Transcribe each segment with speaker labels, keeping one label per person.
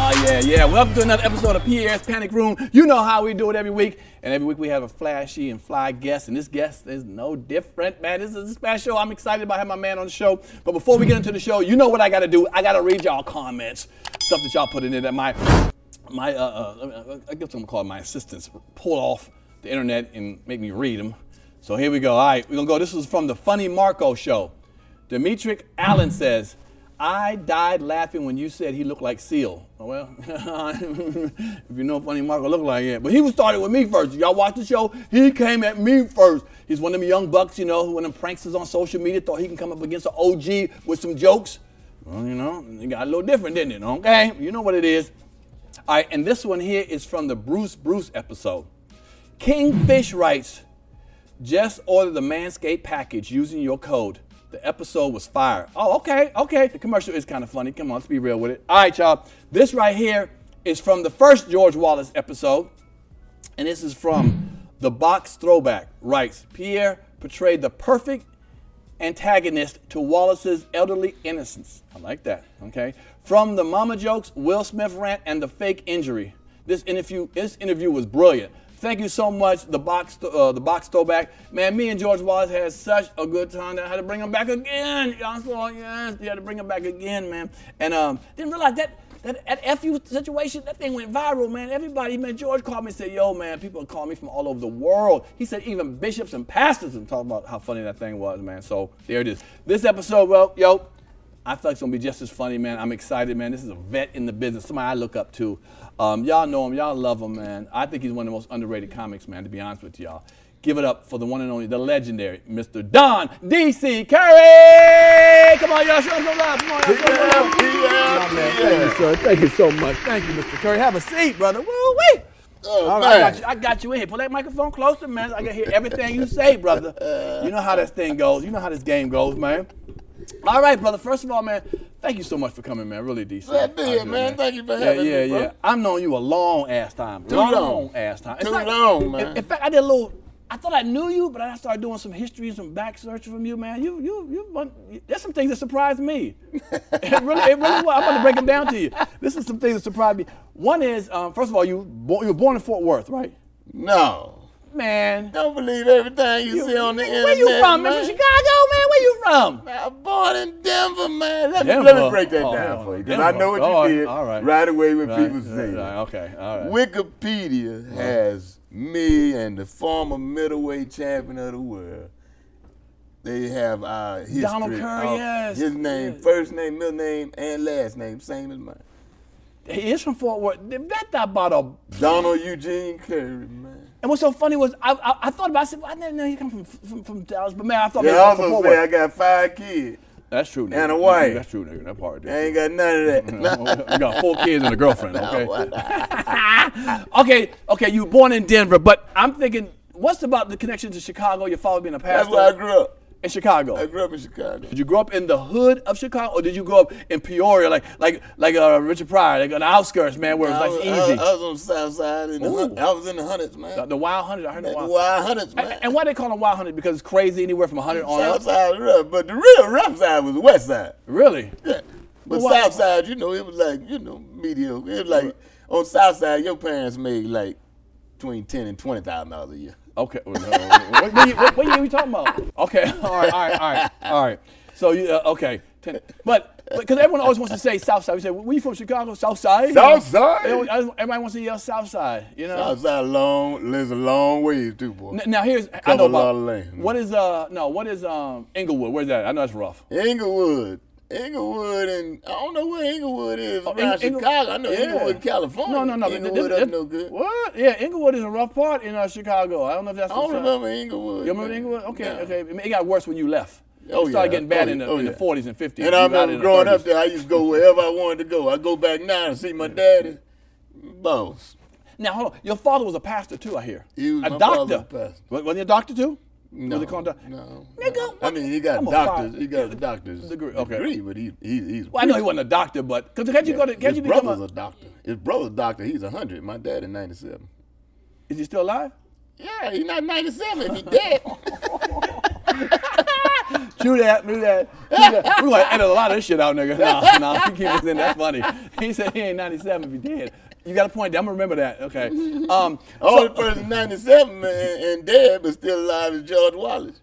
Speaker 1: Oh, yeah, yeah. Welcome to another episode of Pierre's Panic Room. You know how we do it every week. And every week we have a flashy and fly guest. And this guest is no different, man. This is special. I'm excited about having my man on the show. But before we get into the show, you know what I got to do. I got to read y'all comments, stuff that y'all put in there that my, my uh, uh, I guess I'm going to call it my assistants, pulled off the internet and make me read them. So here we go. All right, we're going to go. This is from the Funny Marco show. Demetric Allen says, I died laughing when you said he looked like Seal. Oh, Well, if you know Funny Marco looked like it. But he was started with me first. Y'all watch the show? He came at me first. He's one of them young bucks, you know, who when them pranksters on social media thought he can come up against an OG with some jokes. Well, you know, it got a little different, didn't it? Okay, you know what it is. All right, and this one here is from the Bruce Bruce episode. Kingfish writes, just order the Manscaped package using your code. The episode was fire. Oh, okay, okay. The commercial is kind of funny. Come on, let's be real with it. All right, y'all. This right here is from the first George Wallace episode, and this is from The Box Throwback. Writes Pierre portrayed the perfect antagonist to Wallace's elderly innocence. I like that. Okay. From the mama jokes, Will Smith rant, and the fake injury. This interview, this interview was brilliant. Thank you so much, the box, uh, the box throwback. Man, me and George Wallace had such a good time that I had to bring him back again. Y'all saw, yes, you had to bring him back again, man. And um, didn't realize that that at FU situation, that thing went viral, man. Everybody, man, George called me and said, yo, man, people are calling me from all over the world. He said even bishops and pastors and talking about how funny that thing was, man. So there it is. This episode, well, yo, I feel like it's gonna be just as funny, man. I'm excited, man. This is a vet in the business, somebody I look up to. Um, y'all know him, y'all love him, man. I think he's one of the most underrated comics, man, to be honest with y'all. Give it up for the one and only, the legendary, Mr. Don D.C. Curry! Come on, y'all, show him some love. Come on, y'all, show him some love.
Speaker 2: Yeah,
Speaker 1: Oh, man, Thank you, sir. Thank you so much. Thank you, Mr. Curry. Have a seat, brother. Woo wee.
Speaker 2: Oh,
Speaker 1: All right, I
Speaker 2: man.
Speaker 1: got, you, I got you in here. Pull that microphone closer, man. I can hear everything you say, brother. You know how this thing goes. You know how this game goes, man. All right, brother. First of all, man, thank you so much for coming, man. Really decent.
Speaker 2: Yeah, I did, man. Thank you for having
Speaker 1: yeah, Yeah,
Speaker 2: me, bro.
Speaker 1: yeah. I've known you a long ass time. Too
Speaker 2: long.
Speaker 1: ass time. It's
Speaker 2: Too long,
Speaker 1: in- In,
Speaker 2: man.
Speaker 1: fact, I did a little. I thought I knew you, but I started doing some history and some back searching from you, man. You, you, you. one- There's some things that surprised me. it really, it really was. I'm about to break them down to you. This is some things that surprised me. One is, um, first of all, you, bo- you were born in Fort Worth, right?
Speaker 2: No.
Speaker 1: Man.
Speaker 2: Don't believe everything you, see on the
Speaker 1: where
Speaker 2: internet.
Speaker 1: you
Speaker 2: Man.
Speaker 1: from? Man, from Chicago, man. Where you from?
Speaker 2: I'm born in Denver, man. Let, me-
Speaker 1: Denver.
Speaker 2: let Me, break that
Speaker 1: Oh,
Speaker 2: down
Speaker 1: oh,
Speaker 2: for you, because
Speaker 1: Denver.
Speaker 2: I know what
Speaker 1: All right,
Speaker 2: you did
Speaker 1: all right.
Speaker 2: away when
Speaker 1: Right,
Speaker 2: people say. it.
Speaker 1: right, okay, all right.
Speaker 2: Wikipedia has me and the former middleweight champion of the world. They have our history.
Speaker 1: Donald Curry,
Speaker 2: of
Speaker 1: yes,
Speaker 2: His name,
Speaker 1: yes.
Speaker 2: first name, middle name, and last name, same as mine.
Speaker 1: He is from Fort Worth. That thought about a
Speaker 2: Donald Eugene Curry, man.
Speaker 1: And what's so funny was I, I, I thought about it. I said, well, I never know he come from, from from Dallas, but man, I thought
Speaker 2: Yeah, I
Speaker 1: maybe he come
Speaker 2: also
Speaker 1: from
Speaker 2: say I
Speaker 1: Fort Worth.
Speaker 2: got five kids.
Speaker 1: That's true. Nigga.
Speaker 2: and a wife.
Speaker 1: That's true, nigga. That part.
Speaker 2: I
Speaker 1: There.
Speaker 2: ain't got none of that.
Speaker 1: I got four kids and a girlfriend. Okay.
Speaker 2: What?
Speaker 1: okay. Okay. You were born in Denver, but I'm thinking, what's about the connection to Chicago? Your father being a
Speaker 2: That's
Speaker 1: pastor
Speaker 2: where I grew up.
Speaker 1: in Chicago.
Speaker 2: I grew up in Chicago.
Speaker 1: did you grow up in the hood of Chicago, or did you grow up in Peoria, like like like uh, Richard Pryor, like on the outskirts, man, where it's
Speaker 2: I
Speaker 1: like
Speaker 2: was,
Speaker 1: easy?
Speaker 2: I was- I was on the South Side. In the
Speaker 1: Ooh.
Speaker 2: hun- I was in the hundreds, man.
Speaker 1: Uh, the Wild Hundred, I heard the
Speaker 2: the
Speaker 1: Wild.
Speaker 2: wild hundreds, man.
Speaker 1: And, and why they call them Wild Hundred? Because it's crazy anywhere from 100 on
Speaker 2: South
Speaker 1: up.
Speaker 2: Side was rough, but the real rough side was the West Side.
Speaker 1: Really?
Speaker 2: Yeah. But
Speaker 1: Why?
Speaker 2: South Side, you know, it was like, you know, mediocre. It was like, on South Side, your parents made like between ten and twenty thousand dollars a year.
Speaker 1: Okay. Well, no. what, what, year- what, what year are we talking about? Okay. All right. All right. All right. All right. So you uh, okay? Ten, but because everyone always wants to say South Side, we say we from Chicago, South Side.
Speaker 2: South Side?
Speaker 1: They always- Everybody wants to yell South Side. You know.
Speaker 2: South Side long lives a long ways too, boy.
Speaker 1: N- Now here's I
Speaker 2: Cover a
Speaker 1: know
Speaker 2: lot
Speaker 1: about
Speaker 2: of land.
Speaker 1: what is uh no what is um Inglewood? Where's that? I know that's rough.
Speaker 2: Inglewood. Inglewood and I don't know where Inglewood is around
Speaker 1: Oh, Ing- Ingle-
Speaker 2: Chicago. I know
Speaker 1: Yeah.
Speaker 2: Inglewood, California.
Speaker 1: No, no, no. th- th-
Speaker 2: Oh, Inglewood
Speaker 1: th-
Speaker 2: up no good.
Speaker 1: What? Yeah, Inglewood is a rough part in uh, Chicago. I don't know if that's.
Speaker 2: I
Speaker 1: the
Speaker 2: don't
Speaker 1: South.
Speaker 2: remember Inglewood.
Speaker 1: You remember Inglewood? Okay,
Speaker 2: Nah.
Speaker 1: okay. It it got worse when you left.
Speaker 2: Oh,
Speaker 1: it started
Speaker 2: yeah.
Speaker 1: getting bad
Speaker 2: Oh,
Speaker 1: in, the,
Speaker 2: yeah.
Speaker 1: in the
Speaker 2: Oh, yeah.
Speaker 1: 40s and 50s.
Speaker 2: And I remember growing up there, I used to go wherever I wanted to go. I go back now and see my daddy, boss.
Speaker 1: Now hold on. Your father was a pastor too, I hear.
Speaker 2: He was
Speaker 1: a
Speaker 2: my
Speaker 1: doctor.
Speaker 2: father's pastor.
Speaker 1: Wa- Wasn't he a doctor too?
Speaker 2: No,
Speaker 1: Was it called doc-
Speaker 2: no.
Speaker 1: Nigga,
Speaker 2: no. I
Speaker 1: what-
Speaker 2: mean, he got
Speaker 1: I'm a
Speaker 2: doctors.
Speaker 1: fi-
Speaker 2: He got a doctor's
Speaker 1: Degree,
Speaker 2: degree,
Speaker 1: okay.
Speaker 2: but he, he he's.
Speaker 1: Well, I know he wasn't a doctor, but because can't you go to can't
Speaker 2: His
Speaker 1: you become
Speaker 2: brother's
Speaker 1: a,
Speaker 2: a doctor. His brother's a doctor. He's hundred. My dad in ninety seven.
Speaker 1: is he still alive?
Speaker 2: Yeah, he's not ninety seven. If he dead,
Speaker 1: True that, do that. True that. We're gonna edit a lot of this shit out, nigga. Nah, nah, keep it in. That's funny. He said he ain't 97 if he did. You got a point. there. I'm gonna remember that. Okay. Um.
Speaker 2: only person ninety seven and, and dead but still alive is George Wallace.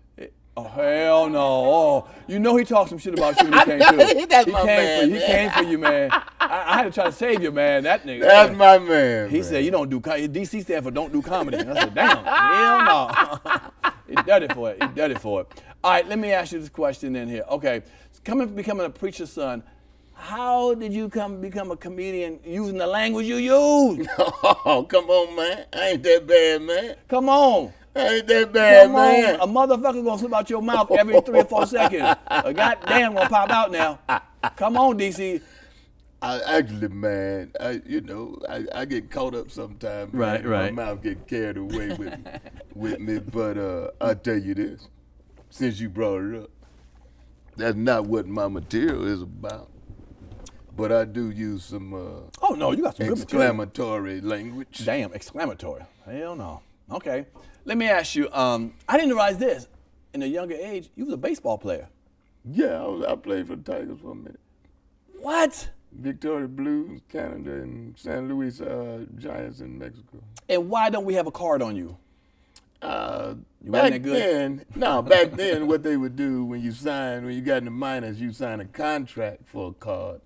Speaker 1: Oh hell no! Oh, you know he talked some shit about you when he came
Speaker 2: know
Speaker 1: through.
Speaker 2: that's
Speaker 1: he
Speaker 2: my
Speaker 1: came
Speaker 2: man,
Speaker 1: for you. He
Speaker 2: man.
Speaker 1: came for you, man. I, I had to try to save you, man. That nigga.
Speaker 2: That's
Speaker 1: man.
Speaker 2: my man.
Speaker 1: He said, "You don't do co- DC stand for don't do comedy." I said, "Damn, hell no." he did it for it. He did it for it. All right, let me ask you this question in here. Okay, coming becoming a preacher's son, how did you come become a comedian using the language you use?
Speaker 2: Oh, come on, man. I ain't that bad, man.
Speaker 1: Come on.
Speaker 2: I ain't that bad,
Speaker 1: Come
Speaker 2: man.
Speaker 1: on. A motherfucker gonna slip out your mouth every three or four seconds. A goddamn gonna pop out now. Come on, DC.
Speaker 2: I actually, man, I you know, I, I get caught up sometimes. man.
Speaker 1: Right, right.
Speaker 2: My mouth get carried away with with me, but uh, I tell you this, since you brought it up, that's not what my material is about. But I do use some uh,
Speaker 1: Oh no, you got some good material.
Speaker 2: exclamatory language.
Speaker 1: Damn, exclamatory. Hell no. Okay. Let me ask you, um, I didn't realize this. In a younger age, you was a baseball player.
Speaker 2: Yeah, I, was, I played for the Tigers for a minute.
Speaker 1: What?
Speaker 2: Victoria Blues, Canada, and San Luis uh, Giants in Mexico.
Speaker 1: And why don't we have a card on you?
Speaker 2: Uh,
Speaker 1: wasn't
Speaker 2: back
Speaker 1: that good?
Speaker 2: then, no, back then, what they would do when you signed, when you got in the minors, you signed a contract for a card.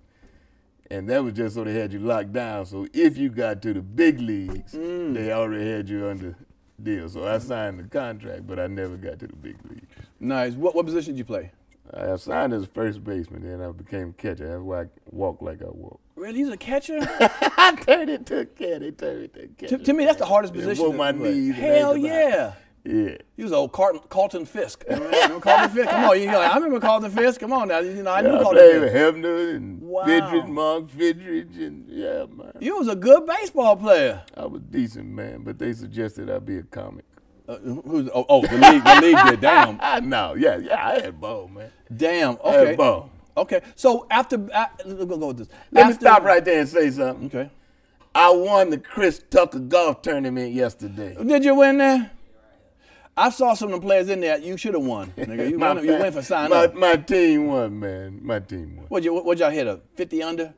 Speaker 2: And that was just so they had you locked down. So if you got to the big leagues,
Speaker 1: Mm.
Speaker 2: they already had you under deal. So I signed the contract, but I never got to the big leagues.
Speaker 1: Nice. What what position did you play?
Speaker 2: I signed as first baseman, then I became catcher. That's why I walk like I walk.
Speaker 1: Really? He's a catcher?
Speaker 2: I turned it to catcher. They turned it to catcher.
Speaker 1: to, to me, that's the hardest
Speaker 2: Yeah,
Speaker 1: position.
Speaker 2: roll
Speaker 1: to
Speaker 2: my
Speaker 1: play.
Speaker 2: knees and
Speaker 1: Hell
Speaker 2: everything.
Speaker 1: yeah.
Speaker 2: Yeah.
Speaker 1: He was old Carlton, Carlton Fisk. You remember Carlton Fisk? Come on, you know, I remember Carlton Fisk. Come on now, you know, I knew
Speaker 2: I
Speaker 1: Carlton
Speaker 2: played with
Speaker 1: Fisk.
Speaker 2: Hebner and
Speaker 1: Wow.
Speaker 2: Fidrich, Mark Fidrich, and yeah, man.
Speaker 1: You was a good baseball player.
Speaker 2: I was decent, man, but they suggested I be a comic.
Speaker 1: Uh, who- who's, oh, oh, the league, the league did. Damn,
Speaker 2: I know, yeah, yeah, I had ball, man.
Speaker 1: damn.
Speaker 2: I
Speaker 1: Okay,
Speaker 2: had ball.
Speaker 1: okay. So after, uh, let's go with this.
Speaker 2: Let me
Speaker 1: After-
Speaker 2: stop right there and say something.
Speaker 1: Okay.
Speaker 2: I won the Chris Tucker golf tournament yesterday.
Speaker 1: Did you win there? I saw some of the players in there. You should have won, nigga. You,
Speaker 2: My
Speaker 1: won, you
Speaker 2: fa-
Speaker 1: went for sign
Speaker 2: my,
Speaker 1: up.
Speaker 2: My team won, man. My team won.
Speaker 1: What you what y'all hit a fifty under,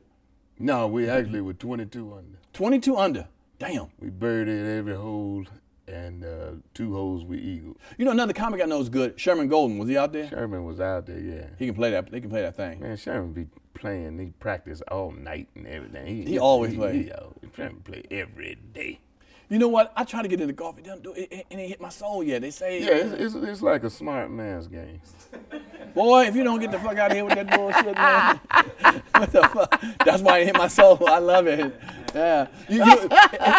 Speaker 2: No,
Speaker 1: Mm-hmm.
Speaker 2: we actually were 22 under.
Speaker 1: twenty two under. Damn.
Speaker 2: We birdied every hole, and uh, two holes we eagled.
Speaker 1: You know another comic I know is good. Sherman Golden was he out there?
Speaker 2: Sherman was out there, yeah.
Speaker 1: He can play that. They can play that thing.
Speaker 2: Man, Sherman be playing. He practice all night and everything. He,
Speaker 1: always play.
Speaker 2: He, always- Sherman play every day.
Speaker 1: You know what? I try to get into golf. It doesn't do it. It, it ain't hit my soul yet. They say,
Speaker 2: Yeah, it's, it's, it's like a smart man's game.
Speaker 1: boy, if you don't get the fuck out of here with that bullshit, man. what the fuck? That's why it hit my soul. I love it. Yeah. You, you, it-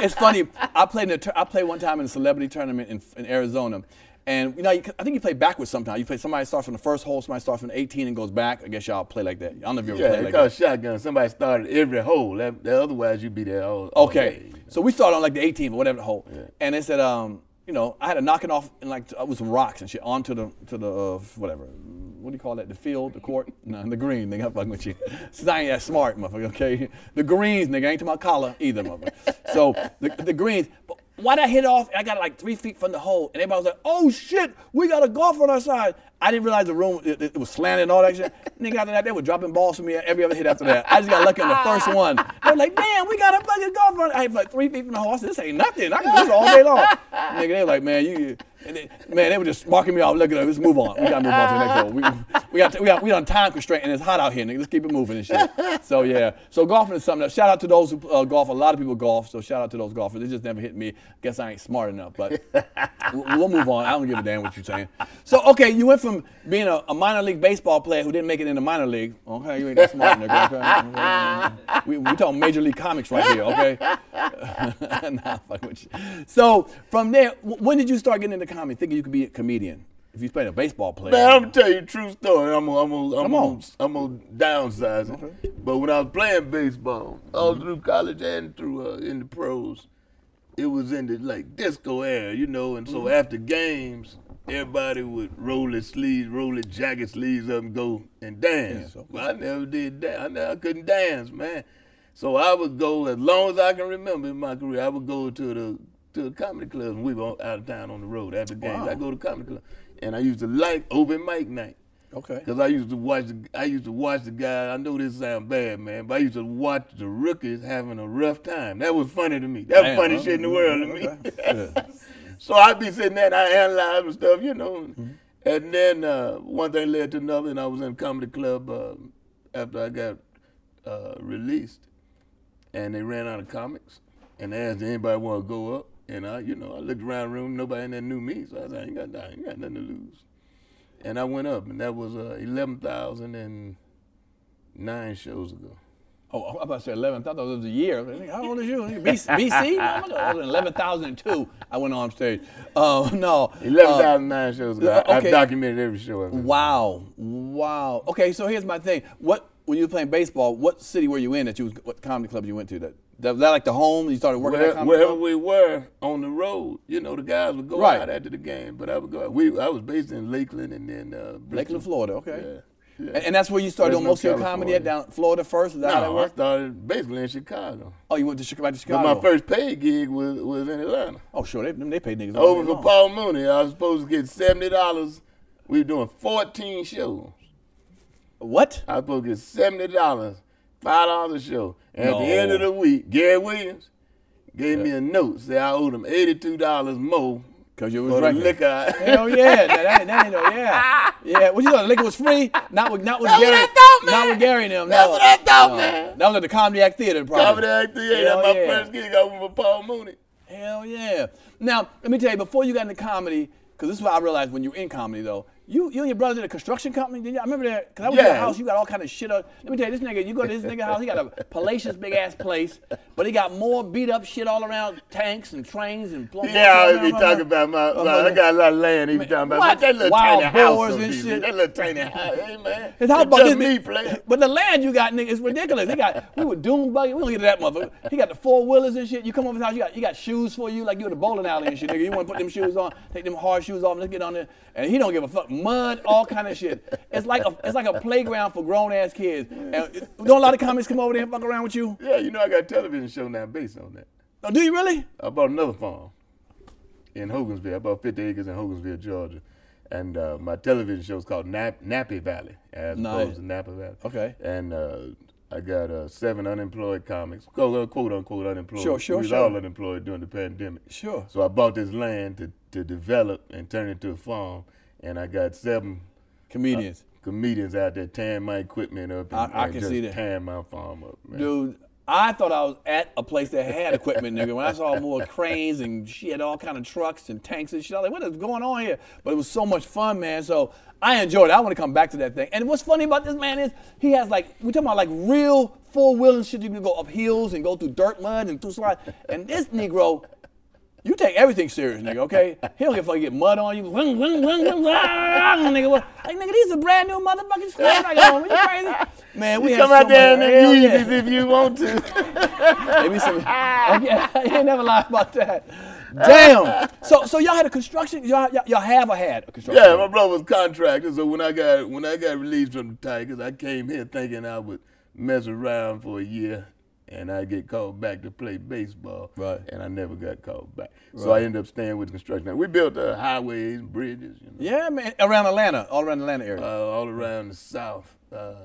Speaker 1: it's funny. I played in a tur- I played one time in a celebrity tournament in, in Arizona. And you know, you, c- I think you play backwards sometimes. You play somebody starts from the first hole, somebody starts from 18 and goes back. I guess y'all play like that. I don't know if you ever
Speaker 2: Yeah,
Speaker 1: play
Speaker 2: it
Speaker 1: like
Speaker 2: because
Speaker 1: that.
Speaker 2: shotgun, somebody started every hole. That, that- otherwise, you'd be there all, all
Speaker 1: Okay.
Speaker 2: day.
Speaker 1: So we started on like the 18th or whatever the hole. And they said, um, you know, I had to knock it off and like t- with some rocks and shit onto the to the uh, whatever. What do you call that? The field, the court, no, the green. Nigga, I'm fucking with you. Since I ain't that smart, motherfucker. Okay, the greens, nigga, ain't to my collar either, motherfucker. so the, the greens. But why did I hit off? I got like three feet from the hole, and everybody was like, "Oh shit, we got a golf on our side." I didn't realize the room it, it was slanted and all that shit. Nigga, after that, they were dropping balls for me every other hit after that. I just got lucky on the first one. They were like, "Damn, we got a fucking golf run." I had like three feet from the hole. I said, "This ain't nothing. I can do this all day long." Nigga, they were like, "Man, you." and they- man, they were just marking me off. Look at us. Let's move on. We gotta move on to the next hole. We, we got we got we on time constraint and it's hot out here, nigga. Let's keep it moving and shit. So yeah, so golfing is something. Else. Shout out to those who uh, golf. A lot of people golf, so shout out to those golfers. It just never hit me. Guess I ain't smart enough, but we'll, we'll move on. I don't give a damn what you're saying. So okay, you went from being a, a minor league baseball player who didn't make it in the minor league. Okay, you ain't that smart, nigga. Okay? We we talking major league comics right here, okay? nah, fuck with you. So from there, w- when did you start getting into comedy, thinking you could be a comedian? If you played a baseball player,
Speaker 2: Man, I'm gonna tell you a true story. I'm gonna, I'm gonna, I'm
Speaker 1: Come
Speaker 2: gonna,
Speaker 1: on.
Speaker 2: I'm gonna downsize it. But when I was playing baseball, all through college and through uh, in the
Speaker 1: Mm-hmm.
Speaker 2: pros, it was in the like disco era, you know. And so after games, everybody would roll his sleeves, roll his jacket sleeves up and go and dance.
Speaker 1: Yeah, so-
Speaker 2: Well, I never did that. I, never, I couldn't dance, man. So I would go as long as I can remember in my career. I would go to the to the comedy club. We were out of town on the road after games.
Speaker 1: Wow.
Speaker 2: I go to comedy club, and I used to like open mic night.
Speaker 1: Okay.
Speaker 2: Cause I used to watch, the, I used to watch the guy. I know this sound bad, man, but I used to watch the rookies having a rough time. That was funny to me. That was
Speaker 1: Damn,
Speaker 2: funny
Speaker 1: huh?
Speaker 2: shit in the world to me.
Speaker 1: Okay. Yeah.
Speaker 2: So I'd be sitting there and I analyze and stuff, you know.
Speaker 1: Mm-hmm.
Speaker 2: And then uh, one thing led to another, and I was in comedy club uh, after I got uh, released, and they ran out of comics, and they asked anybody want to go up, and I, you know, I looked around the room, nobody in there knew me, so I said I ain't got, I ain't got nothing to lose, and I went up, and that was uh, eleven thousand and nine shows ago.
Speaker 1: Oh, I'm about to say 11. I thought that was a year. I think, How old is you? BC? BC? No, I was 11,002. I went on stage. Oh, no.
Speaker 2: Eleven
Speaker 1: Uh,
Speaker 2: thousand nine shows ago. I,
Speaker 1: okay.
Speaker 2: I've documented every show. I've been.
Speaker 1: Wow. Wow. Okay, so here's my thing. What When you were playing baseball, what city were you in that you was, what comedy club you went to? That, that, was that like the home you started working at
Speaker 2: Where,
Speaker 1: comedy
Speaker 2: wherever
Speaker 1: club?
Speaker 2: we were on the road, you know, the guys would go
Speaker 1: Right.
Speaker 2: out after the game. But I would go. Out. We I was based in Lakeland and then uh, Bristol.
Speaker 1: Lakeland, Florida. Okay.
Speaker 2: Yeah, yeah.
Speaker 1: And, and that's where you started doing
Speaker 2: Fresno,
Speaker 1: most of your comedy at
Speaker 2: California.
Speaker 1: down Florida first? Is that how that
Speaker 2: No, I
Speaker 1: worked?
Speaker 2: started basically in Chicago.
Speaker 1: Oh, you went to Chicago, back to
Speaker 2: But
Speaker 1: Chicago.
Speaker 2: my first paid gig was was in Atlanta.
Speaker 1: oh, sure. They, them- they paid niggas. all
Speaker 2: Over
Speaker 1: day
Speaker 2: for
Speaker 1: long.
Speaker 2: Paul Mooney, I was supposed to get seventy dollars. We were doing fourteen shows.
Speaker 1: What?
Speaker 2: I was supposed to get seventy dollars, five dollars a show. And at
Speaker 1: No.
Speaker 2: the end of the week, Gary Williams gave me a note say I owed him eighty two dollars more
Speaker 1: Because you was
Speaker 2: for the
Speaker 1: drinking.
Speaker 2: liquor. I-
Speaker 1: Hell yeah, that, that, ain't- that ain't no yeah, yeah. What you thought? Liquor was free? Not with not with
Speaker 2: That's what
Speaker 1: Gary.
Speaker 2: I thought,
Speaker 1: Not
Speaker 2: man.
Speaker 1: with Gary and them.
Speaker 2: That's
Speaker 1: no.
Speaker 2: what I thought,
Speaker 1: No.
Speaker 2: man.
Speaker 1: That was at the Comedy Act Theater, probably.
Speaker 2: Comedy Act 3,
Speaker 1: Hell
Speaker 2: that's my
Speaker 1: yeah.
Speaker 2: first gig over for Paul Mooney.
Speaker 1: Hell yeah. Now let me tell you, before you got into comedy, because this is what I realized when you were in comedy though. You, you and your brother did a construction company, did you? I remember that. Cause I was in your
Speaker 2: Yeah.
Speaker 1: house. You got all kind of shit. On. Let me tell you, this nigga. You go to this nigga house. He got a palatial big ass place, but he got more beat up shit all around. Tanks and trains and. blah, blah,
Speaker 2: Yeah, I
Speaker 1: blah,
Speaker 2: always
Speaker 1: blah,
Speaker 2: be
Speaker 1: blah,
Speaker 2: talking
Speaker 1: blah.
Speaker 2: about my,
Speaker 1: Oh,
Speaker 2: my-
Speaker 1: yeah.
Speaker 2: I got a lot of land he be talking about.
Speaker 1: what?
Speaker 2: But that little
Speaker 1: Wild
Speaker 2: tiny house
Speaker 1: boars
Speaker 2: on
Speaker 1: and
Speaker 2: DZ,
Speaker 1: shit.
Speaker 2: That little tiny house, hey man.
Speaker 1: It's how
Speaker 2: it's
Speaker 1: about
Speaker 2: just
Speaker 1: this
Speaker 2: me
Speaker 1: nigga-
Speaker 2: playing.
Speaker 1: But the land you got, nigga, is ridiculous. They got we were doom bugging. We don't get to that motherfucker. He got the four wheelers and shit. You come over his house, you got you got shoes for you, like you at the bowling alley and shit, nigga. You want to put them shoes on, take them hard shoes off, let's get on there. And he don't give a fuck. Mud, all kind of shit. It's like a it's like a playground for grown ass kids. And it- don't a lot of comics come over there and fuck around with you?
Speaker 2: Yeah, you know I got a television show now based on that.
Speaker 1: Oh, do you really?
Speaker 2: I bought another farm in Hogansville. I bought 50 acres in Hogansville, Georgia. And uh, my television show is called Nap- Nappy Valley, as
Speaker 1: Nice.
Speaker 2: opposed to Napa Valley.
Speaker 1: Okay.
Speaker 2: And uh, I got uh, seven unemployed comics, quote uh, quote unquote unemployed.
Speaker 1: Sure, sure,
Speaker 2: we was
Speaker 1: sure.
Speaker 2: all unemployed during the pandemic.
Speaker 1: Sure.
Speaker 2: So I bought this land to, to develop and turn it into a farm. And I got seven
Speaker 1: Comedians.
Speaker 2: comedians out there tearing my equipment up and,
Speaker 1: I- I
Speaker 2: and
Speaker 1: can
Speaker 2: just
Speaker 1: see that.
Speaker 2: tearing my farm up, man.
Speaker 1: Dude, I thought I was at a place that had equipment, nigga. When I saw more cranes and shit, all kind of trucks and tanks and shit, I was like, what is going on here? But it was so much fun, man. So I enjoyed it. I want to come back to that thing. And what's funny about this man is he has like we're talking about like real four wheeling shit. You can go up hills and go through dirt mud and through slides. And this Negro. You take everything serious, nigga, okay? He don't give a fuck. You get mud on you. Wing, wing, wing, wing, ah, nigga. What- Like, nigga, these are brand new motherfucking slides I got on. You crazy? Man, we
Speaker 2: You
Speaker 1: had
Speaker 2: come
Speaker 1: so
Speaker 2: out there
Speaker 1: much-
Speaker 2: and
Speaker 1: Hell
Speaker 2: use
Speaker 1: yeah.
Speaker 2: it if you want to.
Speaker 1: Maybe some. Okay, you ain't never lied about that. Damn. So, so y'all had a construction. Y'all, y'all, y'all have or had a construction.
Speaker 2: Yeah, my brother was contractor, so when I got when I got released from the Tigers, I came here thinking I would mess around for a year and I get called back to play baseball.
Speaker 1: Right.
Speaker 2: And I never got called back. So I ended up staying with construction. Now, we built uh, highways, bridges, you know,
Speaker 1: Yeah, man. Around Atlanta, all around the Atlanta area.
Speaker 2: uh, all around the South. Uh,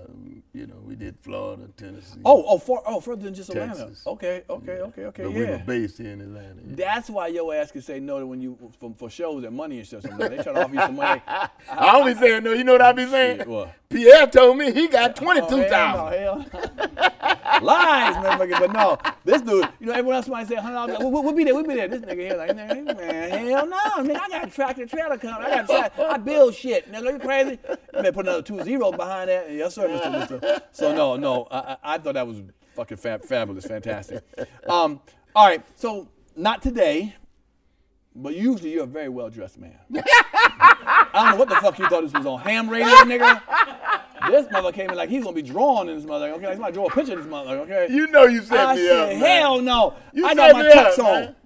Speaker 2: you know, we did Florida, Tennessee.
Speaker 1: oh, oh, far, oh, further than just Atlanta.
Speaker 2: Texas.
Speaker 1: Okay, okay, okay, okay.
Speaker 2: But
Speaker 1: yeah.
Speaker 2: we were based here in Atlanta. yeah.
Speaker 1: That's why your ass can say no to when you for, for shows and money and stuff. Sometimes they try to offer you some money.
Speaker 2: I don't be saying no. You know what I be saying?
Speaker 1: Shit, what?
Speaker 2: Pierre told me he got twenty
Speaker 1: Oh,
Speaker 2: two thousand.
Speaker 1: hell no, hell no. Lies, motherfucker. But no, this dude, you know, everyone else might say hundred dollars. We'll, we'll be there. We'll be there. This nigga here, like, nigga, man, hell no, nigga. I got a tractor trailer coming. I got track. I build shit. Nigga, you crazy? You better put another two zeros behind that. Yes, sir, Mister. Mister. So no, no. I, I, I thought that was fucking fab- fabulous, fantastic. Um, all right. So not today. But usually you're a very well dressed man. I don't know what the fuck you thought this was on ham radio, nigga. This mother came in like he's gonna be drawing in this mother. Okay, like somebody draw a picture of this mother. Okay.
Speaker 2: You know you set
Speaker 1: I
Speaker 2: me
Speaker 1: said,
Speaker 2: up. man.
Speaker 1: hell no.
Speaker 2: You
Speaker 1: I
Speaker 2: set
Speaker 1: got my
Speaker 2: me up,
Speaker 1: tux on.
Speaker 2: man.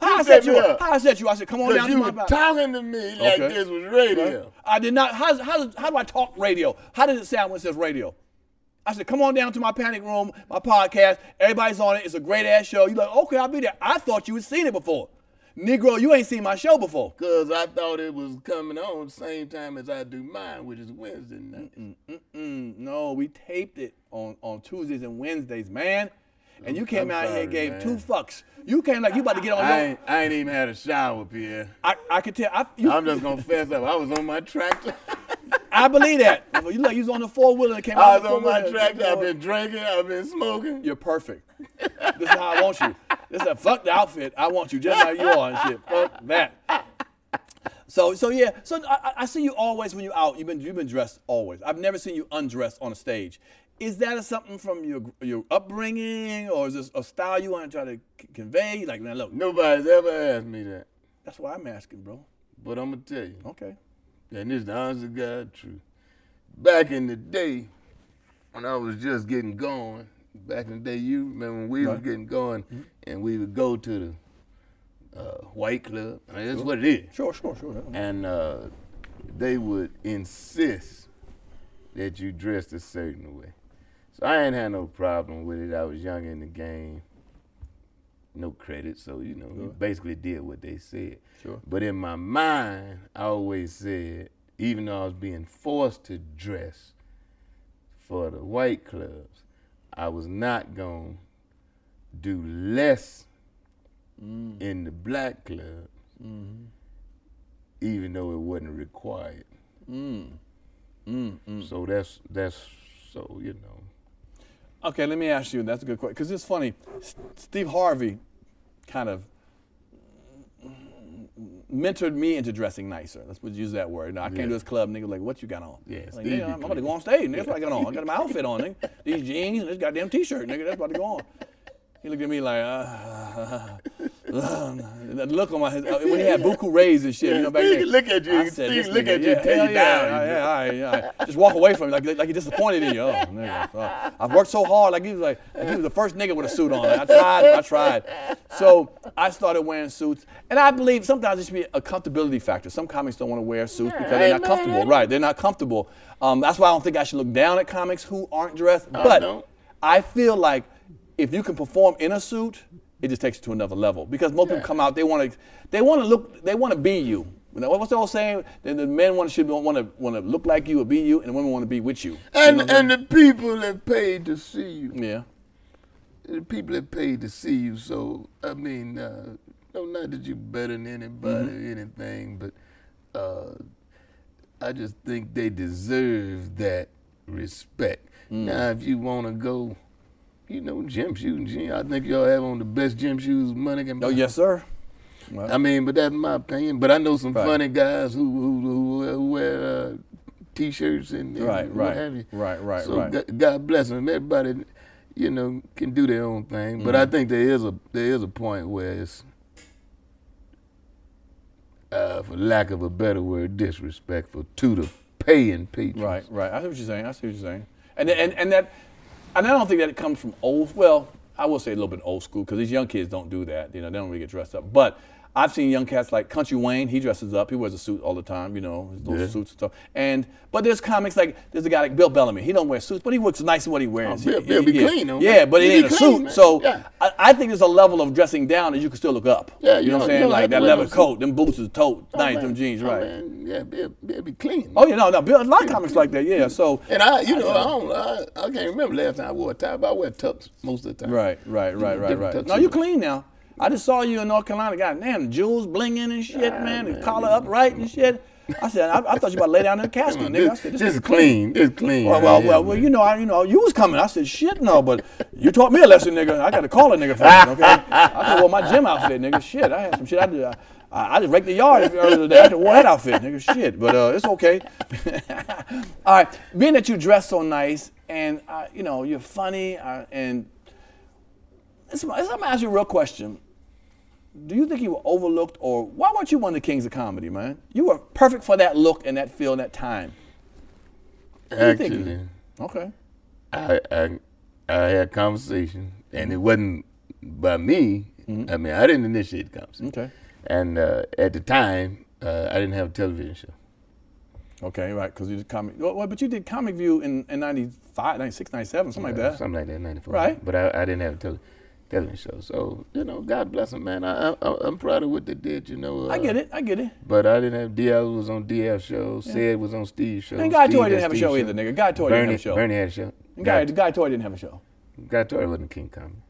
Speaker 1: How I
Speaker 2: set
Speaker 1: set you
Speaker 2: me
Speaker 1: up?
Speaker 2: up.
Speaker 1: How I set you? I said, come on
Speaker 2: Because
Speaker 1: down to
Speaker 2: you
Speaker 1: my
Speaker 2: were
Speaker 1: house.
Speaker 2: talking to me like
Speaker 1: Okay.
Speaker 2: this was radio.
Speaker 1: I did not. How, how, how do I talk radio? How does it sound when it says radio? I said, come on down to my panic room, my podcast. Everybody's on it. It's a great ass show. You're like, okay, I'll be there. I thought you had seen it before. Negro, you ain't seen my show before.
Speaker 2: Because I thought it was coming on the same time as I do mine, which is Wednesday night.
Speaker 1: Mm, no, we taped it on, on Tuesdays and Wednesdays, man. And you
Speaker 2: I'm
Speaker 1: came out here
Speaker 2: sorry,
Speaker 1: and gave
Speaker 2: man.
Speaker 1: two fucks. You came like you about to get on
Speaker 2: I,
Speaker 1: your.
Speaker 2: ain't, I ain't even had a shower, Pierre.
Speaker 1: I, I could tell. I, you,
Speaker 2: I'm just going to fess up. I was on my tractor.
Speaker 1: I believe that. You look, you was on the four wheeler and came
Speaker 2: I
Speaker 1: out.
Speaker 2: was on my tractor.
Speaker 1: track.
Speaker 2: I've been drinking. I've been smoking.
Speaker 1: You're perfect. this is how I want you. This is a fuck the outfit. I want you just how you are and shit. Fuck that. So so yeah. So I, I- I see you always when you're out. You've been you've been dressed always. I've never seen you undressed on a stage. Is that a something from your your upbringing, or is this a style you want to try to c- convey? Like man, look,
Speaker 2: Nobody's ever asked me that.
Speaker 1: that's why I'm asking, bro.
Speaker 2: But I'm going to tell you.
Speaker 1: Okay.
Speaker 2: And this is the honest to God truth. Back in the day, when I was just getting going, back in the day, you remember when we was
Speaker 1: Right. Mm-hmm.
Speaker 2: getting going and we would go to the uh, White Club. I mean, that's what it is.
Speaker 1: Sure, sure, sure.
Speaker 2: And uh, they would insist that you dressed a certain way. So I ain't had no problem with it. I was young in the game. No credit, so you know, you basically did what they said.
Speaker 1: Sure.
Speaker 2: But in my mind, I always said, even though I was being forced to dress for the white clubs, I was not gonna do less in the black club, even though it wasn't required. So that's that's so you know.
Speaker 1: Okay, let me ask you. That's a good question. Because it's funny. S- Steve Harvey kind of mentored me into dressing nicer. Let's just use that word. Now, I came to his club, nigga, like, what you got on?
Speaker 2: Yeah,
Speaker 1: I'm like,
Speaker 2: Stevie
Speaker 1: nigga, I'm, about to go on stage. Nigga, that's what I got on. I got my outfit on, nigga. These jeans and this goddamn t shirt, nigga, that's about to go on. He looked at me like, uh, that look on my his, uh, when he had buku rays and shit, you know, back
Speaker 2: Steve
Speaker 1: then.
Speaker 2: look at you.
Speaker 1: I said,
Speaker 2: Steve
Speaker 1: this
Speaker 2: look
Speaker 1: nigga,
Speaker 2: at you
Speaker 1: yeah,
Speaker 2: till
Speaker 1: hell
Speaker 2: you
Speaker 1: yeah,
Speaker 2: down.
Speaker 1: yeah, all right, yeah, all right. Just walk away from me like, like he disappointed in you. Oh, nigga. uh, I've worked so hard. Like he was like, like he was the first nigga with a suit on. Like, I tried, I tried. So I started wearing suits, and I believe sometimes it should be a comfortability factor. Some comics don't want to wear suits because they're not
Speaker 2: man.
Speaker 1: comfortable. Right? They're not comfortable. Um, that's why I don't think I should look down at comics who aren't dressed. But
Speaker 2: don't.
Speaker 1: I feel like if you can perform in a suit, it just takes you to another level. Because most people come out, they want to, they want to look, they want to be you. You know, What's the old saying? The, the men want to should want to want to look like you or be you, and the women want to be with you.
Speaker 2: And and the people that paid to see you.
Speaker 1: Yeah.
Speaker 2: the people that paid to see you. So I mean, uh, no, not that you better than anybody or anything, but uh, I just think they deserve that respect. Now, if you want to go, you know, gym shoes. Gym, I think y'all have on the best gym shoes money can buy.
Speaker 1: Oh yes, sir.
Speaker 2: I mean, but that's my opinion. But I know some
Speaker 1: Right.
Speaker 2: funny guys who who, who, who wear uh, t-shirts and, and
Speaker 1: Right,
Speaker 2: what
Speaker 1: right,
Speaker 2: have you.
Speaker 1: right, right,
Speaker 2: So
Speaker 1: right.
Speaker 2: Go- God, bless them. Everybody, you know, can do their own thing. But
Speaker 1: Mm-hmm.
Speaker 2: I think there is a there is a point where it's, uh, for lack of a better word, disrespectful to the paying patrons.
Speaker 1: Right, right. I see what you're saying. I see what you're saying. And and and that, and I don't think that it comes from old. Well, I will say a little bit old school because these young kids don't do that. You know, they don't really get dressed up. But I've seen young cats like Country Wayne. He dresses up. He wears a suit all the time. You know, his little
Speaker 2: Yeah.
Speaker 1: suits and stuff. And but there's comics like there's a guy like Bill Bellamy. He don't wear suits, but he looks nice in what he wears.
Speaker 2: Oh, Bill-
Speaker 1: He-
Speaker 2: Bill
Speaker 1: he-
Speaker 2: be
Speaker 1: yeah.
Speaker 2: clean, though.
Speaker 1: Yeah, but
Speaker 2: He
Speaker 1: it
Speaker 2: be
Speaker 1: ain't a
Speaker 2: clean,
Speaker 1: suit.
Speaker 2: man.
Speaker 1: So
Speaker 2: Yeah.
Speaker 1: I, I think there's a level of dressing down that you can still look up.
Speaker 2: Yeah,
Speaker 1: you,
Speaker 2: you
Speaker 1: know what
Speaker 2: don't- you
Speaker 1: I'm saying?
Speaker 2: don't
Speaker 1: Like
Speaker 2: have to
Speaker 1: that
Speaker 2: wear
Speaker 1: leather
Speaker 2: no suit.
Speaker 1: coat, them boots is tote,
Speaker 2: Oh,
Speaker 1: nice,
Speaker 2: man.
Speaker 1: them jeans,
Speaker 2: Oh,
Speaker 1: right?
Speaker 2: man. Yeah, they'll, they'll be clean.
Speaker 1: Oh yeah, no, no. Bill- A lot of comics like that. Yeah, so.
Speaker 2: And I, you know, I don't, I, I can't remember last time I wore a tie, but I wear tux most of the time.
Speaker 1: Right, right, right, right,
Speaker 2: different
Speaker 1: right.
Speaker 2: types
Speaker 1: No,
Speaker 2: of-
Speaker 1: you clean now. I just saw you in North Carolina. Goddamn, jewels blinging and shit, man, and collar upright and shit. I said, I, I thought you about to lay down in the casket,
Speaker 2: Come on,
Speaker 1: nigga. I
Speaker 2: this,
Speaker 1: said,
Speaker 2: this is clean. This is clean.
Speaker 1: well,
Speaker 2: right
Speaker 1: well,
Speaker 2: here,
Speaker 1: well,
Speaker 2: man.
Speaker 1: well, you know, I, you know, you was coming. I said, shit, no, but you taught me a lesson, nigga. I got to call a nigga first, okay? I could wear my gym outfit, nigga. Shit, I had some shit. I did. I, I just raked the yard earlier today. I could wear that outfit, nigga. Shit, but uh, it's okay. All right, being that you dress so nice and uh, you know you're funny uh, and this, I'm gonna ask you a real question. Do you think you were overlooked, or why weren't you one of the kings of comedy, man? You were perfect for that look and that feel and that time. you thinking?
Speaker 2: Actually,
Speaker 1: Okay. Mm-hmm.
Speaker 2: I, I I had a conversation, and it wasn't by me. I mean, I didn't initiate the conversation.
Speaker 1: Okay.
Speaker 2: And uh, at the time, uh, I didn't have a television show.
Speaker 1: Okay, right, because you did comic. Well, well, but you did Comic View in, in 95, 96, 97, something like that.
Speaker 2: Uh, Something like that, 94.
Speaker 1: Right.
Speaker 2: But I, I didn't have a tele- television show. So, you know, God bless them, man. I, I, I'm proud of what they did, you know.
Speaker 1: I
Speaker 2: uh,
Speaker 1: get it, I get it.
Speaker 2: But I didn't have DL was on DL show. Sid was on Steve's show.
Speaker 1: And Guy
Speaker 2: Steve
Speaker 1: Toy
Speaker 2: had
Speaker 1: didn't have a
Speaker 2: Steve's
Speaker 1: show either, nigga. Guy Toy
Speaker 2: Bernie,
Speaker 1: didn't have a show.
Speaker 2: Bernie had a show.
Speaker 1: And Guy,
Speaker 2: Guy,
Speaker 1: Guy Toy didn't have a show.
Speaker 2: Guy Toy wasn't King Kong.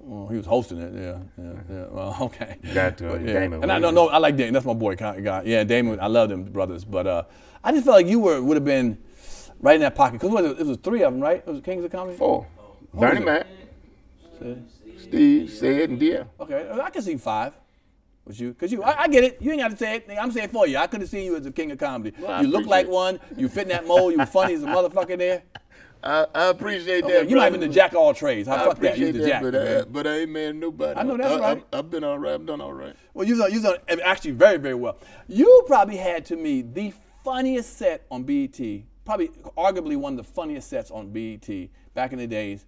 Speaker 1: Well, he was hosting it, yeah, yeah, yeah. Well, okay.
Speaker 2: Guy Toy,
Speaker 1: But, yeah.
Speaker 2: Damon
Speaker 1: And I don't
Speaker 2: Williams.
Speaker 1: know. I like Damon. That's my boy. Con- Guy. Yeah, Damon. I love them brothers, but uh, I just felt like you were would have been right in that pocket because it, it was three of them, right? It was Kings of Comedy.
Speaker 2: Four. Bernie
Speaker 1: it?
Speaker 2: Mac, Steve, Sid, and DL.
Speaker 1: Okay, I can see five. Was you? Cause you, I, I get it. You ain't got to say it. nigga. I'm saying it for you. I could have seen you as the king of comedy.
Speaker 2: Well, I
Speaker 1: you look
Speaker 2: appreciate
Speaker 1: like
Speaker 2: it.
Speaker 1: one. You fit in that mold. You funny as a motherfucker. There.
Speaker 2: I, I appreciate
Speaker 1: Okay,
Speaker 2: that.
Speaker 1: you might have
Speaker 2: brother.
Speaker 1: been the jack of all trades. How
Speaker 2: I
Speaker 1: fuck that? You
Speaker 2: appreciate
Speaker 1: the
Speaker 2: that,
Speaker 1: jack.
Speaker 2: but, uh,
Speaker 1: man.
Speaker 2: I, but I ain't mad at nobody.
Speaker 1: I know that's
Speaker 2: I,
Speaker 1: right.
Speaker 2: I, have been all right. I've done all right.
Speaker 1: Well, you was, you was on, and actually very, very well. You probably had to me the funniest set on BET, probably arguably one of the funniest sets on BET back in the days.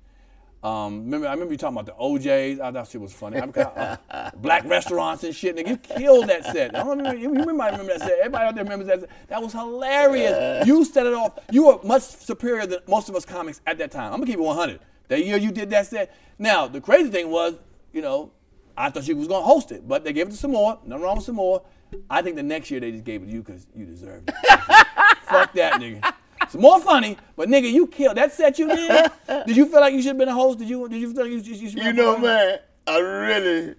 Speaker 1: Um, remember, I remember you talking about the OJ's. I thought shit was funny. I'm kinda, uh, black restaurants and shit. Nigga, you killed that set. I don't remember, you remember, I remember that set. Everybody out there remembers that. Set. That was hilarious. You set it off. You were much superior than most of us comics at that time. I'm gonna keep it 100. That year you did that set. Now the crazy thing was, you know, I thought she was going to host it, but they gave it to Samoa. Nothing wrong with Samoa. I think the next year they just gave it to you because you deserved it. Fuck that, nigga. It's more funny, but nigga, you killed that set you did. Did you feel like you should have been a host? Did you? Did you feel like you, you, you should?
Speaker 2: You know, man, I really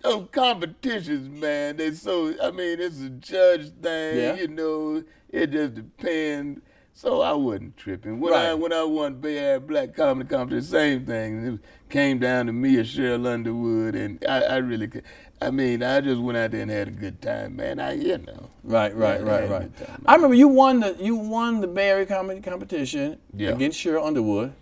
Speaker 2: those competitions, man. They so I mean, it's a judge thing.
Speaker 1: Yeah.
Speaker 2: You know, it just depends. So I wasn't tripping. When I
Speaker 1: Right.
Speaker 2: when I won Bay Area Black Comedy Competition, same thing. It came down to me and Cheryl Underwood, and I, I really, could, I mean, I just went out there and had a good time, man. I you know.
Speaker 1: Right, right,
Speaker 2: Yeah,
Speaker 1: right,
Speaker 2: yeah,
Speaker 1: right.
Speaker 2: good time,
Speaker 1: I remember you won the you won the Bay Area comedy competition
Speaker 2: Yeah.
Speaker 1: against Cheryl Underwood,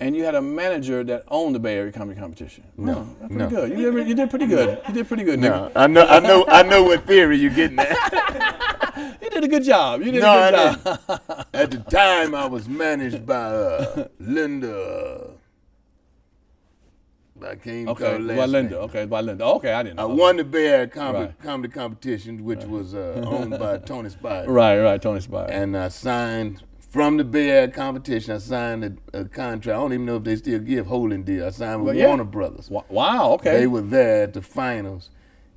Speaker 1: and you had a manager that owned the Bay Area comedy competition. No, pretty
Speaker 2: no.
Speaker 1: good. You did, you did pretty good. You did pretty good, nigga.
Speaker 2: No, I know, I know, I know what theory you're getting at.
Speaker 1: You did a good job. You did
Speaker 2: No,
Speaker 1: a
Speaker 2: I
Speaker 1: good job.
Speaker 2: didn't. At the time, I was managed by uh, Linda. I can't call
Speaker 1: Okay,
Speaker 2: her last
Speaker 1: by Linda.
Speaker 2: name.
Speaker 1: Okay, by Linda. Okay, I didn't
Speaker 2: I
Speaker 1: know.
Speaker 2: won the Bear comedy,
Speaker 1: Right.
Speaker 2: comedy competition, which was uh, owned by Tony Spires.
Speaker 1: Right, right, Tony Spire.
Speaker 2: And I signed from the Bear competition. I signed a, a contract. I don't even know if they still give holding deal. I signed with
Speaker 1: Well, yeah.
Speaker 2: Warner Brothers.
Speaker 1: Wa- wow, okay.
Speaker 2: They were there at the finals,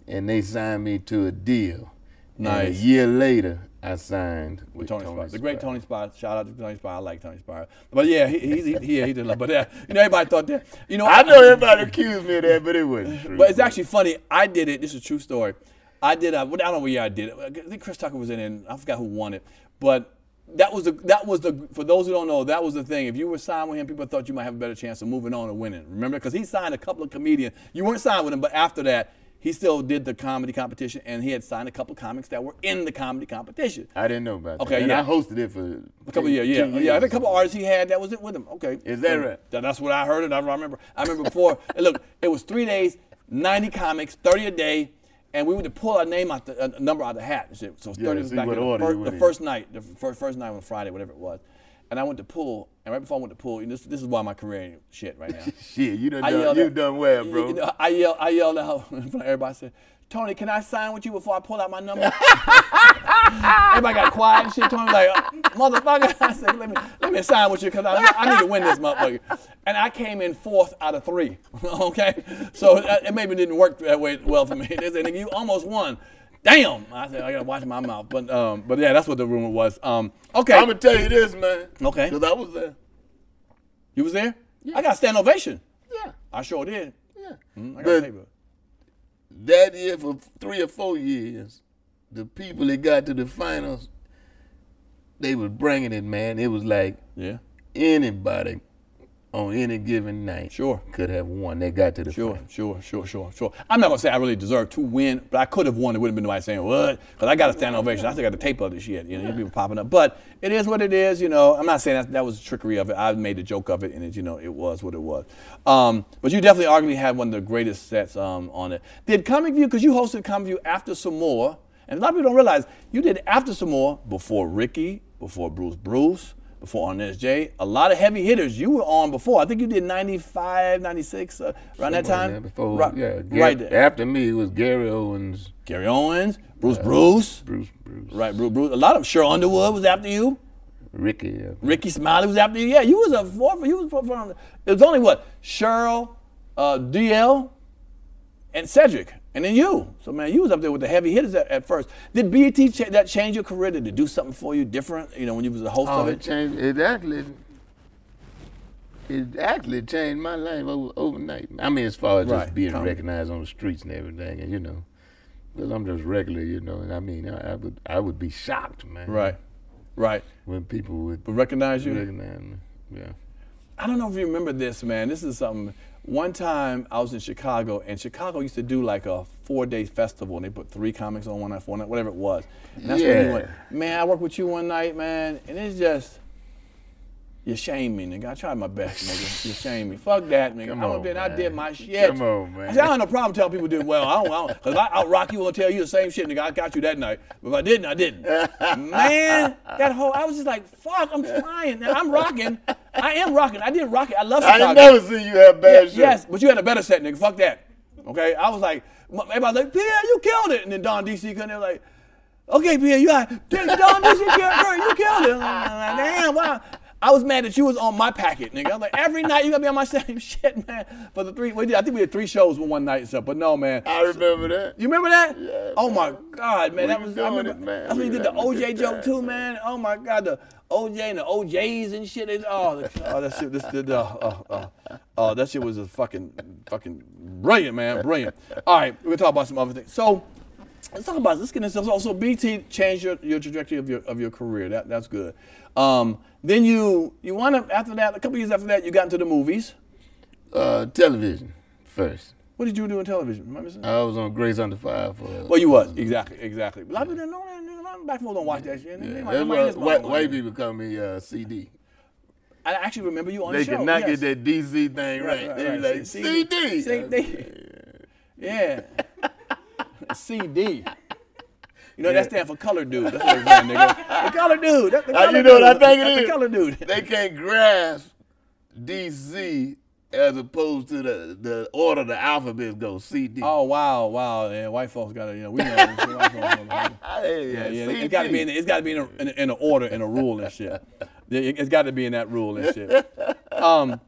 Speaker 2: and they signed me to a deal. And a
Speaker 1: Nice.
Speaker 2: year later, I signed with
Speaker 1: Tony,
Speaker 2: Tony,
Speaker 1: Spire. The great
Speaker 2: Spires.
Speaker 1: Tony Spire. Shout out to Tony Spire. I like Tony Spire. But yeah, he, he, he, yeah, he did love. But uh, you know, everybody thought that. You know,
Speaker 2: I know everybody accused me of that, but it wasn't true.
Speaker 1: But it's actually funny. I did it. This is a true story. I did. uh, I, I don't know what year I did it. I think Chris Tucker was in it. And I forgot who won it. But that was the that was the for those who don't know that was the thing. If you were signed with him, people thought you might have a better chance of moving on and winning. Remember, because he signed a couple of comedians. You weren't signed with him, but after that. He still did the comedy competition, and he had signed a couple of comics that were in the comedy competition.
Speaker 2: I didn't know about
Speaker 1: Okay,
Speaker 2: that. And
Speaker 1: yeah.
Speaker 2: I hosted it for
Speaker 1: A couple of years, yeah, yeah. I think a couple of artists he had that was it with him. Okay,
Speaker 2: Is that right?
Speaker 1: That- that's what I heard, and I remember. I remember before. and look, it was three days, ninety comics, thirty a day, and we would to pull our name out the a number out of the hat. And shit. So it's
Speaker 2: Yeah,
Speaker 1: thirty
Speaker 2: to
Speaker 1: was
Speaker 2: see
Speaker 1: back in
Speaker 2: what
Speaker 1: the,
Speaker 2: order
Speaker 1: fir-
Speaker 2: you
Speaker 1: the
Speaker 2: went in.
Speaker 1: first night, the first first night on Friday, whatever it was, and I went to pull, and right before I went to pull, and this this is why my career ain't shit right now.
Speaker 2: Shit, you done,
Speaker 1: I
Speaker 2: done
Speaker 1: yelled
Speaker 2: you
Speaker 1: out-
Speaker 2: done well,
Speaker 1: you
Speaker 2: bro.
Speaker 1: know, I yelled, I yelled out in front of everybody. I said, "Tony, can I sign with you before I pull out my number?" everybody got quiet and shit. Tony was like, "Uh, "Motherfucker!" I said, "Let me, let me sign with you because I, I need to win this motherfucker." And I came in fourth out of three. okay, so uh, it, it maybe didn't work that way well for me. They said, "Nigga, you almost won." Damn! I said I gotta watch my mouth, but um, but yeah, that's what the rumor was. Um, okay,
Speaker 2: I'm gonna tell you this, man.
Speaker 1: Okay.
Speaker 2: Because I was there.
Speaker 1: you was there. I got a stand ovation.
Speaker 2: Yeah,
Speaker 1: I sure did.
Speaker 2: yeah.
Speaker 1: Hmm, I got a
Speaker 2: But-
Speaker 1: paper.
Speaker 2: That year, for three or four years, the people that got to the finals, they was bringing it, man. It was like
Speaker 1: Yeah,
Speaker 2: anybody on any given night
Speaker 1: sure.
Speaker 2: could have won. They got to the
Speaker 1: Sure,
Speaker 2: finals.
Speaker 1: sure, sure, sure, sure. I'm not gonna say I really deserve to win, but I could have won. It wouldn't have been nobody saying what, because I got a stand ovation. I still got the tape of this shit. You know, you people popping up, but it is what it is. You know, I'm not saying that that was trickery of it. I made a joke of it, and it, you know, it was what it was. Um, but you definitely arguably had one of the greatest sets um, on it. Did Comic View? Because you hosted Comic View after some more, and a lot of people don't realize you did after some more before Ricky, before Bruce Bruce, before on this, Jay. A lot of heavy hitters you were on before. I think you did 95, 96, uh, around
Speaker 2: Somewhere
Speaker 1: that time.
Speaker 2: there Before,
Speaker 1: right,
Speaker 2: yeah,
Speaker 1: right
Speaker 2: Gar-
Speaker 1: there.
Speaker 2: After me was Gary Owens,
Speaker 1: Gary Owens, Bruce Bruce.
Speaker 2: Bruce, Bruce,
Speaker 1: Right, Bruce, Bruce. A lot of Cheryl Underwood was after you.
Speaker 2: Ricky. uh,
Speaker 1: Ricky Smiley was after you. Yeah, you was a four. You was four, from. It was only what Cheryl, uh, DL, and Cedric, and then you. So man, you was up there with the heavy hitters at, at first. Did BET cha- that change your career? Did it do something for you different? You know, when you was the host
Speaker 2: Oh,
Speaker 1: of
Speaker 2: it
Speaker 1: it.
Speaker 2: changed. It actually, it actually changed my life over, overnight. I mean, as far as
Speaker 1: Right,
Speaker 2: just being
Speaker 1: comedy.
Speaker 2: recognized on the streets and everything, and you know, because I'm just regular, you know. And I mean, I, I would, I would be shocked, man.
Speaker 1: Right, right.
Speaker 2: When people would
Speaker 1: But recognize you.
Speaker 2: recognize me, yeah.
Speaker 1: I don't know if you remember this, man. This is something. One time I was in Chicago, and Chicago used to do like a four-day festival, and they put three comics on one night, four night, whatever it was. And that's when you
Speaker 2: Yeah.
Speaker 1: went, man. I worked with you one night, man, and it's just you shame me, nigga. I tried my best, nigga. You shame me. Fuck that, nigga.
Speaker 2: Come
Speaker 1: I went
Speaker 2: on,
Speaker 1: there and I
Speaker 2: man.
Speaker 1: did my shit.
Speaker 2: Come on, man.
Speaker 1: I, said, I don't have no problem telling people to do well. I don't, I don't, cause if I outrock you, I'll tell you the same shit, nigga. I got you that night, but if I didn't, I didn't. man, that whole I was just like, fuck. I'm trying, and I'm rocking. I am rocking. I did rock it. I love
Speaker 2: I
Speaker 1: Chicago.
Speaker 2: ain't never seen you have bad shit.
Speaker 1: Yes, but you had a better set, nigga. Fuck that. Okay, I was like, m- everybody's like, Pierre, you killed it. And then Don DC couldn't. They were like, okay, Pierre, you got Don DC killed Pierre, you killed it. I'm like, Damn, wow. I was mad that you was on my packet, nigga. I'm like, every night you gotta be on my same shit, man. For the three, we did, I think we did three shows with one night and stuff. But no, man.
Speaker 2: I remember that.
Speaker 1: You remember that?
Speaker 2: Yeah,
Speaker 1: Oh my
Speaker 2: man.
Speaker 1: God, man,
Speaker 2: We
Speaker 1: that
Speaker 2: was
Speaker 1: was I
Speaker 2: doing
Speaker 1: remember.
Speaker 2: it, man.
Speaker 1: That's when you
Speaker 2: We
Speaker 1: did
Speaker 2: was
Speaker 1: the
Speaker 2: having a
Speaker 1: OJ
Speaker 2: good
Speaker 1: joke
Speaker 2: time,
Speaker 1: too, man.
Speaker 2: man.
Speaker 1: Oh my God, the OJ and the OJs and shit. It, oh, the, oh, that shit. This, the, the, oh, oh, oh, that shit was a fucking, fucking brilliant, man, brilliant. All right, we're gonna talk about some other things. So. Let's talk about let's get into so, so BT changed your, your trajectory of your of your career. That that's good. Um, then you you wound up after that a couple years after that you got into the movies.
Speaker 2: Uh, television first.
Speaker 1: What did you do in television? Am I missing?
Speaker 2: I was on Grace Under Fire for.
Speaker 1: Well, you was exactly, exactly. But a lot of people didn't know that. nigga. A lot of black folks don't watch that shit. Nigga,
Speaker 2: Yeah,
Speaker 1: they like,
Speaker 2: that's
Speaker 1: "Nobody
Speaker 2: why
Speaker 1: is
Speaker 2: white,
Speaker 1: black."
Speaker 2: white people call me uh, CD.
Speaker 1: I actually remember you on
Speaker 2: They
Speaker 1: the show.
Speaker 2: could not
Speaker 1: yes.
Speaker 2: get that DC thing right.
Speaker 1: right,
Speaker 2: they
Speaker 1: right.
Speaker 2: be like,
Speaker 1: See,
Speaker 2: CD.
Speaker 1: CD. Yeah. CD. You know that stands for color dude. That's what it means, nigga. The color dude. That's the
Speaker 2: Uh,
Speaker 1: color
Speaker 2: you know
Speaker 1: dude.
Speaker 2: what I think it
Speaker 1: That's
Speaker 2: is?
Speaker 1: The color dude.
Speaker 2: They can't grasp DC as opposed to the, the order the alphabet goes CD.
Speaker 1: Oh wow, wow. Yeah, white folks got to. You know, we know. white folks know.
Speaker 2: Hey,
Speaker 1: Yeah, yeah.
Speaker 2: CD.
Speaker 1: It's got to be in. It's got to be in a, in, a, in a order and a rule and shit. Yeah, it- It's got to be in that rule and shit. Um,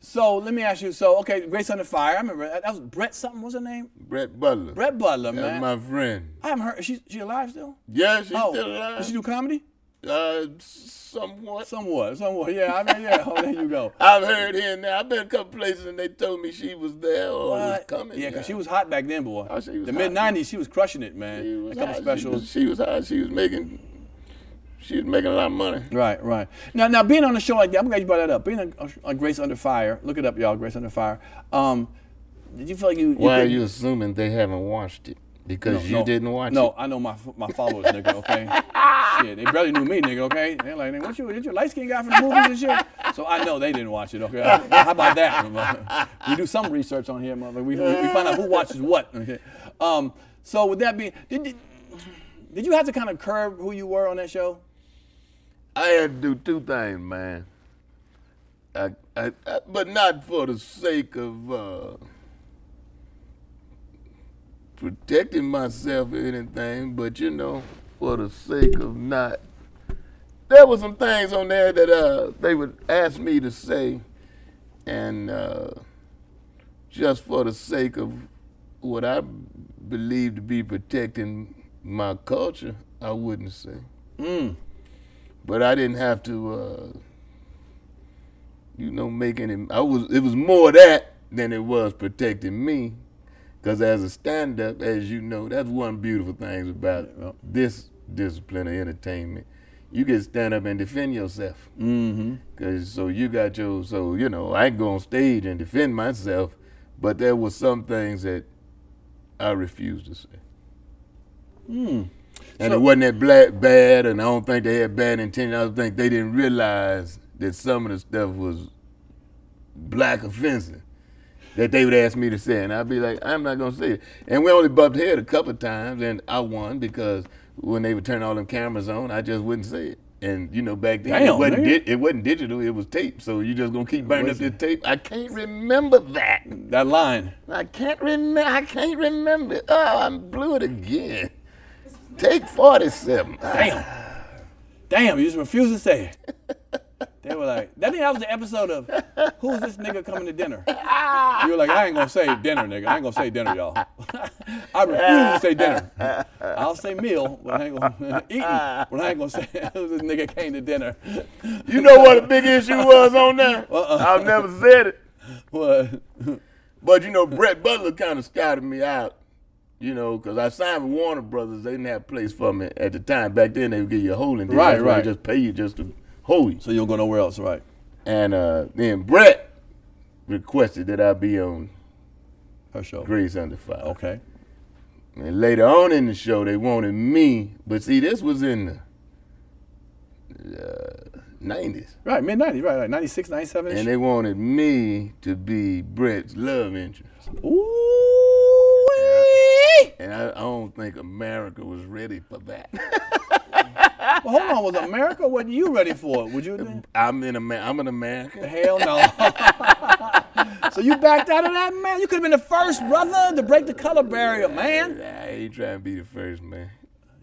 Speaker 1: so let me ask you. So okay, Grace Under Fire. I remember that that was Brett something. What's her name?
Speaker 2: Brett Butler.
Speaker 1: Brett Butler,
Speaker 2: That's
Speaker 1: man.
Speaker 2: my friend.
Speaker 1: I haven't heard. She she alive still?
Speaker 2: Yeah, she's
Speaker 1: oh,
Speaker 2: still
Speaker 1: does she
Speaker 2: alive.
Speaker 1: do comedy?
Speaker 2: Uh, somewhat.
Speaker 1: Somewhat, somewhat. Yeah, I mean, yeah. Oh, there you go.
Speaker 2: I've heard here and there. I've been a couple places and they told me she was there or was
Speaker 1: But-
Speaker 2: coming.
Speaker 1: yeah, because she was hot back then, boy.
Speaker 2: Oh, she was
Speaker 1: the
Speaker 2: hot.
Speaker 1: mid '90s, she was crushing it, man.
Speaker 2: She was
Speaker 1: a couple
Speaker 2: hot. She
Speaker 1: specials.
Speaker 2: was, she was hot. She was making. She was making a lot of money.
Speaker 1: Right, right. Now, now being on a show like that, I'm glad you brought that up. Being on, on Grace Under Fire, look it up, y'all. Grace Under Fire. Um, did you feel like you? you
Speaker 2: Why are
Speaker 1: couldn't-
Speaker 2: you assuming they haven't watched it? Because you
Speaker 1: no,
Speaker 2: didn't watch
Speaker 1: No,
Speaker 2: it.
Speaker 1: I know my my followers, nigga. Okay. shit, they barely knew me, nigga. Okay. They're like, "Nigga, what you? Did you light skinned guy from the movies and shit? So I know they didn't watch it. Okay. How about that? motherfucker? we do some research on here, mother. We, we, we find out who watches what. Okay. Um. So with that being, did, did did you have to kind of curb who you were on that show?
Speaker 2: I had to do two things, man. I, I, I, but not for the sake of uh, protecting myself or anything, but you know, for the sake of not. There were some things on there that uh, they would ask me to say, and uh, just for the sake of what I believe to be protecting my culture, I wouldn't say Mm, but I didn't have to, uh, you know, make any. I was. It was more that than it was protecting me, because as a stand-up, as you know, that's one beautiful thing about this discipline of entertainment. You can stand up and defend yourself. Mm-hmm. Cause so you got your. So you know, I can go on stage and defend myself, but there were some things that I refused to say. And
Speaker 1: Hmm. So-
Speaker 2: it wasn't that black bad, and I don't think they had bad intention. I think they didn't realize that some of the stuff was black offensive that they would ask me to say, and I'd be like, I'm not gonna say it. And we only bumped head a couple of times, and I won because when they would turn all them cameras on, I just wouldn't say it. And you know, back then
Speaker 1: Damn,
Speaker 2: it wasn't
Speaker 1: man.
Speaker 2: di- it wasn't digital, it was tape. So you just gonna keep burning up
Speaker 1: Was
Speaker 2: this
Speaker 1: it?
Speaker 2: tape. I can't remember that.
Speaker 1: That line.
Speaker 2: I can't remember. I can't remember. Oh, I blew it again. Take 47.
Speaker 1: Damn. Damn, you just refuse to say it. They were like, that think that was the episode of Who's This Nigga Coming to Dinner? You were like, I ain't gonna say dinner, nigga. I ain't gonna say dinner, y'all. I refuse to say dinner. I'll say meal, but I ain't gonna eating, but I ain't gonna say this nigga came to dinner.
Speaker 2: You know what a big issue was on that?
Speaker 1: Uh-uh.
Speaker 2: I've never said it.
Speaker 1: What?
Speaker 2: But you know, Brett Butler kind of scouted me out, you know, because I signed with Warner Brothers. They didn't have a place for me at the time. Back then, they would give you a holding deal.
Speaker 1: Right,
Speaker 2: That's why they
Speaker 1: right.
Speaker 2: just pay you just to hold you.
Speaker 1: So you don't go nowhere else, right?
Speaker 2: And uh, then Brett requested that I be on
Speaker 1: Her show.
Speaker 2: Grace Under Fire.
Speaker 1: Okay.
Speaker 2: And later on in the show, they wanted me, but see, this was in the uh, 90s.
Speaker 1: Right, mid 90s, right, right. 96, 97
Speaker 2: And they wanted me to be Brett's love interest.
Speaker 1: Ooh.
Speaker 2: And I, I don't think America was ready for that.
Speaker 1: Well, hold on, was America what you ready for? Would you
Speaker 2: I'm in Amer- I'm an American.
Speaker 1: Hell no. so you backed out of that, man? You could have been the first brother to break the color barrier, man.
Speaker 2: I ain't trying to be the first man.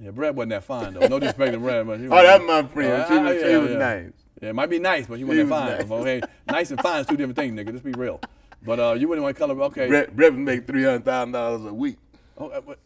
Speaker 1: Yeah, Brad wasn't that fine, though. No disrespect to Brad. But
Speaker 2: Oh, that's my friend. She
Speaker 1: Uh,
Speaker 2: was, she
Speaker 1: yeah,
Speaker 2: was
Speaker 1: yeah.
Speaker 2: nice.
Speaker 1: Yeah, it might be nice, but you wasn't
Speaker 2: He
Speaker 1: that fine.
Speaker 2: was nice.
Speaker 1: Okay, nice and fine is two different things, nigga. Let's be real. But uh, you wouldn't want color. Okay.
Speaker 2: Brett, Brett would make three hundred thousand dollars a week.
Speaker 1: Oh, uh, but-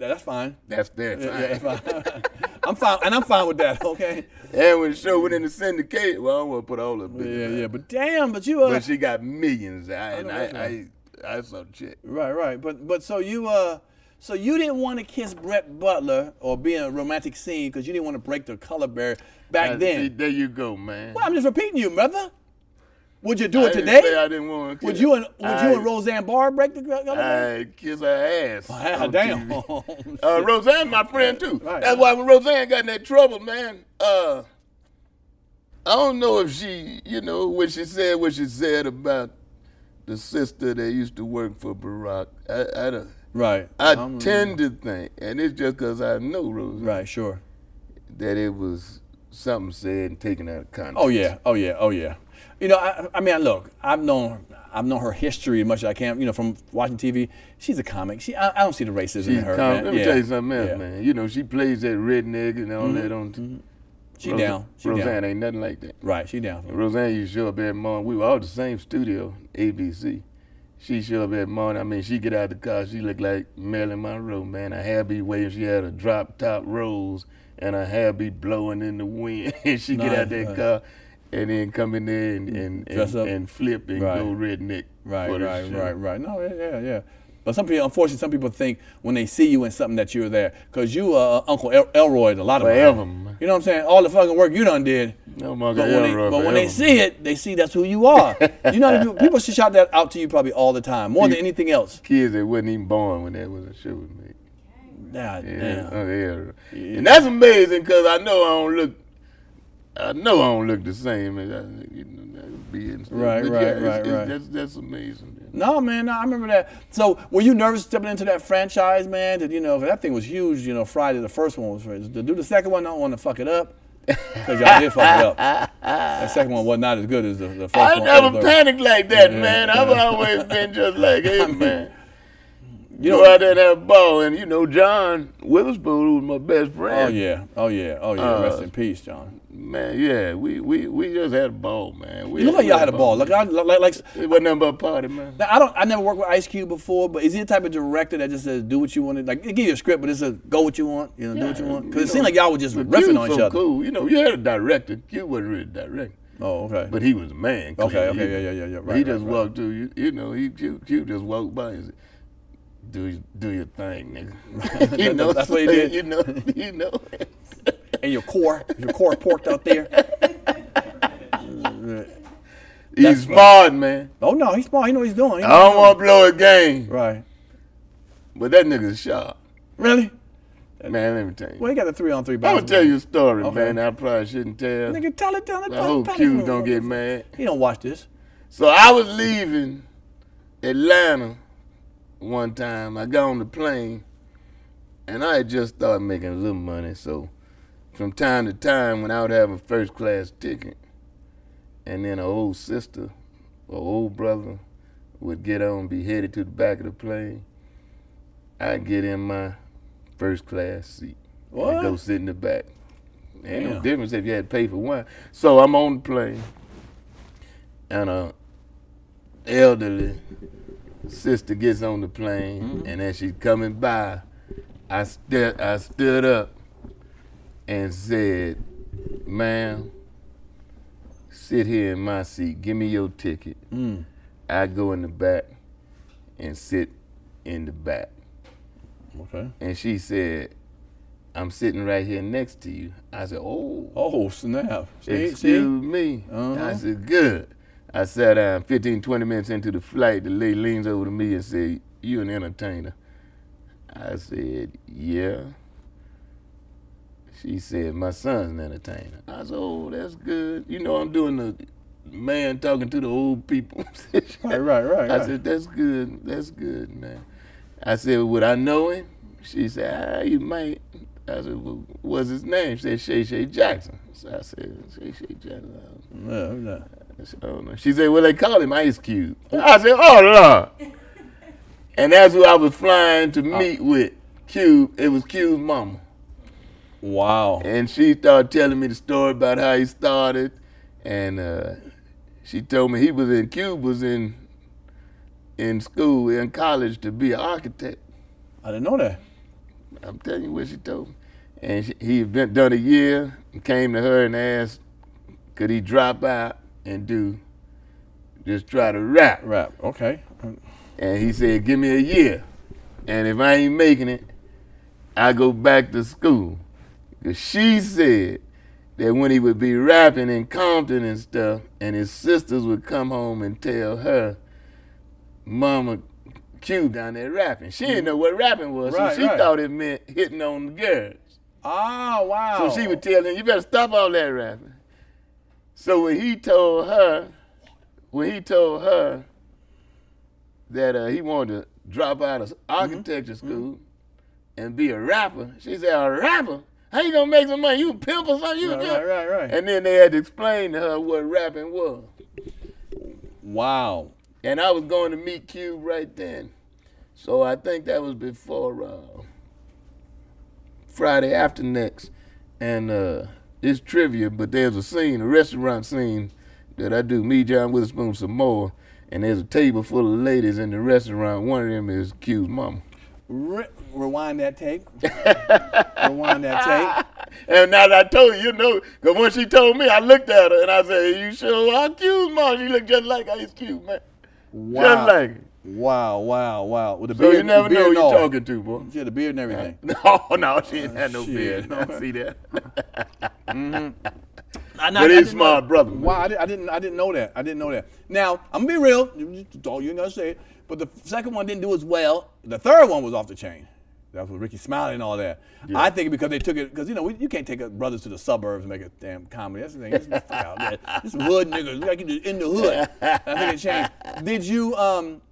Speaker 1: yeah, that's fine.
Speaker 2: That's their time.
Speaker 1: Yeah, yeah, that's fine. I'm fine, and I'm fine with that. Okay.
Speaker 2: And when the show went into syndicate, well, I don't want to put all the bitches.
Speaker 1: Yeah,
Speaker 2: out.
Speaker 1: yeah. But damn, but you uh,
Speaker 2: But she got millions, I, and
Speaker 1: know that's
Speaker 2: I, I, I saw shit.
Speaker 1: Right, right. But but so you uh so you didn't want to kiss Brett Butler or be in a romantic scene because you didn't want to break the color barrier back
Speaker 2: I-
Speaker 1: then.
Speaker 2: see, there you go, man.
Speaker 1: Well, I'm just repeating you, brother. Would you do
Speaker 2: I
Speaker 1: it
Speaker 2: didn't say
Speaker 1: today?
Speaker 2: I didn't want to.
Speaker 1: Would you and would
Speaker 2: I,
Speaker 1: you and Roseanne Barr break the color barrier?
Speaker 2: I kiss her ass.
Speaker 1: Ah,
Speaker 2: on
Speaker 1: damn.
Speaker 2: TV. Uh, Roseanne, my friend too.
Speaker 1: Right.
Speaker 2: That's why when Roseanne got in that trouble, man. Uh, I don't know if she, you know, when she said what she said about the sister that used to work for Barack. I, I don't.
Speaker 1: right.
Speaker 2: I
Speaker 1: I'm-
Speaker 2: tend to think, and it's just because I know Roseanne,
Speaker 1: right, sure.
Speaker 2: that it was something said and taken out of context.
Speaker 1: Oh yeah, oh yeah, oh yeah. You know, I, I mean, look, I've known I've known her history as much as I can. You know, from watching TV, she's a comic. She, I, I don't see the racism in
Speaker 2: She's
Speaker 1: her.
Speaker 2: com-
Speaker 1: man.
Speaker 2: Let me
Speaker 1: Yeah,
Speaker 2: tell you something else,
Speaker 1: yeah. Mm-hmm.
Speaker 2: man. You know, she plays that redneck and all that on. T-
Speaker 1: She
Speaker 2: Rosa-
Speaker 1: down. She
Speaker 2: Roseanne
Speaker 1: down.
Speaker 2: ain't nothing like that.
Speaker 1: Right, she down.
Speaker 2: Roseanne used to show up every morning. We were all the same studio, ABC. She show up every morning. I mean, she get out of the car. She looked like Marilyn Monroe, man. Her hair be waving. She had a drop top rose, and her hair be blowing in the wind. and she get out that
Speaker 1: Nice.
Speaker 2: car, and then come in there and and,
Speaker 1: Mm. Dress
Speaker 2: and,
Speaker 1: up.
Speaker 2: and flip and
Speaker 1: Right.
Speaker 2: go redneck.
Speaker 1: Right,
Speaker 2: for the
Speaker 1: right,
Speaker 2: show.
Speaker 1: right, right. No, yeah, yeah, yeah. But some people, unfortunately, some people think when they see you in something that you're there, because you uh, Uncle El- Elroy, a lot of
Speaker 2: Forever,
Speaker 1: them.
Speaker 2: man.
Speaker 1: You know what I'm saying? All the fucking work you done did.
Speaker 2: No, my
Speaker 1: But, when they,
Speaker 2: Elroy
Speaker 1: but when they
Speaker 2: forever.
Speaker 1: see it, they see that's who you are. you know, what I mean? people should shout that out to you probably all the time, more than anything else.
Speaker 2: kids that wasn't even born when that was a show with me.
Speaker 1: Nah,
Speaker 2: Yeah.
Speaker 1: damn.
Speaker 2: Oh, yeah. And that's amazing because I know I don't look, I know I don't look the same as I you know, I would be and stuff.
Speaker 1: Right,
Speaker 2: But
Speaker 1: right,
Speaker 2: yeah, it's-
Speaker 1: right,
Speaker 2: it's-
Speaker 1: right.
Speaker 2: That's, that's amazing. man.
Speaker 1: No, man, no, I remember that. So, were you nervous stepping into that franchise, man? Did you know 'cause that thing was huge? You know, Friday the first one was to do the second one. I don't want to fuck it up because y'all did fuck it up. That second one was not as good as the, the first
Speaker 2: I
Speaker 1: one.
Speaker 2: never
Speaker 1: the-
Speaker 2: panicked like that, man. I've always been just like, hey, man. You
Speaker 1: know-
Speaker 2: know, out there and have a ball, and you know, John Witherspoon, who was my best
Speaker 1: Oh
Speaker 2: friend.
Speaker 1: yeah, oh yeah, oh yeah.
Speaker 2: Uh,
Speaker 1: Rest in peace, John.
Speaker 2: Man, yeah, we, we, we just had a ball, man. We,
Speaker 1: You look like
Speaker 2: we
Speaker 1: y'all had a ball. Like, I, like, like,
Speaker 2: It wasn't nothing but a party, man.
Speaker 1: now, I don't. I never worked with Ice Cube before, but is he the type of director that just says do what you want? to Like, they give you a script, but it says go what you want. You know, do what you want. Because it
Speaker 2: know,
Speaker 1: seemed like y'all were just
Speaker 2: but
Speaker 1: riffing
Speaker 2: Q
Speaker 1: on
Speaker 2: so
Speaker 1: each other.
Speaker 2: Cool, you know, you had a director. Q wasn't really a director,
Speaker 1: Oh, okay.
Speaker 2: but he was a man.
Speaker 1: Okay,
Speaker 2: clearly.
Speaker 1: okay,
Speaker 2: He-
Speaker 1: yeah, yeah, yeah, yeah,
Speaker 2: but
Speaker 1: right,
Speaker 2: he
Speaker 1: right,
Speaker 2: just
Speaker 1: right.
Speaker 2: walked through. You, you know, he Q, Q just walked by and said, "Do y- do your thing, nigga." you know,
Speaker 1: That's what he did.
Speaker 2: You know, you know.
Speaker 1: and your core, your core porked out there.
Speaker 2: He's
Speaker 1: That's right.
Speaker 2: smart, man.
Speaker 1: Oh no, he's smart. He know what he's doing. He
Speaker 2: I
Speaker 1: know what
Speaker 2: don't
Speaker 1: he's
Speaker 2: want to blow a game,
Speaker 1: doing. Right.
Speaker 2: but that nigga's sharp,
Speaker 1: Really?
Speaker 2: man. Let me tell you.
Speaker 1: Well, he got the three on three.
Speaker 2: I'm gonna tell you a story,
Speaker 1: Okay.
Speaker 2: man. I probably shouldn't tell.
Speaker 1: Nigga, tell it, tell it,
Speaker 2: I
Speaker 1: tell it.
Speaker 2: hope
Speaker 1: tell it.
Speaker 2: Q don't get mad.
Speaker 1: He don't watch this.
Speaker 2: So I was leaving Atlanta one time. I got on the plane and I had just started making a little money. So from time to time when I would have a first class ticket, and then an old sister or old brother would get on, be headed to the back of the plane, I'd get in my first class seat
Speaker 1: What?
Speaker 2: and go sit in the back. Ain't no
Speaker 1: Damn.
Speaker 2: difference if you had to pay for one. So I'm on the plane, and a elderly sister gets on the plane,
Speaker 1: Mm-hmm.
Speaker 2: and as she's coming by, I stood, I stood up and said, "Ma'am, sit here in my seat. Give me your ticket. I go in the back and sit in the back."
Speaker 1: Okay.
Speaker 2: And she said, "I'm sitting right here next to you." I said, "Oh."
Speaker 1: Oh, snap. See,
Speaker 2: Excuse
Speaker 1: see?
Speaker 2: me.
Speaker 1: Uh-huh.
Speaker 2: I said, good. I sat down 15, 20 minutes into the flight. The lady leans over to me and said, you an entertainer. I said, yeah. She said, my son's an entertainer. I said, oh, that's good. You know, I'm doing the man talking to the old people.
Speaker 1: Right, right, right.
Speaker 2: I
Speaker 1: right.
Speaker 2: said, that's good. That's good, man. I said, would I know him? She said, ah, you might. I said, well, what's his name? She said, Shay Shay Jackson. So I said, Shay Shay Jackson. I
Speaker 1: Yeah, yeah.
Speaker 2: don't- I don't know. She said, well, they call him Ice Cube. I said, oh, Lord. and that's who I was flying
Speaker 1: Oh.
Speaker 2: to meet with. Cube. It was Cube's mama.
Speaker 1: Wow.
Speaker 2: And she started telling me the story about how he started. And uh, she told me he was in Cuba, was in in school, in college to be an architect.
Speaker 1: I didn't know that.
Speaker 2: I'm telling you what she told me. And she, he had been, done a year and came to her and asked, could he drop out and do, just try to rap.
Speaker 1: Rap. Okay.
Speaker 2: And he said, give me a year. And if I ain't making it, I go back to school. 'Cause she said that when he would be rapping in Compton and stuff, and his sisters would come home and tell her, Mama Q down there rapping. She didn't know what rapping was,
Speaker 1: Mm-hmm. Right,
Speaker 2: so she
Speaker 1: right.
Speaker 2: thought it meant hitting on the girls.
Speaker 1: Ah, wow.
Speaker 2: So she would tell him, "You better stop all that rapping." So when he told her, when he told her that uh, he wanted to drop out of
Speaker 1: Mm-hmm.
Speaker 2: architecture school and be a rapper, she said, "A rapper? How you gonna make some money? You a pimp or something?" You a
Speaker 1: Right,
Speaker 2: pimp?"
Speaker 1: right, right, right.
Speaker 2: And then they had to explain to her what rapping was.
Speaker 1: wow.
Speaker 2: And I was going to meet Cube right then. So I think that was before uh, Friday after next. And uh, it's trivia, but there's a scene, a restaurant scene that I do, me, John Witherspoon, some more. And there's a table full of ladies in the restaurant. One of them is Cube's mama.
Speaker 1: Re- rewind that tape. rewind that tape.
Speaker 2: And now that I told you, you know, because when she told me, I looked at her and I said, You sure are Cube's mom? She looked just like Ice Cube, man.
Speaker 1: Wow.
Speaker 2: Just like it.
Speaker 1: Wow, wow, wow. With the
Speaker 2: So
Speaker 1: beard,
Speaker 2: you never
Speaker 1: beard
Speaker 2: know who
Speaker 1: and
Speaker 2: you're
Speaker 1: all.
Speaker 2: talking to, boy.
Speaker 1: She had a beard and everything.
Speaker 2: No, no, she didn't have no
Speaker 1: shit.
Speaker 2: beard. I see that.
Speaker 1: Mm-hmm. I,
Speaker 2: But he's smart brother. man.
Speaker 1: Wow, I, did, I didn't, I didn't know that. I didn't know that. Now I'm gonna be real. You- you- All you ain't gonna say it. But the second one didn't do as well. The third one was off the chain. That's with Ricky Smiley and all that. I think because they took it because you know we, you can't take a brothers to the suburbs and make a damn comedy. That's the thing. It's out there. It's hood niggas. We gotta get it in the hood. I think it changed. Did you um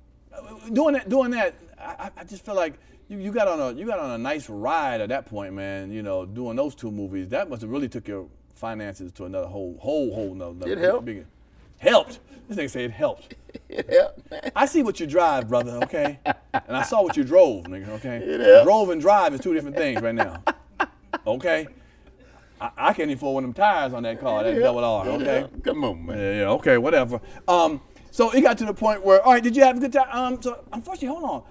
Speaker 1: doing that? Doing that? I, I I just feel like. You, you got on a you got on a nice ride at that point, man. You know, doing those two movies, that must have really took your finances to another whole whole whole nother.
Speaker 2: It
Speaker 1: big-
Speaker 2: helped.
Speaker 1: big- Helped. This nigga say it helped.
Speaker 2: Yeah, man.
Speaker 1: I see what you drive, brother. Okay, and I saw what you drove, nigga. Okay,
Speaker 2: It helped.
Speaker 1: drove and drive is two different things right now. Okay, I, I can't even afford one of them tires on that car. That double R.
Speaker 2: Yeah,
Speaker 1: Okay,
Speaker 2: Come on, man.
Speaker 1: yeah, yeah. Okay, whatever. Um, so it got to the point where, all right, did you have a good time? Um, so unfortunately, hold on.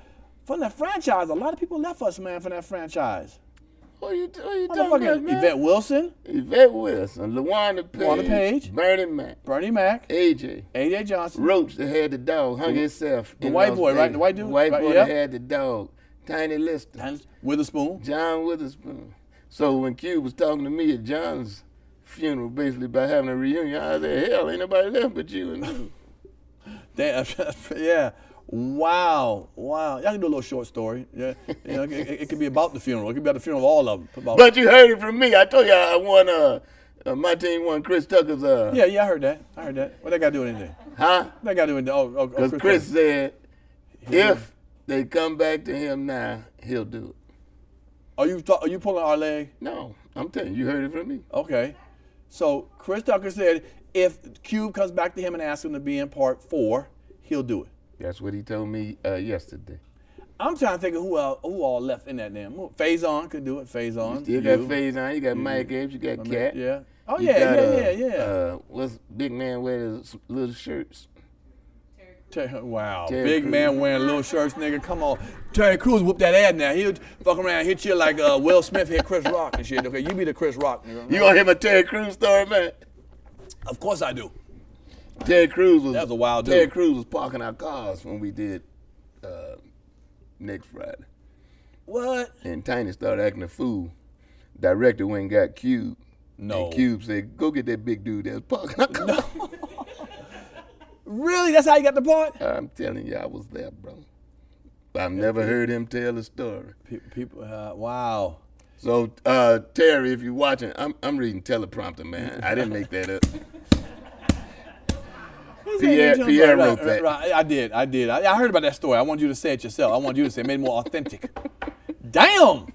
Speaker 1: From that franchise, a lot of people left us, man. From that franchise,
Speaker 2: What are you, what you talking about,
Speaker 1: motherfucking
Speaker 2: man?
Speaker 1: Yvette Wilson,
Speaker 2: Yvette Wilson, LaWanda Page,
Speaker 1: LaWanda Page.
Speaker 2: Bernie Mac,
Speaker 1: Bernie Mac,
Speaker 2: AJ,
Speaker 1: AJ Johnson.
Speaker 2: Roach that had the dog, hung himself. The
Speaker 1: white boy, right? The white dude?
Speaker 2: White
Speaker 1: Right,
Speaker 2: boy
Speaker 1: yeah.
Speaker 2: that had the dog, Tiny Lister,
Speaker 1: and Witherspoon.
Speaker 2: John Witherspoon. So when Cube was talking to me at John's funeral, basically by having a reunion, I said, hell, ain't nobody left but you and me.
Speaker 1: Damn, yeah. Wow, wow. Y'all can do a little short story. Yeah, you know, it, it, it could be about the funeral. It could be about the funeral of all of them. About-
Speaker 2: But you heard it from me. I told you I won. Uh, uh, my team won Chris Tucker's. Uh,
Speaker 1: yeah, yeah, I heard that. I heard that. What that got to do with anything?
Speaker 2: Huh?
Speaker 1: What that got to do with anything? Oh, oh, oh
Speaker 2: Because Chris, said, if they come back to him now, he'll do it.
Speaker 1: Are you th- are you pulling our leg?
Speaker 2: No, I'm telling you, you heard it from me.
Speaker 1: Okay. So Chris Tucker said if Cube comes back to him and asks him to be in part four, he'll do it.
Speaker 2: That's what he told me uh, yesterday.
Speaker 1: I'm trying to think of who all, who all left in that damn movie. Faison could do it. Faison.
Speaker 2: You got Phase on, you got Mike Epps, you got Cat.
Speaker 1: Yeah. Oh
Speaker 2: You got,
Speaker 1: yeah, yeah, yeah,
Speaker 2: uh,
Speaker 1: yeah.
Speaker 2: Uh, what's big man wear his little shirts?
Speaker 1: Ter- wow,
Speaker 2: Terry
Speaker 1: big
Speaker 2: Crews.
Speaker 1: man wearing little shirts, nigga. Come on, Terry Crews whoop that ass now. He'll fuck around, hit you like uh, Will Smith hit Chris Rock and shit. Okay, you be the Chris Rock, nigga.
Speaker 2: You gonna hear my Terry Crews story, man?
Speaker 1: Of course I do.
Speaker 2: Terry Crews was
Speaker 1: That was a wild
Speaker 2: Terry
Speaker 1: dude.
Speaker 2: Crews was parking our cars when we did uh, next Friday,
Speaker 1: What?
Speaker 2: and Tiny started acting a fool. Director went and got Cube.
Speaker 1: No.
Speaker 2: And Cube said, "Go get that big dude that's parking our car."
Speaker 1: Really? That's how you got the part?
Speaker 2: I'm telling you, I was there, bro. I've never heard him tell a story.
Speaker 1: Pe- People, uh, wow.
Speaker 2: So, uh, Terry, if you're watching, I'm, I'm reading teleprompter, man. I didn't make that up. Pierre- Pierre
Speaker 1: Right,
Speaker 2: wrote
Speaker 1: right,
Speaker 2: that.
Speaker 1: right. I did. I did. I, I heard about that story. I want you to say it yourself. I want you to say it. it made it more authentic. Damn.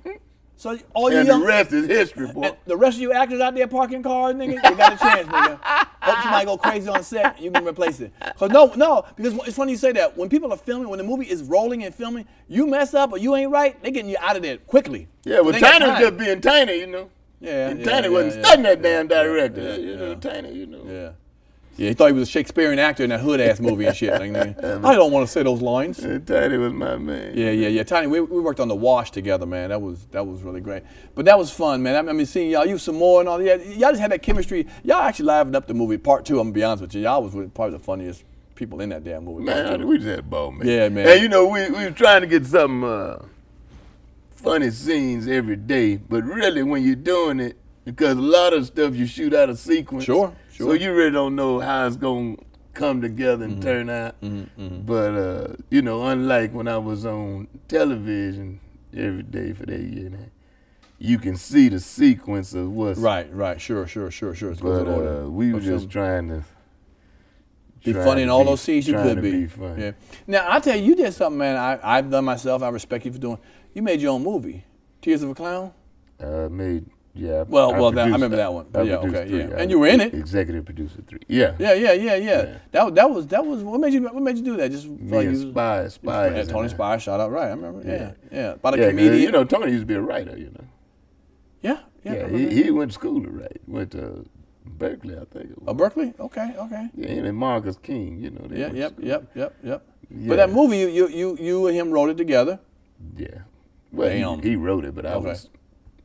Speaker 1: So all you
Speaker 2: And the
Speaker 1: young,
Speaker 2: rest is history,
Speaker 1: and
Speaker 2: boy.
Speaker 1: the rest of you actors out there parking cars, nigga, you got a chance, nigga. Hope somebody go crazy on set. You can replace it. Cause no, no, because it's funny you say that. When people are filming, when the movie is rolling and filming, you mess up or you ain't right, they getting you out of there quickly.
Speaker 2: Yeah, well,
Speaker 1: They got
Speaker 2: Tiny was
Speaker 1: time.
Speaker 2: just being Tiny, you know.
Speaker 1: Yeah,
Speaker 2: And
Speaker 1: yeah,
Speaker 2: Tiny
Speaker 1: yeah,
Speaker 2: wasn't
Speaker 1: yeah,
Speaker 2: studying that
Speaker 1: yeah,
Speaker 2: damn
Speaker 1: yeah,
Speaker 2: director.
Speaker 1: yeah,
Speaker 2: you know,
Speaker 1: yeah.
Speaker 2: Tiny, you know.
Speaker 1: Yeah. Yeah, he thought he was a Shakespearean actor in that hood ass movie and shit. Like, nigga, I don't want to say those lines.
Speaker 2: And Tiny was my man.
Speaker 1: Yeah, yeah, yeah. Tiny, we, we worked on the wash together, man. That was that was really great. But that was fun, man. I, I mean, seeing y'all, you some more and all. Yeah, y'all just had that chemistry. Y'all actually livened up the movie. Part two, I'm gonna be honest with you. Y'all was really probably the funniest people in that damn movie. part
Speaker 2: Man,
Speaker 1: two.
Speaker 2: we just had a ball, man.
Speaker 1: Yeah, man.
Speaker 2: And you know, we we were trying to get some uh, funny scenes every day, but really when you're doing it, because a lot of stuff you shoot out of sequence.
Speaker 1: Sure, sure.
Speaker 2: So
Speaker 1: Mm-hmm.
Speaker 2: you really don't know how it's gonna come together and turn out. But uh, you know, unlike when I was on television every day for that year, man, you can see the sequence of what's
Speaker 1: Right, right. Sure, sure, sure, sure. It's
Speaker 2: But
Speaker 1: good order.
Speaker 2: uh, we were
Speaker 1: Or
Speaker 2: just
Speaker 1: something.
Speaker 2: trying to
Speaker 1: be
Speaker 2: trying
Speaker 1: funny
Speaker 2: to
Speaker 1: in all
Speaker 2: be-
Speaker 1: those scenes you
Speaker 2: trying
Speaker 1: could
Speaker 2: to
Speaker 1: be.
Speaker 2: be funny.
Speaker 1: Yeah. Now I tell you, you did something, man. I, I've done myself. I respect you for doing. You made your own movie, Tears of a Clown.
Speaker 2: Uh, made yeah. I-
Speaker 1: Well,
Speaker 2: I
Speaker 1: well, that- I
Speaker 2: produced-
Speaker 1: remember that one.
Speaker 2: I
Speaker 1: Yeah,
Speaker 2: produced
Speaker 1: okay, yeah.
Speaker 2: three. I
Speaker 1: And you were in
Speaker 2: was
Speaker 1: it.
Speaker 2: Executive producer three. Yeah.
Speaker 1: Yeah, yeah, yeah, yeah.
Speaker 2: Yeah.
Speaker 1: That wa- that was that was what made you what made you do that? Just
Speaker 2: Me
Speaker 1: like
Speaker 2: and
Speaker 1: you-
Speaker 2: Spy, Spy.
Speaker 1: Yeah,
Speaker 2: is in
Speaker 1: Tony
Speaker 2: there.
Speaker 1: Spire, shout out, right? I remember. Yeah,
Speaker 2: Yeah.
Speaker 1: yeah. About a
Speaker 2: Yeah, 'cause,
Speaker 1: comedian.
Speaker 2: you know, Tony used to be a writer. You know.
Speaker 1: yeah, yeah. I
Speaker 2: Yeah.
Speaker 1: remember that.
Speaker 2: He, he went to school to write. Went to Berkeley, I think. It
Speaker 1: Uh,
Speaker 2: was.
Speaker 1: Berkeley. Okay, okay.
Speaker 2: Yeah, him and Marcus King. You know. they
Speaker 1: Yeah,
Speaker 2: went to
Speaker 1: yep,
Speaker 2: school.
Speaker 1: yep, yep, yep. But
Speaker 2: Yeah.
Speaker 1: that movie, you you you you and him wrote it together,
Speaker 2: Yeah. Well, he-
Speaker 1: Damn.
Speaker 2: he, wrote it, but I
Speaker 1: Okay.
Speaker 2: was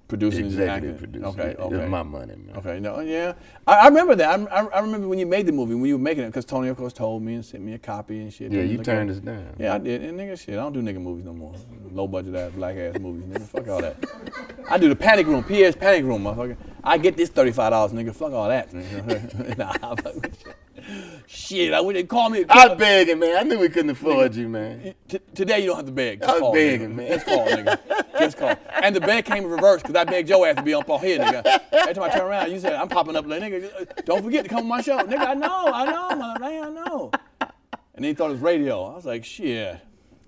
Speaker 1: producing and
Speaker 2: executive
Speaker 1: acting.
Speaker 2: producer.
Speaker 1: Okay,
Speaker 2: Yeah, It was
Speaker 1: okay.
Speaker 2: my money, man.
Speaker 1: Okay, no, yeah, I, I remember that. I, I, I remember when you made the movie, when you were making it, because Tony, of course, told me and sent me a copy and shit.
Speaker 2: Yeah,
Speaker 1: And
Speaker 2: you
Speaker 1: look at it.
Speaker 2: turned us down.
Speaker 1: Yeah, I did. And nigga, shit, I don't do nigga movies no more. Low budget ass, black ass movies, nigga. Fuck all that. I do the panic room, Pierre's panic room, motherfucker. I get this thirty-five dollars, nigga. Fuck all that. nigga. nah, I fuck with you. Shit, I would they call me.
Speaker 2: I begging, man. I knew we couldn't afford you, man.
Speaker 1: T- today you don't have to beg. Just
Speaker 2: I was
Speaker 1: call,
Speaker 2: begging,
Speaker 1: nigga.
Speaker 2: man.
Speaker 1: Just call, nigga. Just call. And the beg came in reverse because I begged your ass to be up on here, nigga. Every time I turn around, you said I'm popping up, like nigga. just- Don't forget to come on my show, nigga. I know, I know, mother, I know. And then he thought it was radio. I was like, shit.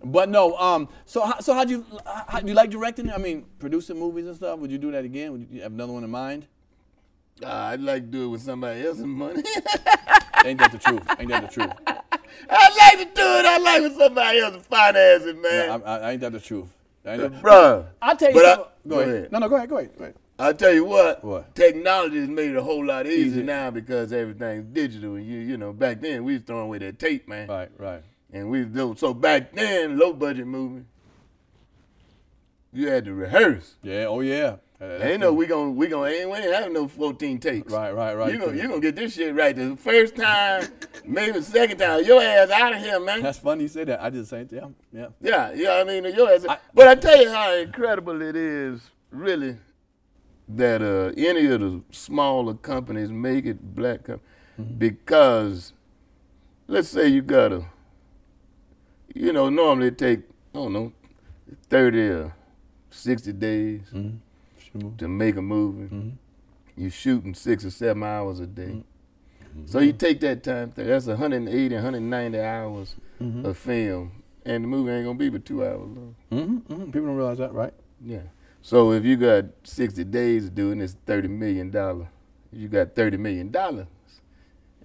Speaker 1: But no. Um. So how, so how'd you how, how- you like directing? I mean, producing movies and stuff. Would you do that again? Would you have another one in mind?
Speaker 2: Ah, I'd like to do it with somebody else's money.
Speaker 1: Ain't that the truth? Ain't that the truth?
Speaker 2: I like to do it. I like when somebody else finances it, man.
Speaker 1: I, I, ain't that the truth? Ain't that-
Speaker 2: Bruh.
Speaker 1: I'll tell you
Speaker 2: But I-
Speaker 1: something. go, ahead. No, no, go ahead. Go ahead. Go ahead.
Speaker 2: I'll tell you what,
Speaker 1: What?
Speaker 2: technology has made it a whole lot easier
Speaker 1: Easy.
Speaker 2: now because everything's digital. And you, you know, back then we was throwing away that tape, man.
Speaker 1: Right. Right.
Speaker 2: And we do so back then, low budget movie. You had to rehearse.
Speaker 1: Yeah. Oh yeah. Uh, that's
Speaker 2: Ain't no we gon' we gon' ain't we ain't having no 14 takes.
Speaker 1: Right, right, right.
Speaker 2: You gonna you gonna get this shit right the first time, maybe the second time. Your ass out of here, man.
Speaker 1: That's funny you say that. I just say, yeah, yeah.
Speaker 2: Yeah, yeah, I mean, your ass.
Speaker 1: I-
Speaker 2: but I tell you how incredible it is, really, that uh, any of the smaller companies make it black com- because, let's say you got a, you know, normally it take I don't know, thirty or sixty days to make a movie. You shooting six or seven hours a day. So you take that time, th- that's 180, 190 hours of film, and the movie ain't gonna be but two hours long.
Speaker 1: Mm-hmm, People don't mm-hmm. realize that, right?
Speaker 2: Yeah. So if you got 60 days to do it, and it's $30 million. You got $30 million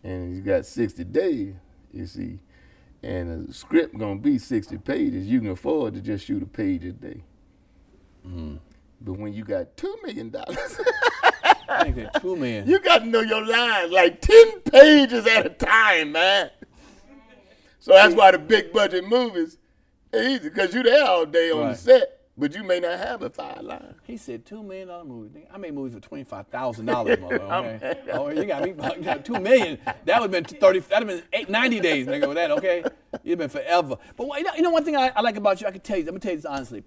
Speaker 2: and you got 60 days, you see, and a script gonna be 60 pages. You can afford to just shoot a page a day. But when you got $2 million,
Speaker 1: I think they're two men.
Speaker 2: you got to know your lines like 10 pages at a time, man. So that's why the big budget movies, they easy, because you there all day on the
Speaker 1: Right.
Speaker 2: set, but you may not have a five line.
Speaker 1: He said two million dollar movie. Nigga, I made movies for twenty five thousand dollars, mother. Okay. oh, you got me fucked up. Two million. That would have been thirty. That'd have been eight, 90 days, nigga. With that, okay, you've been forever. But what- you know, you know one thing I, I like about you. I can tell you. Let me tell you this honestly.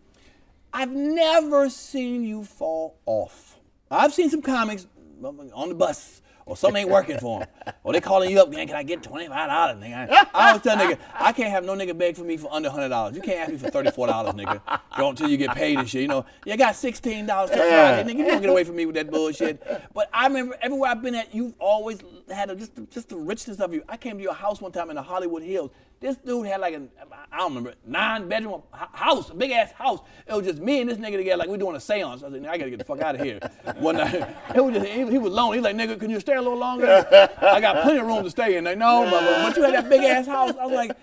Speaker 1: I've never seen you fall off. I've seen some comics on the bus. Or something ain't working for them. Or they calling you up, man, can I get $25? Nigga? I, I always tell nigga, I can't have no nigga beg for me for under $100. You can't ask me for $34, nigga. Don't until you get paid and shit. You know, you got $16 till Friday. Nigga, you don't get away from me with that bullshit. But I remember everywhere I've been at, you've always had a, just, the- just the richness of you. I came to your house one time in the Hollywood Hills. This dude had like an I don't remember nine bedroom house, a big ass house. It was just me and this nigga together, like we doing a seance. I said, "Nigga, I gotta get the fuck out of here. One night, it was just, he, he was lonely. He like, nigga, can you stay a little longer? I got plenty of room to stay in. Like, no, mother, but you had that big ass house. I was like,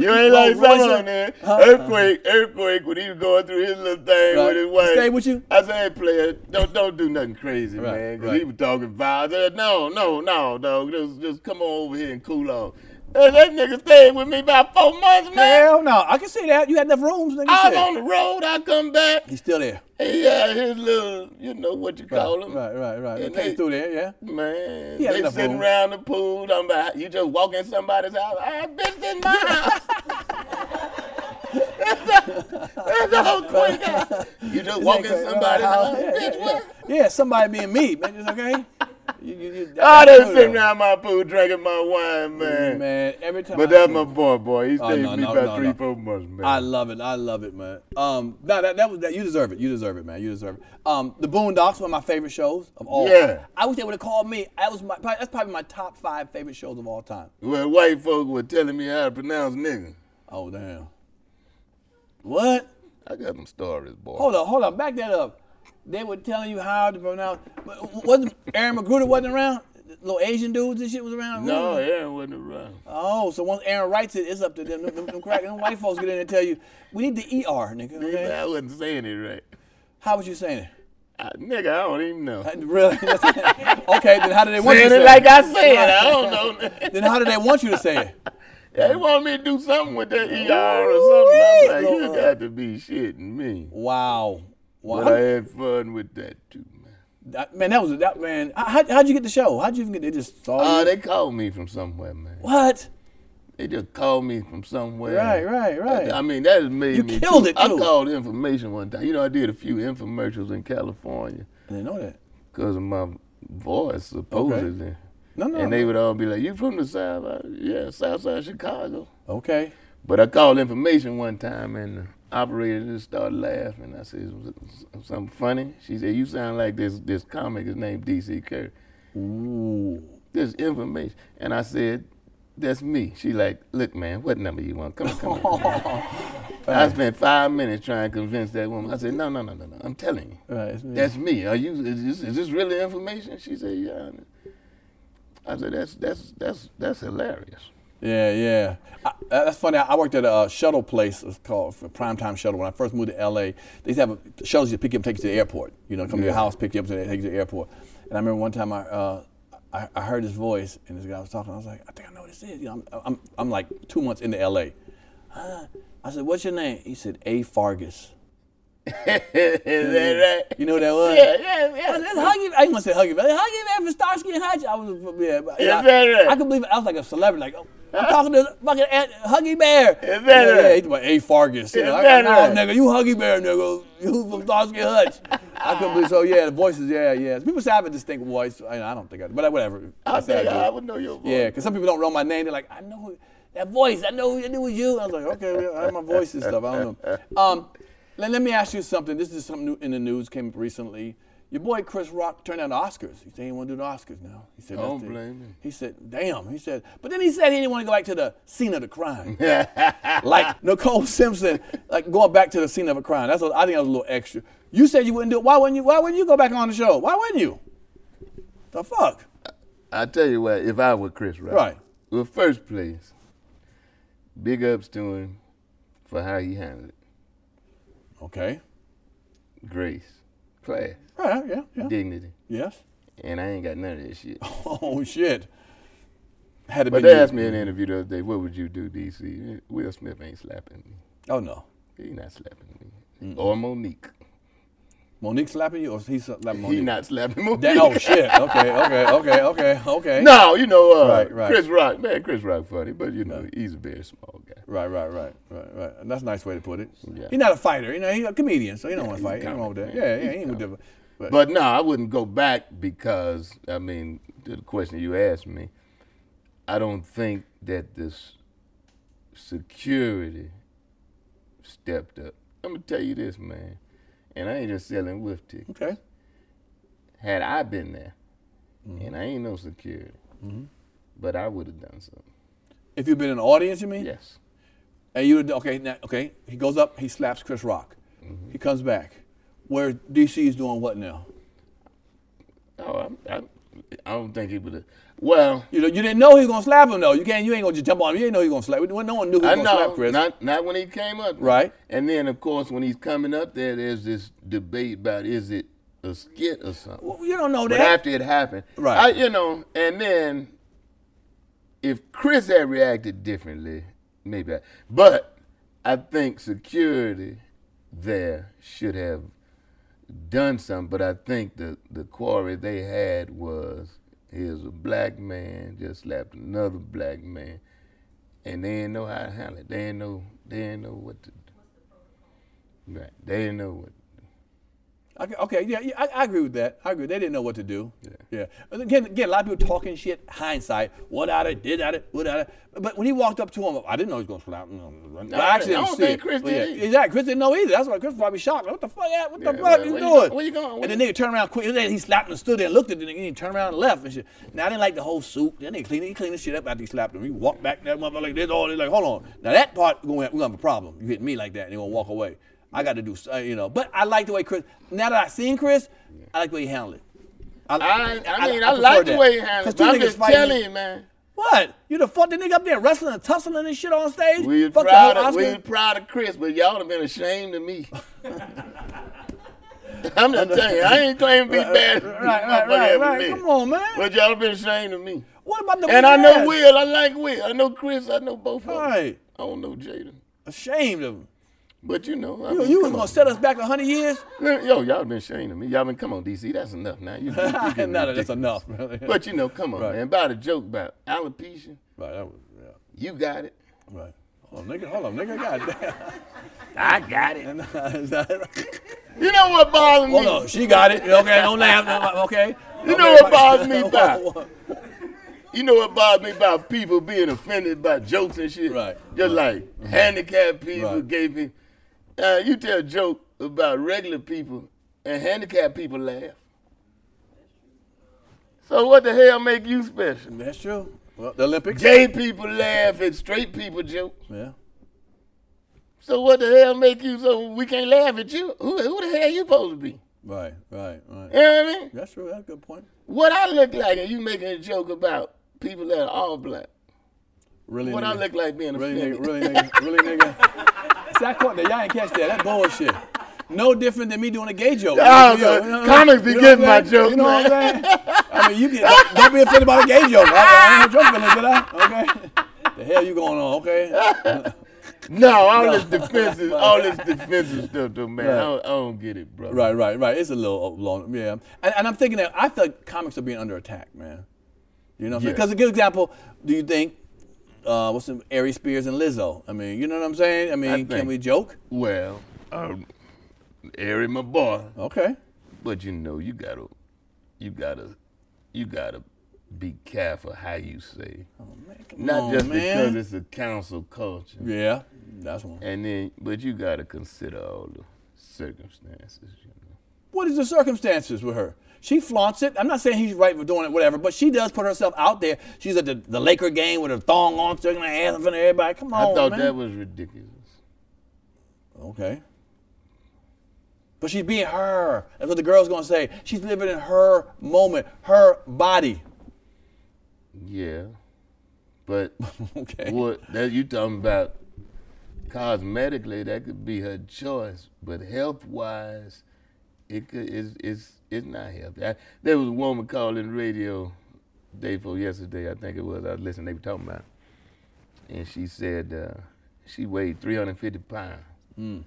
Speaker 2: You ain't like Sutherland, man. Earthquake, earthquake, when he was going through his little thing
Speaker 1: Uh-uh. Right.
Speaker 2: with his wife.
Speaker 1: Stay with you?
Speaker 2: I said, hey, player, don't don't do nothing crazy,
Speaker 1: Right,
Speaker 2: man. Because
Speaker 1: right.
Speaker 2: he was talking violence. I said, no, no, no, dog. Just, just come on over here and cool off. Hey, that nigga stayed with me about four months, man.
Speaker 1: Hell no, I can see that. You had enough rooms, nigga.
Speaker 2: I was
Speaker 1: Shit.
Speaker 2: on the road. I come back.
Speaker 1: He's still there.
Speaker 2: He had his little, you know what you call him.
Speaker 1: Right, right, right.
Speaker 2: And
Speaker 1: Came
Speaker 2: they-
Speaker 1: through there, yeah.
Speaker 2: Man,
Speaker 1: had
Speaker 2: they
Speaker 1: enough
Speaker 2: sitting
Speaker 1: room.
Speaker 2: around the pool. I'm about, you just walk in somebody's house. I bitch in my house. that's the whole quick house. You just walk in
Speaker 1: Nigga,
Speaker 2: somebody's
Speaker 1: uh,
Speaker 2: house.
Speaker 1: yeah,
Speaker 2: Oh, Bitch,
Speaker 1: yeah,
Speaker 2: what?
Speaker 1: yeah. Yeah, somebody being me, man. It's okay. You, you, you,
Speaker 2: I done
Speaker 1: that's true,
Speaker 2: sitting
Speaker 1: though.
Speaker 2: around my pool drinking my wine, man.
Speaker 1: Man, every time.
Speaker 2: But
Speaker 1: I
Speaker 2: that's
Speaker 1: see
Speaker 2: my
Speaker 1: him,
Speaker 2: boy, boy. He stayed
Speaker 1: no,
Speaker 2: with me
Speaker 1: no,
Speaker 2: about
Speaker 1: no,
Speaker 2: three,
Speaker 1: no.
Speaker 2: four months, man.
Speaker 1: I love it. I love it, man. Um, no, that, that was that. You deserve it. You deserve it, man. You deserve it. Um, the Boondocks one of my favorite shows of all.
Speaker 2: Yeah.
Speaker 1: I wish they would have called me. That was my. Probably, that's probably my top five favorite shows of all time.
Speaker 2: well, white folk were telling me how to pronounce nigga.
Speaker 1: Oh damn. What?
Speaker 2: I got them stories, boy.
Speaker 1: Hold on, hold on. Back that up. They were telling you how to pronounce. But wasn't Aaron Magruder wasn't around? Little Asian dudes and shit was around.
Speaker 2: No, Aaron wasn't around.
Speaker 1: Oh, so once Aaron writes it, it's up to them. Them, them, them crack, them white folks get in and tell you, we need the ER, nigga. Okay?
Speaker 2: I wasn't saying it right.
Speaker 1: How was you saying it?
Speaker 2: I, nigga, I don't even know.
Speaker 1: That- Really? okay, then how do they want you
Speaker 2: saying
Speaker 1: to say
Speaker 2: it like I said. I don't know.
Speaker 1: Then how do they want you to say it?
Speaker 2: they want me to do something with that ER or something. I'm like, you
Speaker 1: Ooh-wee.
Speaker 2: got to be shitting me.
Speaker 1: Wow.
Speaker 2: But I
Speaker 1: Wow.
Speaker 2: had fun with that too, man.
Speaker 1: That- man, that was that man. How, how'd you get the show? How'd you even get? They just saw
Speaker 2: Oh,
Speaker 1: you.
Speaker 2: they called me from somewhere, man.
Speaker 1: what?
Speaker 2: They just called me from somewhere.
Speaker 1: Right, right, right.
Speaker 2: I mean, that has made
Speaker 1: You
Speaker 2: me.
Speaker 1: killed it,
Speaker 2: I
Speaker 1: too.
Speaker 2: called information one time. You know, I did a few infomercials in California
Speaker 1: I didn't know that.
Speaker 2: because of my voice, supposedly.
Speaker 1: No, no.
Speaker 2: And they would all be like, "You from the South? I, yeah, South Side of Chicago."
Speaker 1: okay.
Speaker 2: But I called information one time and the operator just started laughing. I said, "Was it something funny? She said, you sound like this this comic is named D.C. Curry.
Speaker 1: Ooh.
Speaker 2: This information. And I said, that's me. She like, look, man, what number you want? Come on, come on. I spent five minutes trying to convince that woman. I said, no, no, no, no, no. I'm telling you.
Speaker 1: Right. it's me.
Speaker 2: That's me. Are you? Is this, is this really information? She said, yeah. I said, that's that's that's that's hilarious.
Speaker 1: Yeah, yeah. I, that's funny. I worked at a uh, shuttle place. It's called for Primetime Shuttle. When I first moved to LA, they used to have a, shuttles you pick you up, take you to the airport. You know, come to your
Speaker 2: Yeah.
Speaker 1: house, pick you up, take you to the airport. And I remember one time I, uh, I, I heard his voice, and this guy was talking. I was like, I think I know what this is. You know, I'm, I'm, I'm like two months into LA. Huh? I said, What's your name? He said, A. Fargus.
Speaker 2: is that right?
Speaker 1: You know what that was?
Speaker 2: Yeah, yeah, yeah.
Speaker 1: I said, Huggy, I want to say Huggy, but Huggy Man for Starsky and Hutch. I was, yeah, but-
Speaker 2: Is
Speaker 1: I,
Speaker 2: that right?
Speaker 1: I could believe it. I was like a celebrity, like oh, I'm talking to fucking Aunt Huggy Bear.
Speaker 2: Is that
Speaker 1: yeah, yeah,
Speaker 2: right?
Speaker 1: he's my A Fargus. You
Speaker 2: Is
Speaker 1: know, I
Speaker 2: that
Speaker 1: go,
Speaker 2: right?
Speaker 1: no, nigga, you Huggy Bear, nigga, you from Starsky and Hutch. I couldn't believe. So yeah, the voices, yeah, yeah. People say I have a distinct voice. I, I don't think I do, but I- whatever.
Speaker 2: I
Speaker 1: say
Speaker 2: said,
Speaker 1: do.
Speaker 2: I would know your voice.
Speaker 1: Yeah, because some people don't know my name. They're like, I know who- that voice. I know who- I knew it was you. I was like, okay, well, I have my voice and stuff. I don't know. Um, let, let me ask you something. This is something new in the news came up recently. Your boy Chris Rock turned down the Oscars. He said he want to do the Oscars now. He said,
Speaker 2: I don't
Speaker 1: "That's it."
Speaker 2: blame him.
Speaker 1: He said, "Damn." He said, but then he said he didn't want to go back to the scene of the crime, like Nicole Simpson, like going back to the scene of a crime. That's a, I think that was a little extra. You said you wouldn't do it. Why wouldn't you? Why wouldn't you go back on the show? Why wouldn't you? The fuck?
Speaker 2: I tell you what, if I were Chris Rock,
Speaker 1: Right.
Speaker 2: Well, first place, big ups to him for how he handled it.
Speaker 1: Okay.
Speaker 2: Grace, class,
Speaker 1: Right. Yeah. Yeah.
Speaker 2: dignity,
Speaker 1: Yes.
Speaker 2: and I ain't got none of that shit.
Speaker 1: Oh shit. Had to
Speaker 2: But
Speaker 1: be.
Speaker 2: they
Speaker 1: you.
Speaker 2: asked me in an interview the other day, "What would you do, DC?" Will Smith ain't slapping me.
Speaker 1: Oh no.
Speaker 2: He not slapping me.
Speaker 1: Mm.
Speaker 2: Or Monique.
Speaker 1: Monique slapping you, or he slapping Monique?
Speaker 2: He not slapping Monique.
Speaker 1: Damn, oh shit. Okay. Okay. Okay. Okay. Okay.
Speaker 2: No, you know, uh,
Speaker 1: Right, right.
Speaker 2: Chris Rock, man, Chris Rock funny, but you know, he's a very small guy.
Speaker 1: Right, right, right, right, right. And that's a nice way to put it.
Speaker 2: Yeah.
Speaker 1: He's not a fighter, you know. He's a comedian, so he don't want to
Speaker 2: he's a
Speaker 1: fight. He ain't wrong with that.
Speaker 2: comic,
Speaker 1: Yeah,
Speaker 2: man.
Speaker 1: yeah, he
Speaker 2: He's
Speaker 1: ain't with the. But,
Speaker 2: But no, I wouldn't go back because I mean, to the question you asked me, I don't think that this security stepped up. I'm gonna tell you this, man, and I ain't just selling whiff tickets.
Speaker 1: okay,
Speaker 2: Had I been there, and I ain't no security, but I would have done something.
Speaker 1: if you've been in the audience, you mean?
Speaker 2: Yes.
Speaker 1: And you okay? Now, okay, he goes up, he slaps Chris Rock.
Speaker 2: Mm-hmm.
Speaker 1: He comes back. Where DC is doing what now?
Speaker 2: Oh, I, I, I don't think he would have. Well,
Speaker 1: You know, you didn't know he was gonna slap him though. You can't. You ain't gonna just jump on him. You didn't know he was gonna slap. No one knew he was
Speaker 2: I
Speaker 1: gonna
Speaker 2: know.
Speaker 1: slap Chris.
Speaker 2: Not not when he came up.
Speaker 1: Right.
Speaker 2: And then of course when he's coming up there, there's this debate about is it a skit or something.
Speaker 1: Well, you don't know
Speaker 2: But
Speaker 1: that.
Speaker 2: after it happened,
Speaker 1: Right.
Speaker 2: I, you know, and then if Chris had reacted differently, maybe. I, but I think security there should have done something. But I think the the quarry they had was here's a black man just slapped another black man, and they didn't know how to handle it. They didn't know. They didn't know what to. do. Right. They didn't know what.
Speaker 1: Okay, okay, yeah, yeah I, I agree with that. I agree. They didn't know what to do. Yeah. And Again, again, a lot of people talking shit, hindsight. What out it, did out it, what out it. But when he walked up to him, I didn't know he was going to slap him. No, I actually
Speaker 2: I
Speaker 1: didn't
Speaker 2: don't
Speaker 1: see
Speaker 2: think
Speaker 1: it.
Speaker 2: Chris
Speaker 1: But
Speaker 2: did
Speaker 1: yeah,
Speaker 2: either.
Speaker 1: Exactly. Chris didn't know either. That's why Chris probably shocked. What the fuck? yeah, What the
Speaker 2: Yeah,
Speaker 1: fuck
Speaker 2: where-
Speaker 1: you
Speaker 2: where you
Speaker 1: doing?
Speaker 2: go- where you going?
Speaker 1: and the nigga turned around quick. And then he slapped him and stood there and looked at the nigga. And he turned around and left and shit. Now, I didn't like the whole suit. Then they cleaned, he cleaned the shit up after he slapped him. He walked back that motherfucker like this, all this. Like, hold on. Now, that part, we're going to have a problem. You hit me like that and you're going to walk away. I got to do, s- uh, you know. But I like the way Chris, now that i seen Chris, I like the way he handled it.
Speaker 2: I, I mean, I,
Speaker 1: prefer
Speaker 2: like the
Speaker 1: that.
Speaker 2: way he handled it.
Speaker 1: 'Cause two
Speaker 2: but I'm
Speaker 1: niggas
Speaker 2: just
Speaker 1: fighting-
Speaker 2: telling you, man.
Speaker 1: What? You the fuck the nigga up there wrestling and tussling and shit on stage?
Speaker 2: We was
Speaker 1: fuck
Speaker 2: proud
Speaker 1: the whole
Speaker 2: of we
Speaker 1: Oscar.
Speaker 2: was proud of Chris, but y'all have been ashamed of me. I'm just telling you, I ain't claiming to be bad.
Speaker 1: right, right,
Speaker 2: motherfucker
Speaker 1: right,
Speaker 2: ever
Speaker 1: right.
Speaker 2: been.
Speaker 1: Come on, man.
Speaker 2: But y'all have been ashamed of me.
Speaker 1: What about the
Speaker 2: And I know
Speaker 1: Yes.
Speaker 2: Will. I like Will. I know Chris. I know both of them.
Speaker 1: Right.
Speaker 2: I don't know Jaden.
Speaker 1: Ashamed of him.
Speaker 2: But you know, I
Speaker 1: You,
Speaker 2: mean,
Speaker 1: you was
Speaker 2: come
Speaker 1: gonna
Speaker 2: on.
Speaker 1: set us back hundred years?
Speaker 2: Yo, y'all been ashamed of me. Y'all been come on, DC. That's enough now. You, you, you
Speaker 1: no,
Speaker 2: getting
Speaker 1: no,
Speaker 2: ridiculous.
Speaker 1: that's enough. Really.
Speaker 2: But you know, come on,
Speaker 1: Right.
Speaker 2: man. About a joke about alopecia,
Speaker 1: right, that was, yeah,
Speaker 2: you got it.
Speaker 1: right. Hold on, nigga. Hold on, nigga. God
Speaker 2: I got it.
Speaker 1: damn. Is that right?
Speaker 2: You know what bothers me?
Speaker 1: Hold on, she got it. Okay, don't laugh. no, Okay.
Speaker 2: You
Speaker 1: Okay,
Speaker 2: know what
Speaker 1: right.
Speaker 2: bothers me about you know what bothers me about people being offended by jokes and shit.
Speaker 1: Right. Mm-hmm.
Speaker 2: Just like handicapped people,
Speaker 1: Right.
Speaker 2: gay people. Uh, you tell a joke about regular people and handicapped people laugh. So what the hell make you special?
Speaker 1: That's true. Well, the Olympics.
Speaker 2: Gay people laugh at straight people jokes.
Speaker 1: yeah.
Speaker 2: So what the hell make you so we can't laugh at you? Who, who the hell you supposed to be?
Speaker 1: Right, right, right.
Speaker 2: You know what I mean?
Speaker 1: That's true. That's a good point.
Speaker 2: What I look like and you making a joke about people that are all black.
Speaker 1: Really.
Speaker 2: What I
Speaker 1: nigga.
Speaker 2: look like being
Speaker 1: Really,
Speaker 2: offended.
Speaker 1: nigga, really, nigga, really, nigga. See, I caught that. Y'all ain't catch that. That bullshit. No different than me doing a gay joke.
Speaker 2: Oh,
Speaker 1: You know,
Speaker 2: man.
Speaker 1: you know what
Speaker 2: Comics
Speaker 1: I'm
Speaker 2: be
Speaker 1: saying?
Speaker 2: getting my
Speaker 1: You know
Speaker 2: jokes,
Speaker 1: what I'm saying? I mean, you get don't, don't be offended by a gay joke. I, I ain't no joke feelings, did I? Okay. The hell you going on? Okay.
Speaker 2: No, all this defensive, all this defensive stuff, though, man. I, don't, I don't get it, bro.
Speaker 1: Right, right, right. It's a little up- long. Yeah. And, and I'm thinking that I think comics are being under attack, man. You know,
Speaker 2: Yeah.
Speaker 1: because a good example. Do you think? Uh, what's some Ari Spears and Lizzo? I mean, you know what I'm saying? I mean, can
Speaker 2: think-
Speaker 1: we joke?
Speaker 2: Well, um, Ari, my boy,
Speaker 1: Okay.
Speaker 2: but you know, you gotta, you gotta, you gotta be careful how you say. it.
Speaker 1: Man, come
Speaker 2: Not
Speaker 1: on,
Speaker 2: just
Speaker 1: man.
Speaker 2: because it's a council culture,
Speaker 1: Yeah, that's one.
Speaker 2: and then, but you gotta consider all the circumstances. You know.
Speaker 1: What is the circumstances with her? She flaunts it. I'm not saying he's right for doing it, whatever, but she does put herself out there. She's at the, the Laker game with her thong on, sticking her ass in front of everybody. Come
Speaker 2: I
Speaker 1: on,
Speaker 2: thought
Speaker 1: Oh, man.
Speaker 2: that was ridiculous.
Speaker 1: Okay. But she's being her. That's what the girl's gonna say. She's living in her moment, her body.
Speaker 2: Yeah, but
Speaker 1: Okay.
Speaker 2: what that you talking about? Cosmetically, that could be her choice, but health wise, it could is it's it's not healthy. I, there was a woman calling radio day before yesterday, I think it was. I was listening. They were talking about, it. and she said uh, she weighed 350 pounds.
Speaker 1: Hmm.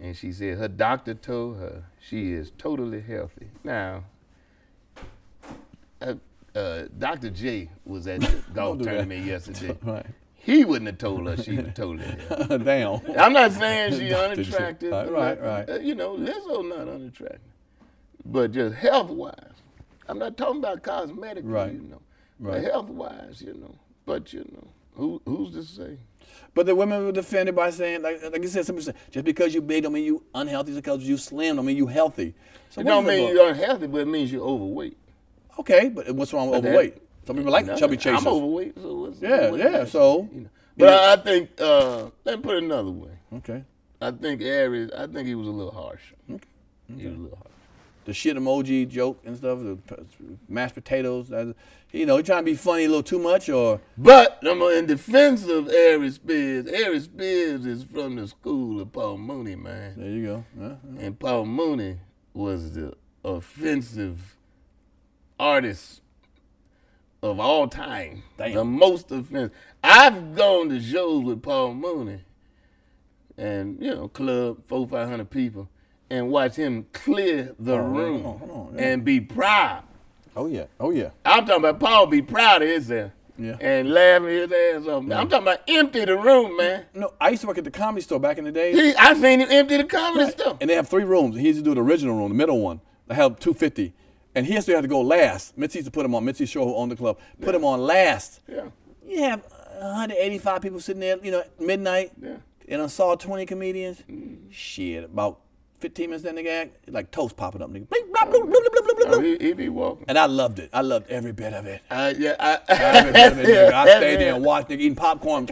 Speaker 2: And she said her doctor told her she is totally healthy. Now, uh, uh, Dr. J was at the golf
Speaker 1: do that.
Speaker 2: tournament yesterday.
Speaker 1: Right.
Speaker 2: He wouldn't have told her she was totally healthy.
Speaker 1: Damn.
Speaker 2: I'm not saying she
Speaker 1: Dr. J.
Speaker 2: unattractive.
Speaker 1: Right,
Speaker 2: but,
Speaker 1: right, right.
Speaker 2: uh, you know, Lizzo not unattractive, but just health wise. I'm not talking about cosmetic,
Speaker 1: Right,
Speaker 2: you know, but
Speaker 1: right.
Speaker 2: health wise, you know. But you know, who who's to say?
Speaker 1: But the women were defended by saying, like, like you said, somebody said, just because you big don't mean you unhealthy. Just because you slim don't mean you healthy. So
Speaker 2: It
Speaker 1: what
Speaker 2: don't
Speaker 1: is it
Speaker 2: mean
Speaker 1: about-
Speaker 2: you're unhealthy, but it means you're overweight.
Speaker 1: Okay, but what's wrong with
Speaker 2: But that-
Speaker 1: overweight? Some people like
Speaker 2: Nah,
Speaker 1: chubby chasers.
Speaker 2: I'm overweight, so what's
Speaker 1: Yeah,
Speaker 2: what-
Speaker 1: yeah, so-
Speaker 2: you know. But I, I think uh, let me put it another way.
Speaker 1: Okay.
Speaker 2: I think Aries. I think he was a little harsh. He was a little harsh.
Speaker 1: the shit emoji joke and stuff, the p- mashed potatoes. that- You know, you trying to be funny a little too much, or
Speaker 2: But I'm in defense of Aries Spears. Aries Spears is from the school of Paul Mooney, man.
Speaker 1: there you go. Yeah, yeah.
Speaker 2: And Paul Mooney was the offensive artist of all time.
Speaker 1: Damn.
Speaker 2: The most offensive. I've gone to shows with Paul Mooney and, you know, club, four, 500 people, and watch him clear the room
Speaker 1: Oh, come on, come on, yeah.
Speaker 2: and be proud.
Speaker 1: Oh yeah, oh yeah.
Speaker 2: I'm talking about Paul be proud of himself
Speaker 1: Yeah.
Speaker 2: and laughing his ass off. I'm talking about empty the room, man.
Speaker 1: No, I used to work at the comedy store back in the day,
Speaker 2: He, I seen him empty the comedy stuff.
Speaker 1: and they have three rooms. He used to do the original room, the middle one. They have two fifty, and he used to have to go last. Mitzi used to put him on. Mitzi Shaw, who owned the club, put him on last.
Speaker 2: Yeah,
Speaker 1: You have 185 people sitting there, you know, at midnight.
Speaker 2: Yeah. Mm.
Speaker 1: And I saw 20 comedians. Shit, about 15 minutes in the gag, like toast popping up, nigga. Blink, blop, bloop, bloop, bloop, bloop, bloop,
Speaker 2: No,
Speaker 1: bloop.
Speaker 2: he, he be walking.
Speaker 1: And I loved it. I loved every bit of it.
Speaker 2: I, yeah,
Speaker 1: Every bit of it, nigga.
Speaker 2: I,
Speaker 1: I stayed there and watched nigga eating popcorn.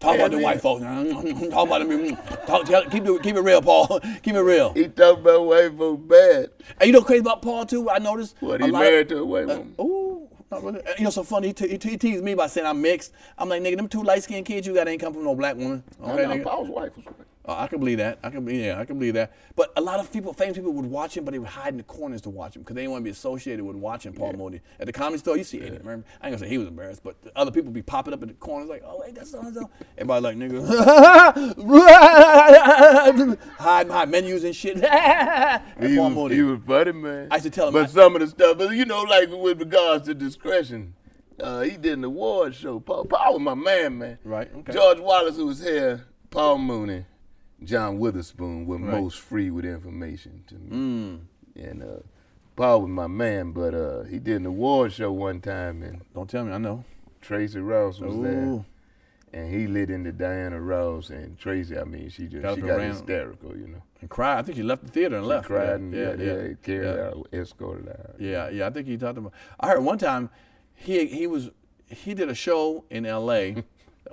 Speaker 1: Talk about the
Speaker 2: Yeah,
Speaker 1: white folks. Mm, Talk about them. mm. Talk, tell, keep, it, keep it real, Paul. keep it real.
Speaker 2: He talking about white folks bad.
Speaker 1: And you know, crazy about Paul too. I noticed.
Speaker 2: What
Speaker 1: a
Speaker 2: he
Speaker 1: lot of- Uh,
Speaker 2: married to a white woman.
Speaker 1: Ooh, not really. And You know, so funny. He, te- he, te- he teased me by saying I'm mixed. I'm like, nigga, them two light skinned kids you got ain't come from no black woman. Okay,
Speaker 2: I know,
Speaker 1: nigga.
Speaker 2: Oh, Paul's wife was white.
Speaker 1: Oh, I can believe that. I can, yeah, I can believe that. But a lot of people, famous people, would watch him, but they would hide in the corners to watch him because they didn't want to be associated with watching Paul Mooney at the comedy store. You see Eddie Murphy. I ain't gonna say he was embarrassed, but the other people be popping up in the corners like, "Oh, hey, that's so and so." Everybody like, "Nigga, hide behind menus and shit." That's
Speaker 2: He
Speaker 1: Paul
Speaker 2: was, he
Speaker 1: Mooney.
Speaker 2: was funny, man.
Speaker 1: I used to tell him
Speaker 2: But
Speaker 1: I-
Speaker 2: some of the stuff, but you know, like with regards to discretion, uh, he did an award show. Paul, Paul was my man, man.
Speaker 1: Right, okay.
Speaker 2: George Wallace, who was here, Paul Mooney, John Witherspoon were most free with information to me.
Speaker 1: Mm.
Speaker 2: And uh, Paul was my man, but uh, he did an award show one time, and
Speaker 1: Don't tell me, I know.
Speaker 2: Tracy Ross was
Speaker 1: Ooh.
Speaker 2: there. And he lit into Diana Ross and Tracy. I mean, she just
Speaker 1: Got up
Speaker 2: she
Speaker 1: and
Speaker 2: got
Speaker 1: ran.
Speaker 2: hysterical, you know.
Speaker 1: And cried. I think he left the theater and
Speaker 2: She
Speaker 1: left.
Speaker 2: cried and yeah, yeah, carried
Speaker 1: yeah.
Speaker 2: out, escorted out.
Speaker 1: Yeah, yeah. I think he talked about. I heard one time he he was he did a show in L.A.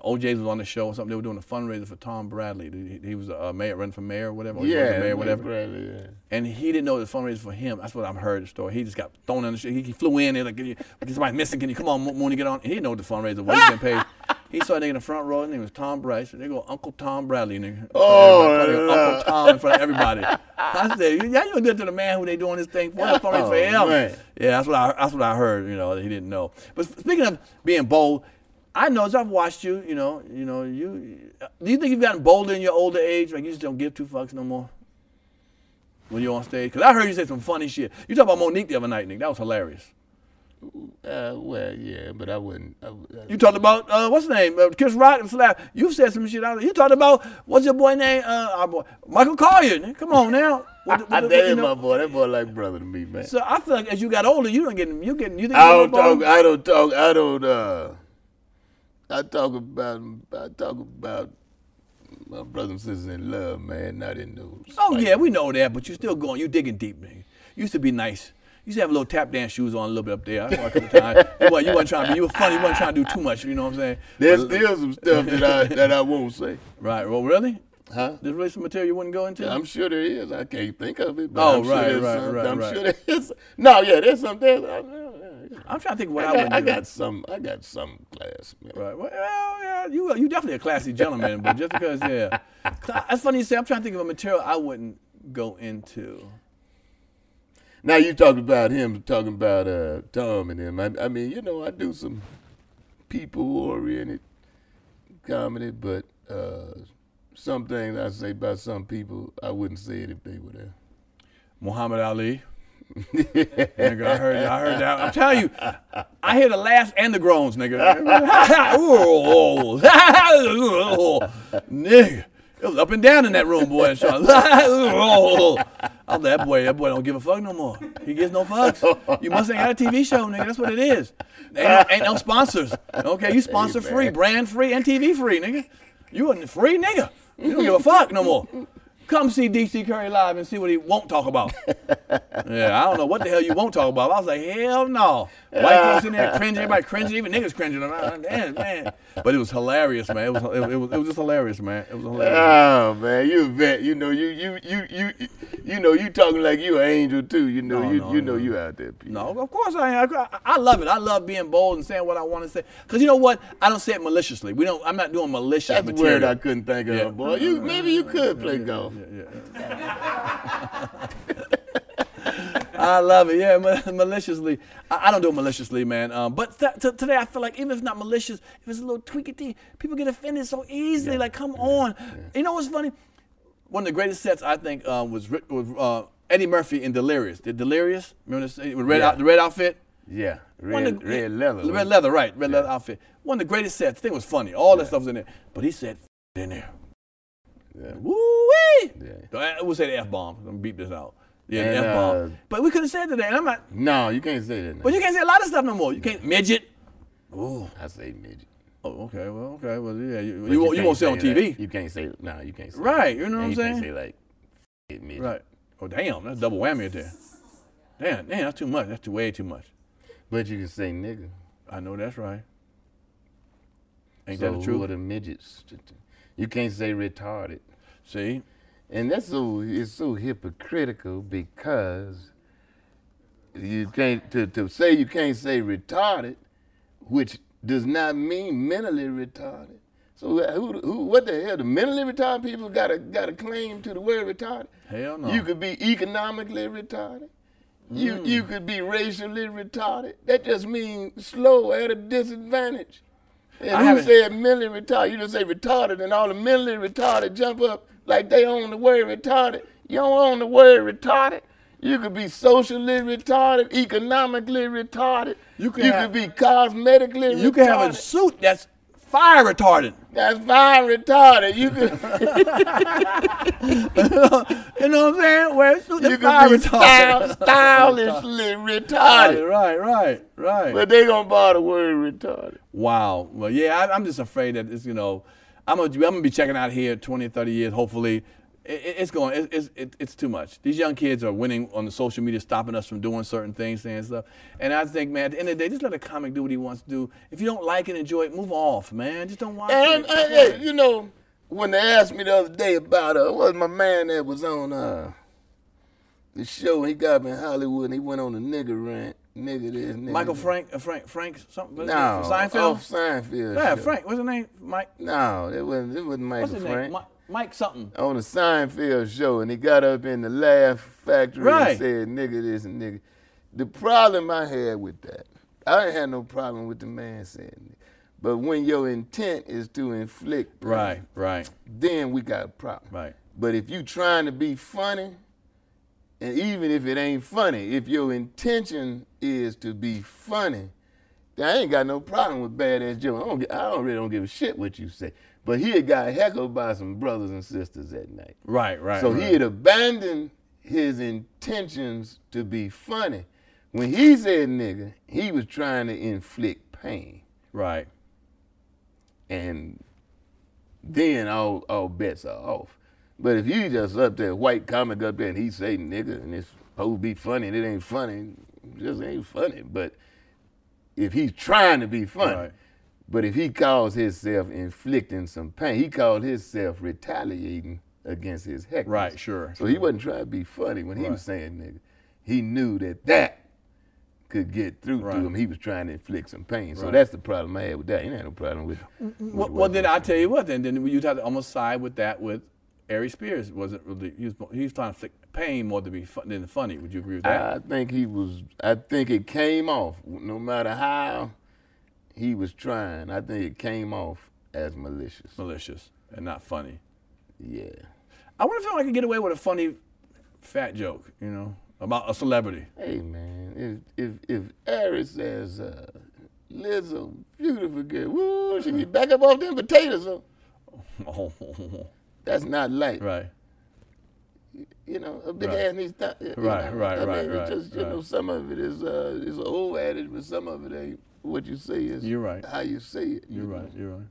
Speaker 1: OJ's was on the show or something. They were doing a fundraiser for Tom Bradley. He- He was uh, mayor, running for mayor, or whatever. or he was
Speaker 2: Yeah,
Speaker 1: the mayor, whatever.
Speaker 2: Bradley, yeah.
Speaker 1: And he didn't know it was a fundraiser for him. That's what I've heard the story. He just got thrown in the shit. He, he flew in. They're like, "Can you- like, somebody's missing. Can you come on, Mo- Mooney, get on? He didn't know what the fundraiser was. He getting paid. He saw a nigga in the front row. His name was Tom Bryce. They go Uncle Tom Bradley, nigga.
Speaker 2: Oh,
Speaker 1: Everybody called him
Speaker 2: no.
Speaker 1: Uncle Tom in front of everybody. I said, "Yeah, you did to the man who they doing this thing for. It's a fundraiser for
Speaker 2: Oh,
Speaker 1: him."
Speaker 2: man.
Speaker 1: Yeah, that's what I that's what I heard. You know, that he didn't know. But speaking of being bold, I know as I've watched you, you know, you know, you. Do you think you've gotten bolder in your older age? Like you just don't give two fucks no more when you're on stage. Cause I heard you say some funny shit. You talked about Monique the other night, Nick. That was hilarious.
Speaker 2: Uh, well, yeah, but I wouldn't. I, uh, would- I,
Speaker 1: You talked about uh, what's his name, uh, Chris Rock and Slap. You said some shit. Out. You talked about what's your boy name? Uh, our boy Michael Collier. nigga. Come on now. What the-
Speaker 2: I,
Speaker 1: what the-
Speaker 2: that
Speaker 1: you
Speaker 2: ain't
Speaker 1: know?
Speaker 2: my boy. That boy like brother to me, man.
Speaker 1: So I feel like as you got older, you don't get you getting you think
Speaker 2: I Oh,
Speaker 1: you're
Speaker 2: don't
Speaker 1: more
Speaker 2: talk.
Speaker 1: bold?
Speaker 2: I don't talk. I don't. Uh, I talk about. I talk about my brothers and sisters in love, man. Not in those.
Speaker 1: Oh
Speaker 2: like,
Speaker 1: yeah, we know that, but you're still going. You digging deep, nigga. used to be nice. You used to have little tap dance shoes on a little bit up there. I saw a couple times. You weren't, you weren't trying to be, you were funny. You weren't trying to do too much. You know what I'm saying?
Speaker 2: There's
Speaker 1: But-
Speaker 2: still some stuff that I that I won't say.
Speaker 1: right. Well, really?
Speaker 2: Huh?
Speaker 1: There's really some material you wouldn't go into?
Speaker 2: I'm sure there is. I can't think of it, but
Speaker 1: Oh,
Speaker 2: I'm
Speaker 1: right,
Speaker 2: sure there's
Speaker 1: right,
Speaker 2: some.
Speaker 1: right,
Speaker 2: I'm
Speaker 1: right.
Speaker 2: sure there is. No, yeah, there's some. There's, I,
Speaker 1: I'm trying to think what I,
Speaker 2: I, got,
Speaker 1: wouldn't
Speaker 2: I
Speaker 1: do.
Speaker 2: got some. I got some class. man.
Speaker 1: Right. Well, yeah, you you definitely a classy gentleman, but just because, yeah, that's funny you say. I'm trying to think of a material I wouldn't go into.
Speaker 2: Now you talking about him, talking about uh, Tom and him. I, I mean, you know, I do some people-oriented comedy, but uh, some things I say about some people, I wouldn't say it if they were there.
Speaker 1: Muhammad Ali. nigga, I heard, I heard that. I'm telling you, I hear the laughs and the groans, nigga. Ooh, ooh, nigga, it was up and down in that room, boy. and shit. Ooh. I'm like, that boy, that boy don't give a fuck no more. He gives no fucks. You must ain't got a TV show, nigga. That's what it is. Ain't no, ain't no sponsors. Okay, you sponsor
Speaker 2: Hey, man.
Speaker 1: free, brand free, and TV free, nigga. You a free nigga. You don't give a fuck no more. Come see DC Curry live and see what he won't talk about. Yeah, I don't know what the hell you won't talk about. I was like, hell no. White folks in there cringing, everybody cringing, even niggas cringing around. Damn, man. But it was hilarious, man. It was it, was it was just hilarious, man. It was hilarious.
Speaker 2: Oh man, you a vet. You know, you you you you you know, you talking like you an angel too. You know,
Speaker 1: No,
Speaker 2: you
Speaker 1: no,
Speaker 2: you know,
Speaker 1: no.
Speaker 2: you out there. Pete.
Speaker 1: No, of course I am. I, I love it. I love being bold and saying what I want to say. Cause you know what? I don't say it maliciously. We don't. I'm not doing malicious
Speaker 2: That's a
Speaker 1: material.
Speaker 2: word I couldn't think of,
Speaker 1: Yeah.
Speaker 2: boy. You maybe you could play golf.
Speaker 1: I love it. Yeah, ma- maliciously. I, I don't do it maliciously, man. Um, but th- t- today I feel like even if it's not malicious, if it's a little tweaky, people get offended so easily. like, come on. You know what's funny? One of the greatest sets I think um, was, Ri- was uh, Eddie Murphy in Delirious. Did Delirious? Remember this, with red
Speaker 2: Yeah.
Speaker 1: out, the red outfit?
Speaker 2: Yeah,
Speaker 1: One
Speaker 2: red,
Speaker 1: of the-
Speaker 2: red leather.
Speaker 1: Red leather, right? Red leather outfit. One of the greatest sets. The thing was funny. All that stuff was in there. But he said "F- in there.
Speaker 2: Yeah.
Speaker 1: Woo wee!
Speaker 2: Yeah.
Speaker 1: We'll say the F bomb. I'm gonna beat this out. Yeah,
Speaker 2: And,
Speaker 1: the F bomb.
Speaker 2: uh,
Speaker 1: but we couldn't say it today. And I'm not.
Speaker 2: No, you can't say that. Now.
Speaker 1: But you can't say a lot of stuff no more. You can't midget. Ooh.
Speaker 2: I say midget.
Speaker 1: Oh, okay. Well, okay. Well, yeah. You,
Speaker 2: But
Speaker 1: you, won't, you
Speaker 2: can't
Speaker 1: won't say on
Speaker 2: that.
Speaker 1: TV.
Speaker 2: You can't say no. You can't say
Speaker 1: Right, you know
Speaker 2: and
Speaker 1: what I'm saying?
Speaker 2: You can't say like "F- midget.
Speaker 1: Right. Oh, damn. That's double whammy right there. Damn, damn. That's too much. That's too, way too much.
Speaker 2: But you can say nigga.
Speaker 1: I know that's right. Ain't
Speaker 2: so
Speaker 1: that the
Speaker 2: Who are
Speaker 1: truth?
Speaker 2: the midgets? You can't say retarded.
Speaker 1: See?
Speaker 2: And that's so it's so hypocritical because you can't to, to say you can't say retarded, which does not mean mentally retarded. So who, who what the hell? The mentally retarded people got a got a claim to the word retarded.
Speaker 1: Hell no.
Speaker 2: You could be economically retarded. You
Speaker 1: Mm.
Speaker 2: you could be racially retarded. That just means slow at a disadvantage. And
Speaker 1: I
Speaker 2: who
Speaker 1: haven't-
Speaker 2: said mentally retarded? You just say retarded, and all the mentally retarded jump up like they own the word retarded. You don't own the word retarded. You could be socially retarded, economically retarded.
Speaker 1: You
Speaker 2: You
Speaker 1: can
Speaker 2: could, you
Speaker 1: have-
Speaker 2: could be cosmetically retarded.
Speaker 1: You can have a suit that's fire retardant.
Speaker 2: That's fine retarded. You could,
Speaker 1: You know what I'm saying? Wear a suit that's
Speaker 2: you
Speaker 1: fire
Speaker 2: could be
Speaker 1: retardant.
Speaker 2: style, stylishly retarded.
Speaker 1: Right, right, right.
Speaker 2: But they gonna borrow the word retarded.
Speaker 1: Wow. Well, yeah, I, I'm just afraid that it's, you know, I'm gonna, I'm gonna be checking out here 20, 30 years, hopefully. It, it- it's going, it, it's- it, it's too much. These young kids are winning on the social media, stopping us from doing certain things, saying stuff. And I think, man, at the end of the day, just let a comic do what he wants to do. If you don't like it, enjoy it, move off, man. Just don't watch
Speaker 2: And,
Speaker 1: it.
Speaker 2: and, hey, you know, when they asked me the other day about uh, what was my man that was on uh, the show, he got me in Hollywood and he went on a nigga rant. Nigga this, nigga
Speaker 1: Michael
Speaker 2: that.
Speaker 1: Frank, uh, Frank, Frank, something. what's
Speaker 2: No,
Speaker 1: his name, from Seinfeld.
Speaker 2: off Seinfeld.
Speaker 1: yeah,
Speaker 2: show.
Speaker 1: Frank. What's his name? Mike.
Speaker 2: No, it wasn't. It wasn't Michael
Speaker 1: What's his
Speaker 2: Frank.
Speaker 1: name? Mike, Mike something.
Speaker 2: on the Seinfeld show, and he got up in the Laugh Factory
Speaker 1: Right.
Speaker 2: and said, "Nigga this and nigga." The problem I had with that, I didn't have no problem with the man saying it, but when your intent is to inflict, pain,
Speaker 1: Right, right,
Speaker 2: then we got a problem.
Speaker 1: right.
Speaker 2: But if you trying to be funny, and even if it ain't funny, if your intention is to be funny, then I ain't got no problem with badass Joe. I don't, gi- I don't really don't give a shit what you say. But he had got heckled by some brothers and sisters that night.
Speaker 1: Right, right.
Speaker 2: So
Speaker 1: right.
Speaker 2: he had abandoned his intentions to be funny. When he said nigga, he was trying to inflict pain.
Speaker 1: Right.
Speaker 2: And then all all bets are off. But if you just up there, white comic up there, and he say nigga, and it's supposed to be funny and it ain't funny, it just ain't funny. But if he's trying to be funny,
Speaker 1: Right.
Speaker 2: but if he calls himself inflicting some pain, he called himself retaliating against his heck.
Speaker 1: Right, sure,
Speaker 2: So he wasn't trying to be funny when he was saying nigga. He knew that that could get through
Speaker 1: Right.
Speaker 2: to him. He was trying to inflict some pain. So
Speaker 1: Right.
Speaker 2: that's the problem I had with that. He ain't had no problem with. with
Speaker 1: Well,
Speaker 2: what
Speaker 1: well,
Speaker 2: was
Speaker 1: then I tell you what. Then then you'd have to almost side with that with Ari Spears. Wasn't really he was, he was trying to inflict pain more to be fun, than funny. Would you agree with that?
Speaker 2: I think he was. I think it came off. No matter how he was trying, I think it came off as malicious.
Speaker 1: Malicious and not funny.
Speaker 2: Yeah.
Speaker 1: I wonder if I could get away with a funny fat joke. You know about a celebrity.
Speaker 2: Hey man, if if if Aries says, uh, "Lizzo, beautiful girl, woo, she get back up off them potatoes," though.
Speaker 1: Oh,
Speaker 2: that's not light.
Speaker 1: right.
Speaker 2: You know, a big
Speaker 1: Right.
Speaker 2: ass needs to. you
Speaker 1: Right,
Speaker 2: know.
Speaker 1: right,
Speaker 2: I
Speaker 1: right,
Speaker 2: mean, it's
Speaker 1: right,
Speaker 2: just you know,
Speaker 1: right.
Speaker 2: some of it is uh, is an old adage, but some of it ain't what you say is.
Speaker 1: You're right.
Speaker 2: How you say it.
Speaker 1: You're right. You're right.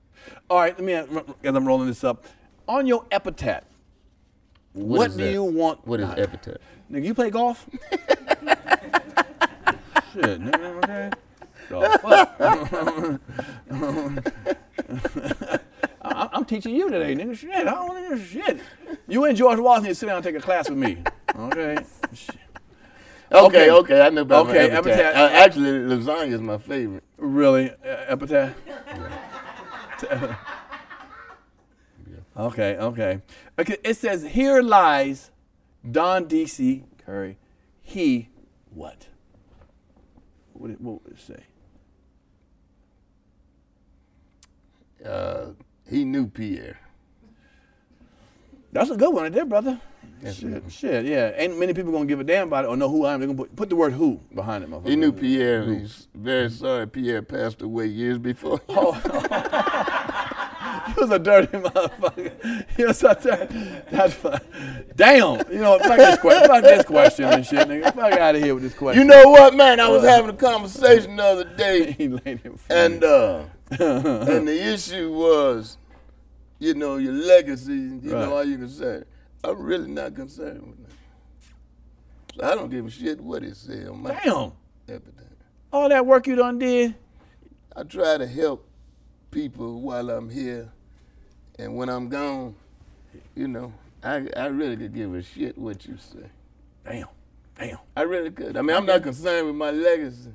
Speaker 1: All right. Let me uh, as I'm rolling this up. On your epitaph, what,
Speaker 2: is
Speaker 1: do
Speaker 2: that?
Speaker 1: you want?
Speaker 2: What is epithet?
Speaker 1: Nigga, you play golf? Shit, nigga, okay. The fuck? I- I'm teaching you today, nigga. Shit, I don't want to shit. You and George Washington sit down and take a class with me. Okay. Shit.
Speaker 2: Okay,
Speaker 1: Okay.
Speaker 2: okay, I know about
Speaker 1: Okay,
Speaker 2: my
Speaker 1: epithet.
Speaker 2: epitaph. Uh, actually, lasagna is my favorite.
Speaker 1: Really? Uh, epitaph? okay, okay. Okay, it says, Here lies Don D.C. Curry. He what? What, it- what would it say?
Speaker 2: Uh, he knew Pierre.
Speaker 1: That's a good one right there, brother.
Speaker 2: That's a
Speaker 1: shit,
Speaker 2: good one.
Speaker 1: shit, yeah. Ain't many people gonna give a damn about it or know who I am. They're gonna put, put the word who behind it, motherfucker.
Speaker 2: He knew Pierre. and He's very sorry Pierre passed away years before.
Speaker 1: He was a dirty motherfucker. He was a dirty. That's fine. Damn. You know, fuck this question. Fuck this question and shit, nigga. Fuck out of here with this
Speaker 2: you
Speaker 1: question.
Speaker 2: know what, man? I was having a conversation the other day,
Speaker 1: he laid him
Speaker 2: and uh, and the issue was, you know, your legacy. You
Speaker 1: Right.
Speaker 2: know, all you can say. I'm really not concerned with that. So I don't give a shit what it said on my
Speaker 1: Damn.
Speaker 2: epitaph.
Speaker 1: All that work you done did.
Speaker 2: I try to help people while I'm here, and when I'm gone, you know, I, I really could give a shit what you say.
Speaker 1: Damn. Damn.
Speaker 2: I really could. I mean, I'm not concerned with my legacy.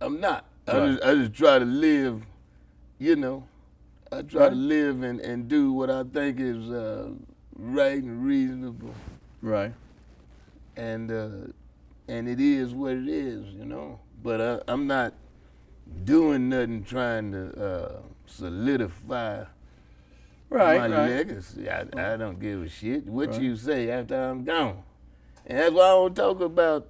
Speaker 2: I'm not. I,
Speaker 1: Right.
Speaker 2: just, I just try to live, you know, I try to live and, and do what I think is uh, right and reasonable,
Speaker 1: Right.
Speaker 2: and uh, and it is what it is, you know. But I, I'm not doing nothing trying to uh, solidify
Speaker 1: Right.
Speaker 2: my
Speaker 1: right.
Speaker 2: legacy. I, I don't give a shit what you say after I'm gone. And that's why I don't talk about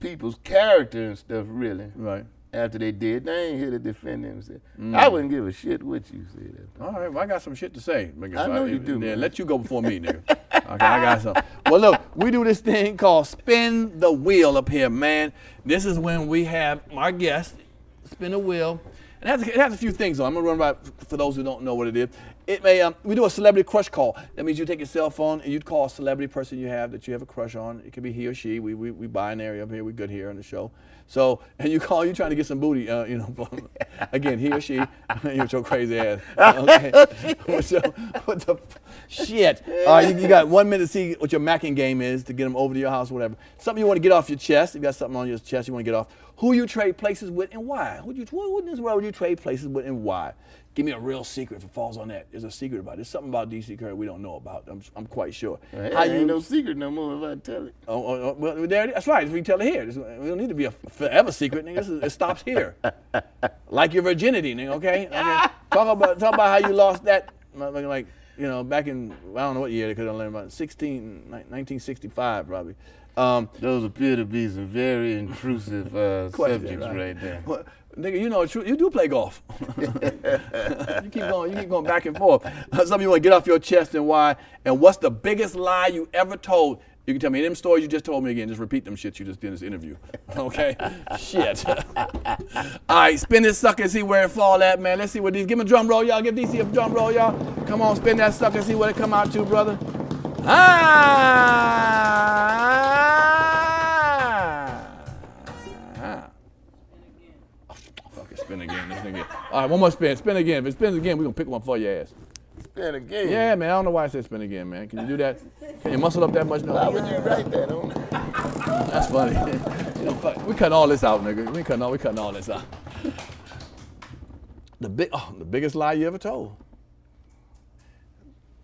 Speaker 2: people's character and stuff really
Speaker 1: Right.
Speaker 2: after they did. They ain't here to defend themselves.
Speaker 1: Mm.
Speaker 2: I wouldn't give a shit what you said after.
Speaker 1: All right, well, I got some shit to say. nigga.
Speaker 2: I
Speaker 1: So
Speaker 2: know you
Speaker 1: if-
Speaker 2: do,
Speaker 1: Then
Speaker 2: man.
Speaker 1: let you go before me, nigga. okay, I got some. Well, look, we do this thing called spin the wheel up here, man. This is when we have our guest spin a wheel, and it has, it has a few things on. I'm gonna run by for those who don't know what it is. It may um, we do a celebrity crush call. That means you take your cell phone and you'd call a celebrity person you have that you have a crush on. It could be he or she. We we, we binary up here. We good here on the show. So and you call you trying to get some booty. Uh, you know, again he or she with your crazy ass. Okay, With your- what the f- shit? All right, you, you got one minute to see what your macking game is to get them over to your house, whatever. Something you want to get off your chest. You got something on your chest you want to get off. Who you trade places with and why? Who you who in this world would you trade places with and why? Give me a real secret if it falls on that. There's a secret about it. There's something about DC Curry we don't know about. I'm, I'm quite sure.
Speaker 2: Well,
Speaker 1: How
Speaker 2: it ain't
Speaker 1: you-
Speaker 2: no secret no more if I tell it.
Speaker 1: Oh, oh, oh, well, there it is. That's right. We tell it here. This, we don't need to be a forever secret, nigga. This is, it stops here. like your virginity, nigga. Okay. okay. Talk about talk about how you lost that, motherfucker, like you know, back in I don't know what year they could have learned about 16, ni- 1965 probably. Um,
Speaker 2: Those appear to be some very intrusive uh,
Speaker 1: question,
Speaker 2: subjects right there.
Speaker 1: Well, nigga, you know, you, you do play golf. you keep going, you keep going back and forth. Something you want to get off your chest and why? And what's the biggest lie you ever told? You can tell me them stories you just told me again. Just repeat them shit you just did in this interview. Okay? shit. All right, spin this sucker and see where it fall at, man. Let's see what these. Give him a drum roll, y'all. Give DC a drum roll, y'all. Come on, spin that sucker and see what it come out to, brother. Ah! time. Oh, Ah. fuck it, spin again. This nigga. All right, one more spin. Spin again. If it spins again, we're gonna pick one for your ass.
Speaker 2: Spin again.
Speaker 1: Yeah, man. I don't know why I said spin again, man. Can you do that? Can you muscle up that much?
Speaker 2: Why
Speaker 1: No,
Speaker 2: would you write that on it?
Speaker 1: that's funny. You know, fuck, we cutting all this out, nigga. We cutting all. We cutting all this out. The big, oh, the biggest lie you ever told.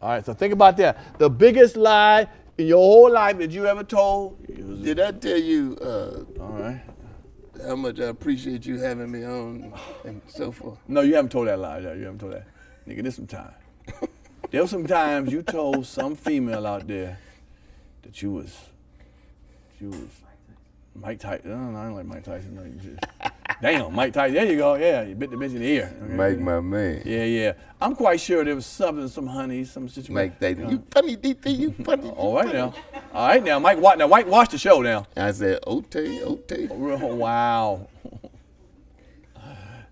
Speaker 1: All right, so think about that. The biggest lie in your whole life that you ever told. It was-
Speaker 2: Did I tell you uh,
Speaker 1: all right.
Speaker 2: how much I appreciate you having me on and so forth?
Speaker 1: No, you haven't told that lie. Yeah, you haven't told that. Nigga, there's some time. there was some times you told some female out there that you was, you was Mike Tyson. No, no, I don't like Mike Tyson. No, you just, damn, Mike Tyson. There you go. Yeah, you bit the bitch in the ear. Okay.
Speaker 2: Mike, my man.
Speaker 1: Yeah, yeah. I'm quite sure there was something, some honey, some situation.
Speaker 2: Mike Tyson. You funny, DT. You funny. you
Speaker 1: All right
Speaker 2: funny.
Speaker 1: now. All right now. Mike White. Now, White, watch the show now.
Speaker 2: Oh, I said, Ote, Ote.
Speaker 1: Real- wow.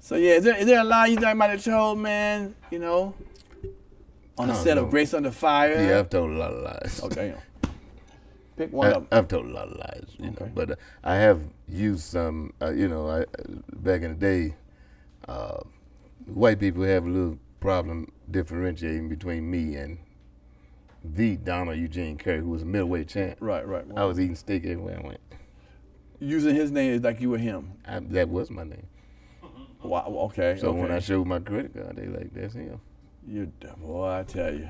Speaker 1: So yeah, is there, is there a lie you think might have told, man? You know, on the
Speaker 2: I don't
Speaker 1: set
Speaker 2: know.
Speaker 1: of Grace Under Fire.
Speaker 2: Yeah, I've told a lot of lies.
Speaker 1: Oh damn. Pick one
Speaker 2: I,
Speaker 1: up.
Speaker 2: I've told a lot of lies, you know, but uh, I have used some, uh, you know, I, back in the day, uh, white people have a little problem differentiating between me and the Donald Eugene Curry, who was a middleweight champ.
Speaker 1: Right, right. Well,
Speaker 2: I was eating steak everywhere I went.
Speaker 1: Using his name is like you were him.
Speaker 2: I, that was my name.
Speaker 1: Wow. Okay.
Speaker 2: So
Speaker 1: okay.
Speaker 2: when I showed my credit card, they like, that's him.
Speaker 1: you d- boy, I tell you.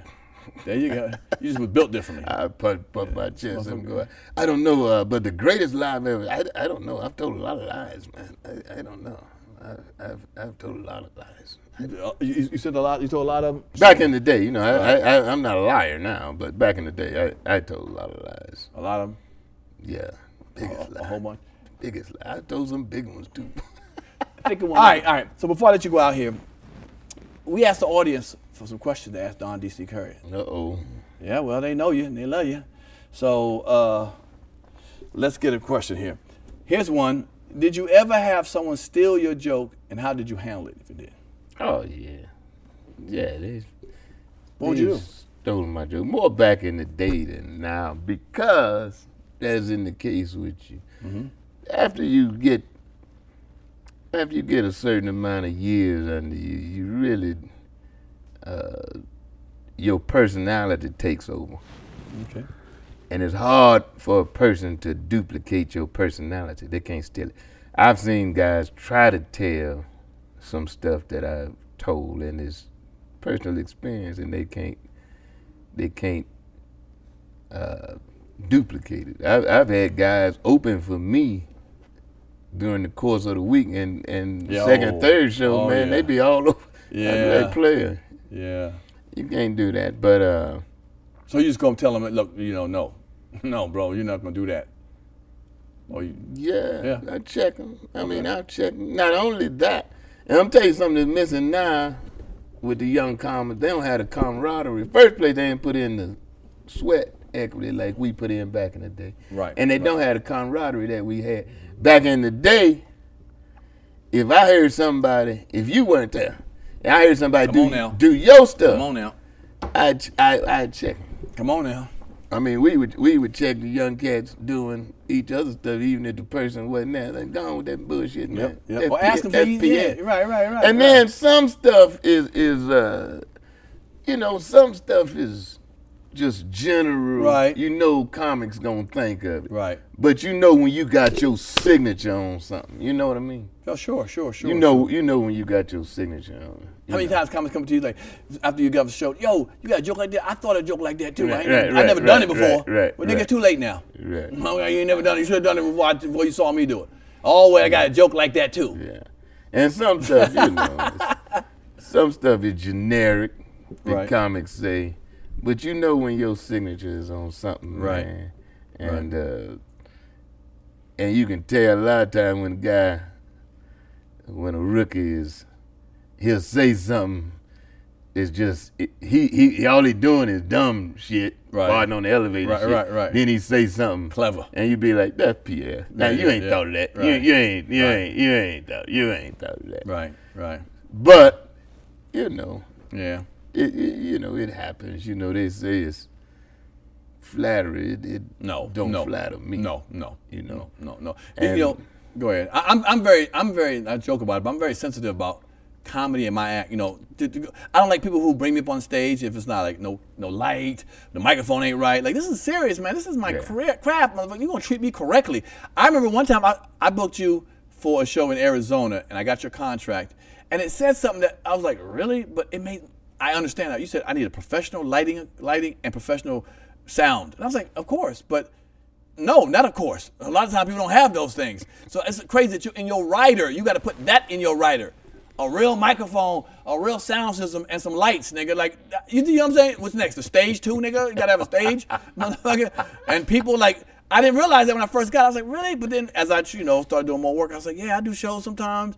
Speaker 1: There you go. you just was built differently.
Speaker 2: I put put my chest and go. I don't know, uh, but the greatest lie I've ever. I, I don't know. I've told a lot of lies, man. I, I don't know. I, I've I've told a lot of lies.
Speaker 1: Uh, You, you said a lot. You told a lot of. 'em?
Speaker 2: Back in the day, you know, I, I, I I'm not a liar now, but back in the day, I, I told a lot of lies.
Speaker 1: A lot of 'em?
Speaker 2: Yeah, biggest
Speaker 1: Oh, A
Speaker 2: lie,
Speaker 1: whole bunch.
Speaker 2: biggest lie. I told some big ones too.
Speaker 1: All right, all right. So before I let you go out here, we asked the audience for some questions to ask Don D.C. Curry.
Speaker 2: uh oh,
Speaker 1: Yeah, well, they know you and they love you. So uh, let's get a question here. Here's one. Did you ever have someone steal your joke, and how did you handle it if you did?
Speaker 2: oh yeah, yeah. They,
Speaker 1: What would
Speaker 2: they
Speaker 1: you do?
Speaker 2: Stole my joke more back in the day than now because, as in the case with you,
Speaker 1: Mm-hmm.
Speaker 2: after you get after you get a certain amount of years under you, you really uh, your personality takes over.
Speaker 1: Okay.
Speaker 2: and it's hard for a person to duplicate your personality. They can't steal it. I've seen guys try to tell some stuff that I've told in this personal experience, and they can't. They can't uh, duplicate it. I've, I've had guys open for me during the course of the week, and and
Speaker 1: Yo.
Speaker 2: second, third show,
Speaker 1: Oh,
Speaker 2: man,
Speaker 1: yeah.
Speaker 2: they be all over. I'd be
Speaker 1: Yeah.
Speaker 2: like, player,
Speaker 1: Yeah.
Speaker 2: you can't do that. But uh,
Speaker 1: So you just gonna tell them, look, you know, no, no, bro, you're not gonna do that. Or you,
Speaker 2: Yeah,
Speaker 1: Yeah.
Speaker 2: I check them. I mean, I check 'em. Not only that, and I'm tell you something that's missing now with the young comics. They don't have the camaraderie. First place, they ain't put in the sweat equity like we put in back in the day.
Speaker 1: Right,
Speaker 2: And they don't have the camaraderie that we had back in the day. If I heard somebody, if you weren't there, and I heard somebody
Speaker 1: Come on
Speaker 2: do
Speaker 1: now.
Speaker 2: do your
Speaker 1: come on
Speaker 2: stuff,
Speaker 1: now,
Speaker 2: I ch- I I check. 'em.
Speaker 1: come on now.
Speaker 2: I mean, we would we would check the young cats doing each other stuff, even if the person wasn't there. Like, gone with that bullshit, man.
Speaker 1: Yep. Yep. Or ask them for
Speaker 2: SPN.
Speaker 1: yeah, Right. Right. Right.
Speaker 2: And then some stuff is is uh, you know, some stuff is just general.
Speaker 1: Right.
Speaker 2: You know, comics gonna think of it.
Speaker 1: Right.
Speaker 2: But you know when you got your signature on something. You know what I mean?
Speaker 1: Oh, sure. Sure. Sure.
Speaker 2: You know, you know when you got your signature on. it.
Speaker 1: How many times comments come to you like after you got the show? Yo, you got a joke like that? I thought a joke like that too. I,
Speaker 2: Right,
Speaker 1: ain't
Speaker 2: right,
Speaker 1: never- I
Speaker 2: right,
Speaker 1: never done it
Speaker 2: right,
Speaker 1: before.
Speaker 2: right, right,
Speaker 1: But nigga,
Speaker 2: right.
Speaker 1: it's too late now.
Speaker 2: Right.
Speaker 1: No, you ain't never done it. You should have done it before, I, before you saw me do it. Oh, well, I got a joke like that too.
Speaker 2: Yeah. And some stuff, you know, it's- some stuff is generic, the
Speaker 1: Right.
Speaker 2: comics say, but you know when your signature is on something,
Speaker 1: Right.
Speaker 2: man. And uh, and you can tell a lot of time when a guy, when a rookie is, he'll say something. It's just it, he, he all he doing is dumb shit,
Speaker 1: Right.
Speaker 2: riding on the elevator,
Speaker 1: Right,
Speaker 2: shit.
Speaker 1: right, right.
Speaker 2: Then he say something
Speaker 1: Clever.
Speaker 2: and you be like, "That's Pierre." Now
Speaker 1: Yeah,
Speaker 2: you
Speaker 1: yeah,
Speaker 2: ain't
Speaker 1: yeah.
Speaker 2: thought of that. You,
Speaker 1: Right.
Speaker 2: you ain't. You
Speaker 1: Right.
Speaker 2: ain't. You ain't thought. You ain't thought of that.
Speaker 1: Right, right.
Speaker 2: But you know,
Speaker 1: Yeah.
Speaker 2: it, it you know it happens. You know they say it's flattery. It, it
Speaker 1: No.
Speaker 2: don't
Speaker 1: no,
Speaker 2: flatter me.
Speaker 1: No, no.
Speaker 2: You know.
Speaker 1: No, no.
Speaker 2: And-
Speaker 1: you know, Go ahead. I, I'm, I'm very, I'm very, I joke about it, but I'm very sensitive about comedy in my act. You know, d- d- I don't like people who bring me up on stage if it's not like no, no light, the microphone ain't right. Like this is serious, man. This is my
Speaker 2: Yeah.
Speaker 1: career craft, motherfucker. You gonna treat me correctly? I remember one time I, I booked you for a show in Arizona, and I got your contract, and it said something that I was like, really? But it made I understand that you said I need a professional lighting, lighting, and professional sound, and I was like, of course, but. No, not of course. A lot of times people don't have those things. So it's crazy that you in your rider, you got to put that in your rider. A real microphone, a real sound system, and some lights, nigga. Like, you know what I'm saying? What's next? The stage two, nigga? You gotta have a stage, motherfucker. And people like, I didn't realize that when I first got. it. I was like, really? But then, as I, you know, started doing more work, I was like, yeah, I do shows sometimes.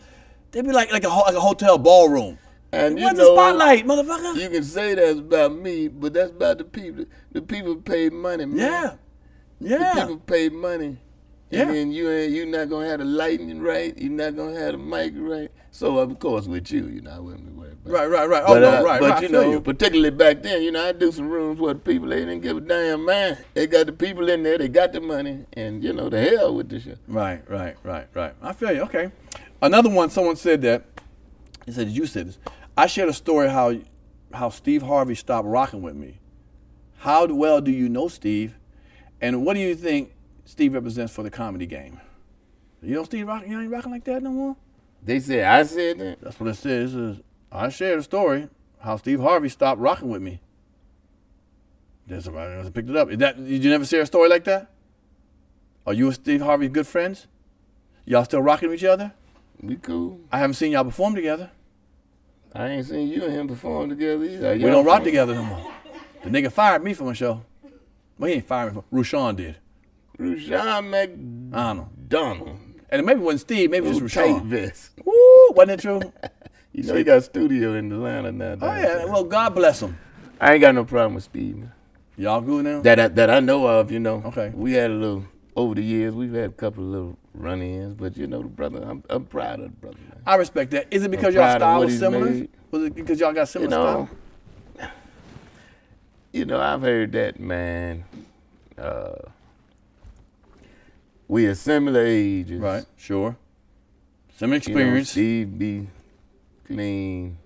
Speaker 1: They'd be like, like a ho- like a hotel ballroom.
Speaker 2: And you
Speaker 1: what's
Speaker 2: know- uh,
Speaker 1: the spotlight, motherfucker?
Speaker 2: You can say that's about me, but that's about the people. The people paid money, man.
Speaker 1: yeah,
Speaker 2: The
Speaker 1: yeah.
Speaker 2: people paid money.
Speaker 1: Yeah.
Speaker 2: And then you ain't you not gonna have the lighting right, you're not gonna have the mic right. So of course with you, you know, I wouldn't be worried about
Speaker 1: Right,
Speaker 2: it.
Speaker 1: right, right. Oh
Speaker 2: But,
Speaker 1: no,
Speaker 2: uh,
Speaker 1: right,
Speaker 2: but
Speaker 1: right. I
Speaker 2: you
Speaker 1: feel
Speaker 2: know, particularly back then, you know, I do some rooms where the people they didn't give a damn man. They got the people in there, they got the money, and you know, the hell with the shit.
Speaker 1: Right, right, right, right. I feel you. Okay. Another one. Someone said that. He said you said this. I shared a story how how Steve Harvey stopped rocking with me. How well do you know Steve, and what do you think Steve represents for the comedy game? You know Steve rocking. You ain't rocking like that no more.
Speaker 2: They said I said that.
Speaker 1: That's what it says. It says I shared a story how Steve Harvey stopped rocking with me. Then somebody else picked it up. Is that did you never share a story like that? Are you and Steve Harvey good friends? Y'all still rocking with each other?
Speaker 2: We cool.
Speaker 1: I haven't seen y'all perform together.
Speaker 2: I ain't seen you and him perform together either.
Speaker 1: We don't rock together no more. The nigga fired me from a show. Well, he ain't fired me. From, Rushan did.
Speaker 2: Rashawn
Speaker 1: I don't know.
Speaker 2: McDonald.
Speaker 1: And it maybe wasn't Steve. Maybe it was
Speaker 2: Little
Speaker 1: just
Speaker 2: tight
Speaker 1: Rushan.
Speaker 2: vest.
Speaker 1: Woo! Wasn't it true?
Speaker 2: You know he got a studio in Atlanta now.
Speaker 1: Oh yeah. Well, God bless him.
Speaker 2: I ain't got no problem with Steve. man.
Speaker 1: Y'all good now?
Speaker 2: That I, that I know of, you know.
Speaker 1: Okay.
Speaker 2: We had a little over the years. We've had a couple of little run-ins, but you know the brother. I'm, I'm proud of the brother. Man.
Speaker 1: I respect that. Is it because
Speaker 2: I'm proud
Speaker 1: y'all
Speaker 2: of
Speaker 1: style
Speaker 2: what
Speaker 1: was
Speaker 2: he's
Speaker 1: similar?
Speaker 2: made.
Speaker 1: Was it because y'all got
Speaker 2: You
Speaker 1: similar
Speaker 2: know.
Speaker 1: style?
Speaker 2: You know I've heard that man. Uh, we are similar ages.
Speaker 1: Right. Sure. Some
Speaker 2: You know,
Speaker 1: experience.
Speaker 2: Steve be clean.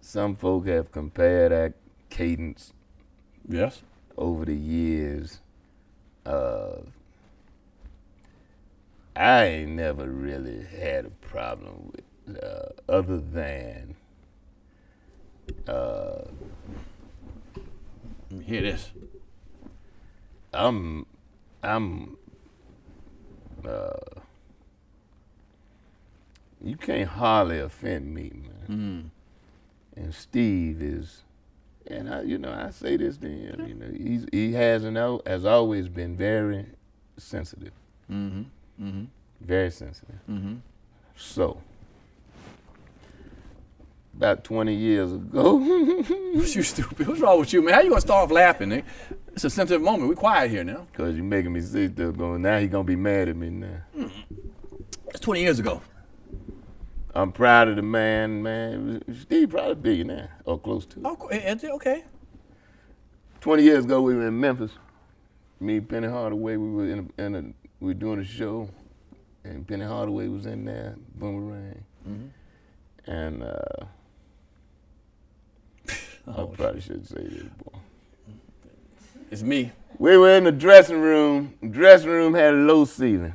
Speaker 2: Some folk have compared our cadence
Speaker 1: yes.
Speaker 2: over the years, uh, I ain't never really had a problem with, uh, other than
Speaker 1: Let me hear this.
Speaker 2: I'm, I'm, uh, you can't hardly offend me, man. And Steve is, and I, you know, I say this to him, you know, he's, he has and al- has always been very sensitive. Mm-hmm. Mm-hmm. Very sensitive. Mm-hmm. So, about 20 years ago,
Speaker 1: you stupid. What's wrong with you, man? How you gonna start off laughing, nigga? It's a sensitive moment. We quiet here now.
Speaker 2: because you're making me sit there going, now he going to be mad at me now.
Speaker 1: It's 20 years ago.
Speaker 2: I'm proud of the man, man. Steve probably billionaire or close to. it.
Speaker 1: Oh, cool. Eh, eh, okay.
Speaker 2: 20 years ago, we were in Memphis. Me, Penny Hardaway, we were in a, in a we were doing a show, and Penny Hardaway was in there, Boomerang, and uh, I probably should say this, boy.
Speaker 1: It's me.
Speaker 2: We were in the dressing room. dressing room had a low ceiling.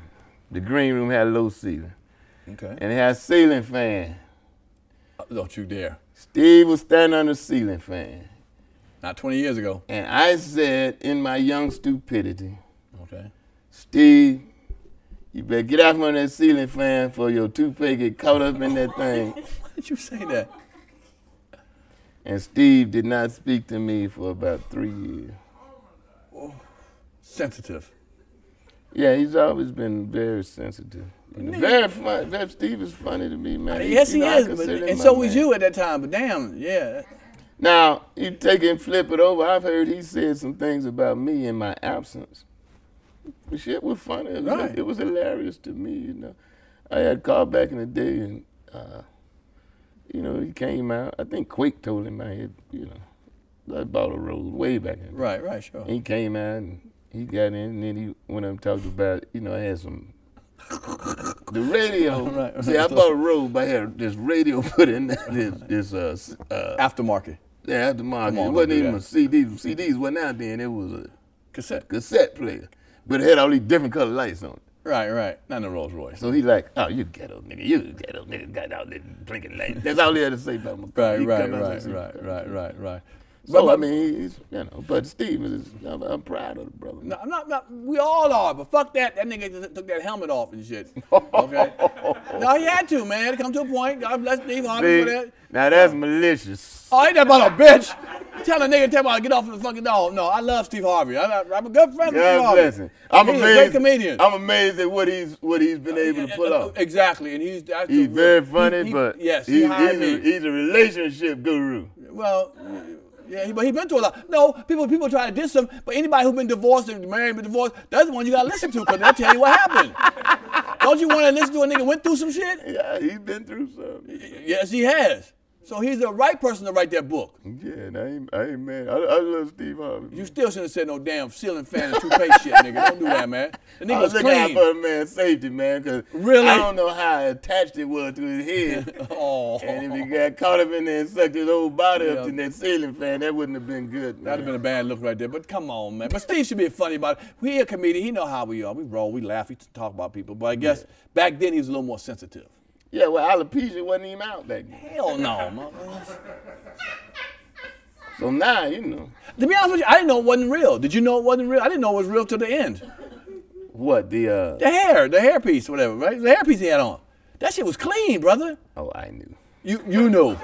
Speaker 2: The green room had a low ceiling,
Speaker 1: Okay.
Speaker 2: and it had a ceiling fan.
Speaker 1: Uh, Don't you dare.
Speaker 2: Steve was standing on the ceiling fan.
Speaker 1: Not 20 years ago.
Speaker 2: And I said, in my young stupidity,
Speaker 1: Okay.
Speaker 2: Steve, you better get out from that ceiling fan for your toupee get caught up in that thing.
Speaker 1: Why did you say that?
Speaker 2: And Steve did not speak to me for about three years.
Speaker 1: Sensitive.
Speaker 2: Yeah, he's always been very sensitive. And Very funny. Very, Steve is funny to me, man.
Speaker 1: yes,
Speaker 2: you
Speaker 1: he
Speaker 2: know, I
Speaker 1: is. But,
Speaker 2: consider him
Speaker 1: and
Speaker 2: my
Speaker 1: so was
Speaker 2: man.
Speaker 1: you at that time. But damn, yeah.
Speaker 2: Now, you take it and flip it over. I've heard he said some things about me in my absence. The shit was funny. It was,
Speaker 1: Right.
Speaker 2: it was hilarious to me, you know. I had called back in the day and, uh, you know, he came out. I think Quake told him I had, you know, I bought a road way back in. the day.
Speaker 1: Right, right, sure.
Speaker 2: And he came out and he got in and then he went up and talked about, you know, I had some The radio.
Speaker 1: Right,
Speaker 2: See, I bought a robe. I had this radio put in there, this, this uh, uh,
Speaker 1: Aftermarket.
Speaker 2: yeah, aftermarket.
Speaker 1: Come on,
Speaker 2: it
Speaker 1: don't
Speaker 2: wasn't
Speaker 1: do
Speaker 2: even
Speaker 1: that.
Speaker 2: a CD. CDs were out then. It was a
Speaker 1: Cassette.
Speaker 2: cassette player, but it had all these different color lights on it.
Speaker 1: Right, right. Not in a Rolls Royce.
Speaker 2: So he like, oh, you ghetto nigga, you ghetto nigga, got all this blinking lights. That's all he had to say about my
Speaker 1: Right,
Speaker 2: he
Speaker 1: right,
Speaker 2: come out and
Speaker 1: right,
Speaker 2: say-
Speaker 1: right, right, right, right.
Speaker 2: So I mean, he's you know, but Steve is, I'm, I'm proud of the brother.
Speaker 1: No, I'm not, not, we all are, but fuck that. That nigga just took that helmet off and shit. Okay? no, he had to, man. It Come to a point. God bless Steve Harvey for that.
Speaker 2: now that's malicious.
Speaker 1: Oh, ain't that about a bitch? Tell a nigga, tell him I get off of the fucking dog. No, I love Steve Harvey. I, am a good friend with Steve
Speaker 2: God
Speaker 1: Harvey.
Speaker 2: bless him. I'm
Speaker 1: He's
Speaker 2: amazed.
Speaker 1: a great comedian. Uh,
Speaker 2: I'm amazed at what he's what he's been able to pull off.
Speaker 1: Exactly, and he's that's
Speaker 2: He's
Speaker 1: the-
Speaker 2: very funny,
Speaker 1: uh, he-
Speaker 2: but
Speaker 1: yes, he
Speaker 2: he's,
Speaker 1: hired
Speaker 2: he's, a,
Speaker 1: me.
Speaker 2: he's a relationship guru.
Speaker 1: Well, yeah, he- but he's been through a lot. No, people people try to diss him, but anybody who's been divorced and married and divorced, that's the one you gotta listen to because they'll tell you what happened. Don't you want to listen to a nigga went through some shit?
Speaker 2: Yeah, he's been through some.
Speaker 1: Yes, he has. So he's the right person to write that book.
Speaker 2: Yeah, and I ain't, I ain't mad. I, I love Steve Harvey.
Speaker 1: You still shouldn't have said no damn ceiling fan and toothpaste shit, nigga. Don't do that, man. The nigga
Speaker 2: I
Speaker 1: was
Speaker 2: was looking Oh, out for
Speaker 1: clean.
Speaker 2: the man's safety, man, because
Speaker 1: Really?
Speaker 2: I don't know how attached it was to his head.
Speaker 1: Oh,
Speaker 2: and if he got caught up in there and sucked his whole body
Speaker 1: Yeah.
Speaker 2: up to that ceiling fan, that wouldn't have been good.
Speaker 1: that'd have
Speaker 2: man.
Speaker 1: been a bad look right there. But come on, man. But Steve should be funny about it. We a comedian. He know how we are. We roll. We laugh. We talk about people. But I guess back then he was a little more sensitive.
Speaker 2: yeah, well, alopecia wasn't even out back then.
Speaker 1: Hell no, man.
Speaker 2: So now, you know,
Speaker 1: To be honest with you, I didn't know it wasn't real. Did you know it wasn't real? I didn't know it was real till the end.
Speaker 2: what the, uh,
Speaker 1: The hair, the hair piece, whatever, right? The hair piece he had on. That shit was clean, brother.
Speaker 2: oh, I knew.
Speaker 1: You you knew.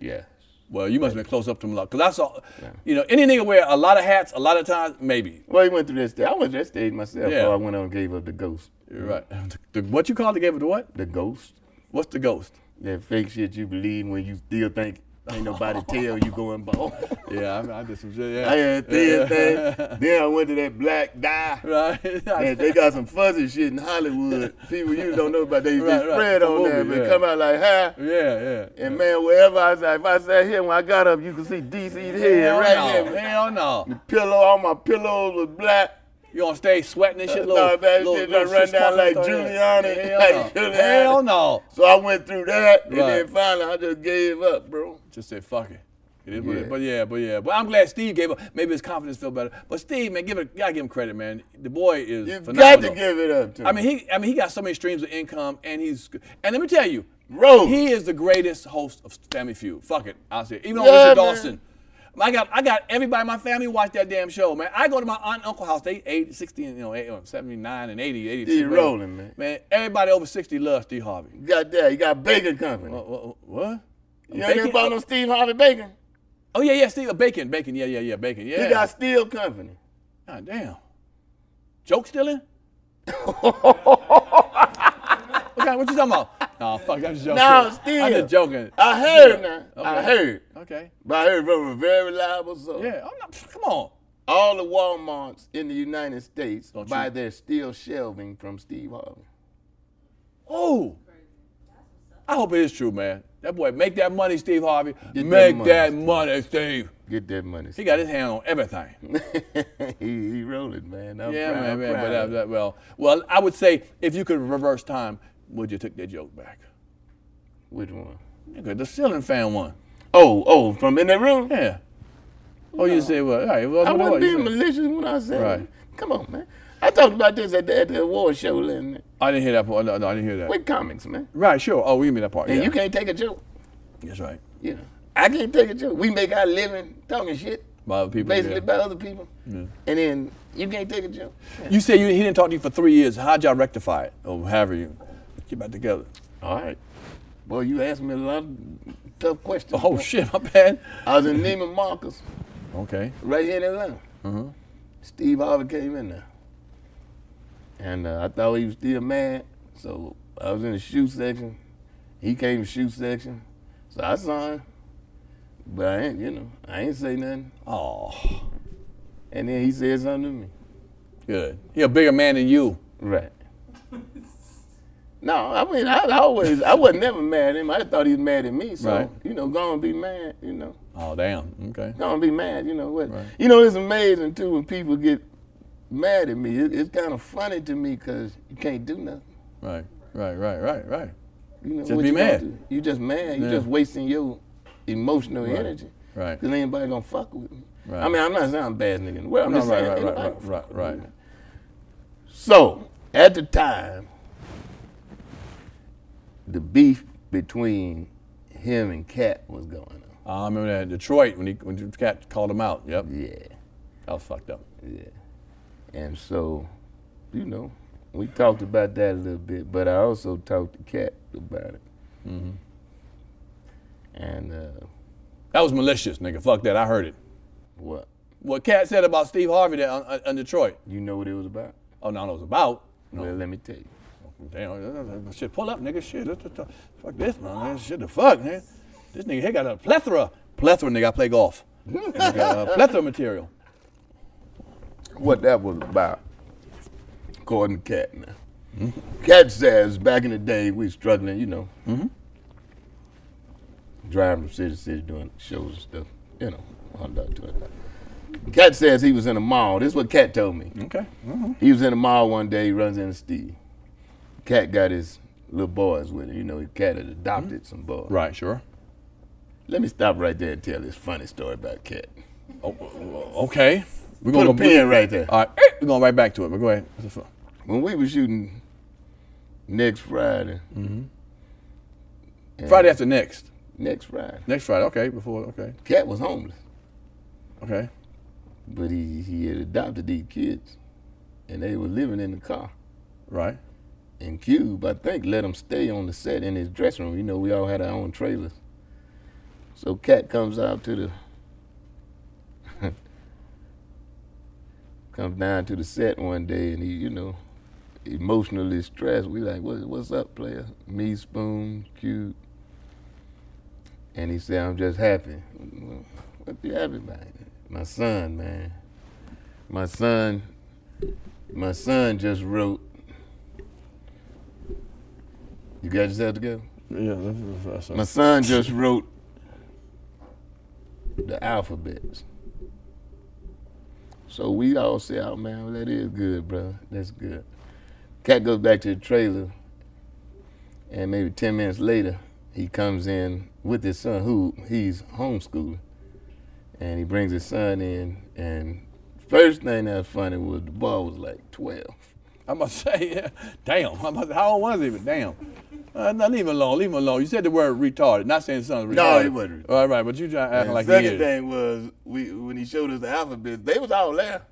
Speaker 2: Yeah.
Speaker 1: Well, you must have been close up to him a lot. Because I saw, you know, any nigga wear a lot of hats a lot of times, maybe.
Speaker 2: Well, he went through that stage. I went through that stage myself.
Speaker 1: Yeah.
Speaker 2: Yeah. I went on and gave up the ghost.
Speaker 1: You're right. The- what you call the game of the what?
Speaker 2: The ghost?
Speaker 1: What's the ghost?
Speaker 2: That fake shit you believe when you still think ain't nobody tell you going bald.
Speaker 1: Yeah, I, I did some shit. Yeah.
Speaker 2: I had thin thing. Then I went to that black dye.
Speaker 1: Right.
Speaker 2: Man, they got some fuzzy shit in Hollywood. People you don't know about. They, they
Speaker 1: Right, right.
Speaker 2: spread
Speaker 1: From
Speaker 2: on there,
Speaker 1: movies,
Speaker 2: but
Speaker 1: yeah.
Speaker 2: come out like hi.
Speaker 1: yeah, yeah.
Speaker 2: And man, wherever I was, if I sat here when I got up, you could see DC's head
Speaker 1: Hell
Speaker 2: right
Speaker 1: no.
Speaker 2: here.
Speaker 1: Hell no.
Speaker 2: Pillow, all my pillows was black.
Speaker 1: You on stage sweating and shit,
Speaker 2: No,
Speaker 1: little,
Speaker 2: that
Speaker 1: little,
Speaker 2: shit
Speaker 1: little
Speaker 2: done run
Speaker 1: shit
Speaker 2: down
Speaker 1: sparkling
Speaker 2: like
Speaker 1: stuff,
Speaker 2: Giuliani,
Speaker 1: yeah.
Speaker 2: like
Speaker 1: Hell no.
Speaker 2: Giuliani.
Speaker 1: Hell no.
Speaker 2: So I went through that, and
Speaker 1: Right.
Speaker 2: then finally I just gave up, bro.
Speaker 1: Just said, fuck it. It is what it is.
Speaker 2: Yeah.
Speaker 1: But yeah, but yeah. But I'm glad Steve gave up. Maybe his confidence felt better. But Steve, man, give it gotta give him credit, man. The boy is
Speaker 2: You got
Speaker 1: phenomenal.
Speaker 2: to give it up to
Speaker 1: I
Speaker 2: him.
Speaker 1: mean he I mean he got so many streams of income and he's good. and let me tell you,
Speaker 2: Rose.
Speaker 1: he is the greatest host of Family Feud. Fuck it. I'll say it. Even on
Speaker 2: Yeah, man.
Speaker 1: Richard Dawson. I got I got everybody in my family watch that damn show, man. I go to my aunt and uncle house, they 80, 60, you know, 80, 79 and 80, 86.
Speaker 2: Steve
Speaker 1: whatever.
Speaker 2: rolling, man.
Speaker 1: Man, everybody over 60 loves Steve Harvey.
Speaker 2: You got that. You got Bacon Company.
Speaker 1: What? what, what?
Speaker 2: you ain't
Speaker 1: Bacon?
Speaker 2: been bought no Steve Harvey Bacon.
Speaker 1: Oh yeah, yeah, Steve, bacon, bacon, yeah, yeah, yeah, bacon, yeah.
Speaker 2: You got Steel Company.
Speaker 1: God Ah, damn. Joke stealing? okay, what you talking about? No, fuck, I'm just joking.
Speaker 2: No, Steel.
Speaker 1: I'm just joking.
Speaker 2: I heard now. I
Speaker 1: Okay.
Speaker 2: heard.
Speaker 1: Okay.
Speaker 2: But I heard from a very reliable source.
Speaker 1: Yeah, I'm not, come on.
Speaker 2: All the Walmarts in the United States
Speaker 1: Don't
Speaker 2: buy
Speaker 1: you-
Speaker 2: their steel shelving from Steve Harvey.
Speaker 1: Oh. I hope it is true, man. That boy, make that money, Steve Harvey.
Speaker 2: that
Speaker 1: make
Speaker 2: money,
Speaker 1: that
Speaker 2: Steve.
Speaker 1: money, Steve.
Speaker 2: Get that money.
Speaker 1: He got his hand on everything.
Speaker 2: he, he rolling, man. I'm
Speaker 1: yeah,
Speaker 2: proud,
Speaker 1: man,
Speaker 2: I'm
Speaker 1: man. But uh,
Speaker 2: proud.
Speaker 1: that, that- well, well, I would say if you could reverse time, would you take that joke back?
Speaker 2: Which one?
Speaker 1: Nigga, the ceiling fan one.
Speaker 2: Oh, oh, from in that room?
Speaker 1: Yeah. Oh, you say well, all right. Well,
Speaker 2: I
Speaker 1: what
Speaker 2: wasn't
Speaker 1: do you
Speaker 2: being
Speaker 1: say?
Speaker 2: malicious when I said
Speaker 1: Right.
Speaker 2: Come on, man. I talked about this at the, at the award show last night.
Speaker 1: I didn't hear that part. No, no, I didn't hear that.
Speaker 2: With comics, man.
Speaker 1: Right, sure. Oh, we mean that part.
Speaker 2: And
Speaker 1: yeah.
Speaker 2: you can't take a joke.
Speaker 1: That's right.
Speaker 2: You know. I can't take a joke. We make our living talking shit,
Speaker 1: By other people.
Speaker 2: basically
Speaker 1: yeah.
Speaker 2: by other people. And then you can't take a joke.
Speaker 1: You said you, he didn't talk to you for three years. How'd y'all rectify it? Or however you get back together?
Speaker 2: All right. Boy, you asked me a lot of tough questions.
Speaker 1: Oh, shit, my bad.
Speaker 2: I was in Neiman Marcus,
Speaker 1: Okay.
Speaker 2: right here in Atlanta.
Speaker 1: Uh-huh.
Speaker 2: Steve Harvey came in there. And uh, I thought he was still mad. So I was in the shoe section. He came to shoe section. So I saw him. But I ain't, you know, I ain't say nothing.
Speaker 1: Oh,
Speaker 2: And then he said something to me.
Speaker 1: good. He a bigger man than you.
Speaker 2: Right. No, I mean, I, I always, I was never mad at him. I thought he was mad at me. So,
Speaker 1: Right.
Speaker 2: you know, go and be mad, you know.
Speaker 1: Oh, damn. Okay.
Speaker 2: Go and be mad, you know. What?
Speaker 1: Right.
Speaker 2: You know, it's amazing, too, when people get mad at me. It, it's kind of funny to me because you can't do nothing.
Speaker 1: Right, right, right, right, right.
Speaker 2: You know,
Speaker 1: Just
Speaker 2: what
Speaker 1: be
Speaker 2: you gonna
Speaker 1: mad.
Speaker 2: do? You just mad. You
Speaker 1: Yeah.
Speaker 2: just wasting your emotional energy.
Speaker 1: right.
Speaker 2: Because anybody gonna fuck with me.
Speaker 1: Right.
Speaker 2: I mean, I'm not saying I'm a bad nigga in the world. I'm
Speaker 1: No,
Speaker 2: just
Speaker 1: right,
Speaker 2: saying
Speaker 1: right,
Speaker 2: anybody
Speaker 1: right, right,
Speaker 2: gonna fuck
Speaker 1: right,
Speaker 2: with
Speaker 1: right.
Speaker 2: me. So at the time, the beef between him and Cat was going on.
Speaker 1: I remember that in Detroit when he when the cat called him out. Yep,
Speaker 2: Yeah,
Speaker 1: that was fucked up.
Speaker 2: yeah. And so, you know, we talked about that a little bit, but I also talked to Cat about it. And uh,
Speaker 1: That was malicious, nigga. Fuck that. I heard it.
Speaker 2: what?
Speaker 1: What Cat said about Steve Harvey there on, on- on Detroit.
Speaker 2: You know what it was about?
Speaker 1: Oh no, it was about. No.
Speaker 2: Well, let me tell you.
Speaker 1: Damn, uh, shit, pull up, nigga. Shit, what the- the- fuck this, man. man. Shit, the fuck, man. This nigga here got a plethora, plethora, nigga. I play golf. Nigga, uh, plethora of material.
Speaker 2: What that was about, according to Cat now. Cat says back in the day we struggling, you know, driving from city to city doing shows and stuff, you know, on that to it. Cat says he was in a mall. This is what Cat told me.
Speaker 1: Okay. Mm-hmm.
Speaker 2: He was in the mall one day. He runs into Steve. Cat got his little boys with him. You know, Cat had adopted some boys.
Speaker 1: Right, sure.
Speaker 2: Let me stop right there and tell this funny story about Cat.
Speaker 1: Oh, oh, okay. We're
Speaker 2: Put a
Speaker 1: go-
Speaker 2: pin right there.
Speaker 1: All right, eh, we're going right back to it, but go ahead. That's a fu-
Speaker 2: When we were shooting next Friday, and
Speaker 1: Mm-hmm. Friday after next.
Speaker 2: next Friday,
Speaker 1: Next Friday, okay, before, okay,
Speaker 2: Cat was homeless,
Speaker 1: okay.
Speaker 2: but he he had adopted these kids, and they were living in the car.
Speaker 1: Right,
Speaker 2: And Cube, I think, let him stay on the set in his dressing room. You know, we all had our own trailers. So Cat comes out to the comes down to the set one day and he, you know, emotionally stressed. We like, what, what's up, player? Me, Spoon, Cube. And he said, I'm just happy. Well, What you happy about? My son, man. My son, my son just wrote you got yourself together?
Speaker 1: yeah, that's, that's,
Speaker 2: My son just wrote the alphabets. So we all say, oh man, well, that is good, bro. That's good. Cat goes back to the trailer, and maybe 10 minutes later, he comes in with his son, who he's homeschooling. And he brings his son in, and first thing that's funny was the boy was like 12.
Speaker 1: I'm about to say, yeah. damn, I'm about to, how old was he? But damn. Uh, no, leave him alone, leave him alone. You said the word retarded, not saying something retarded.
Speaker 2: No, he wasn't retarded.
Speaker 1: All right, but you trying to act
Speaker 2: And
Speaker 1: like he
Speaker 2: second
Speaker 1: is.
Speaker 2: thing was we when he showed us the alphabet, they was all there,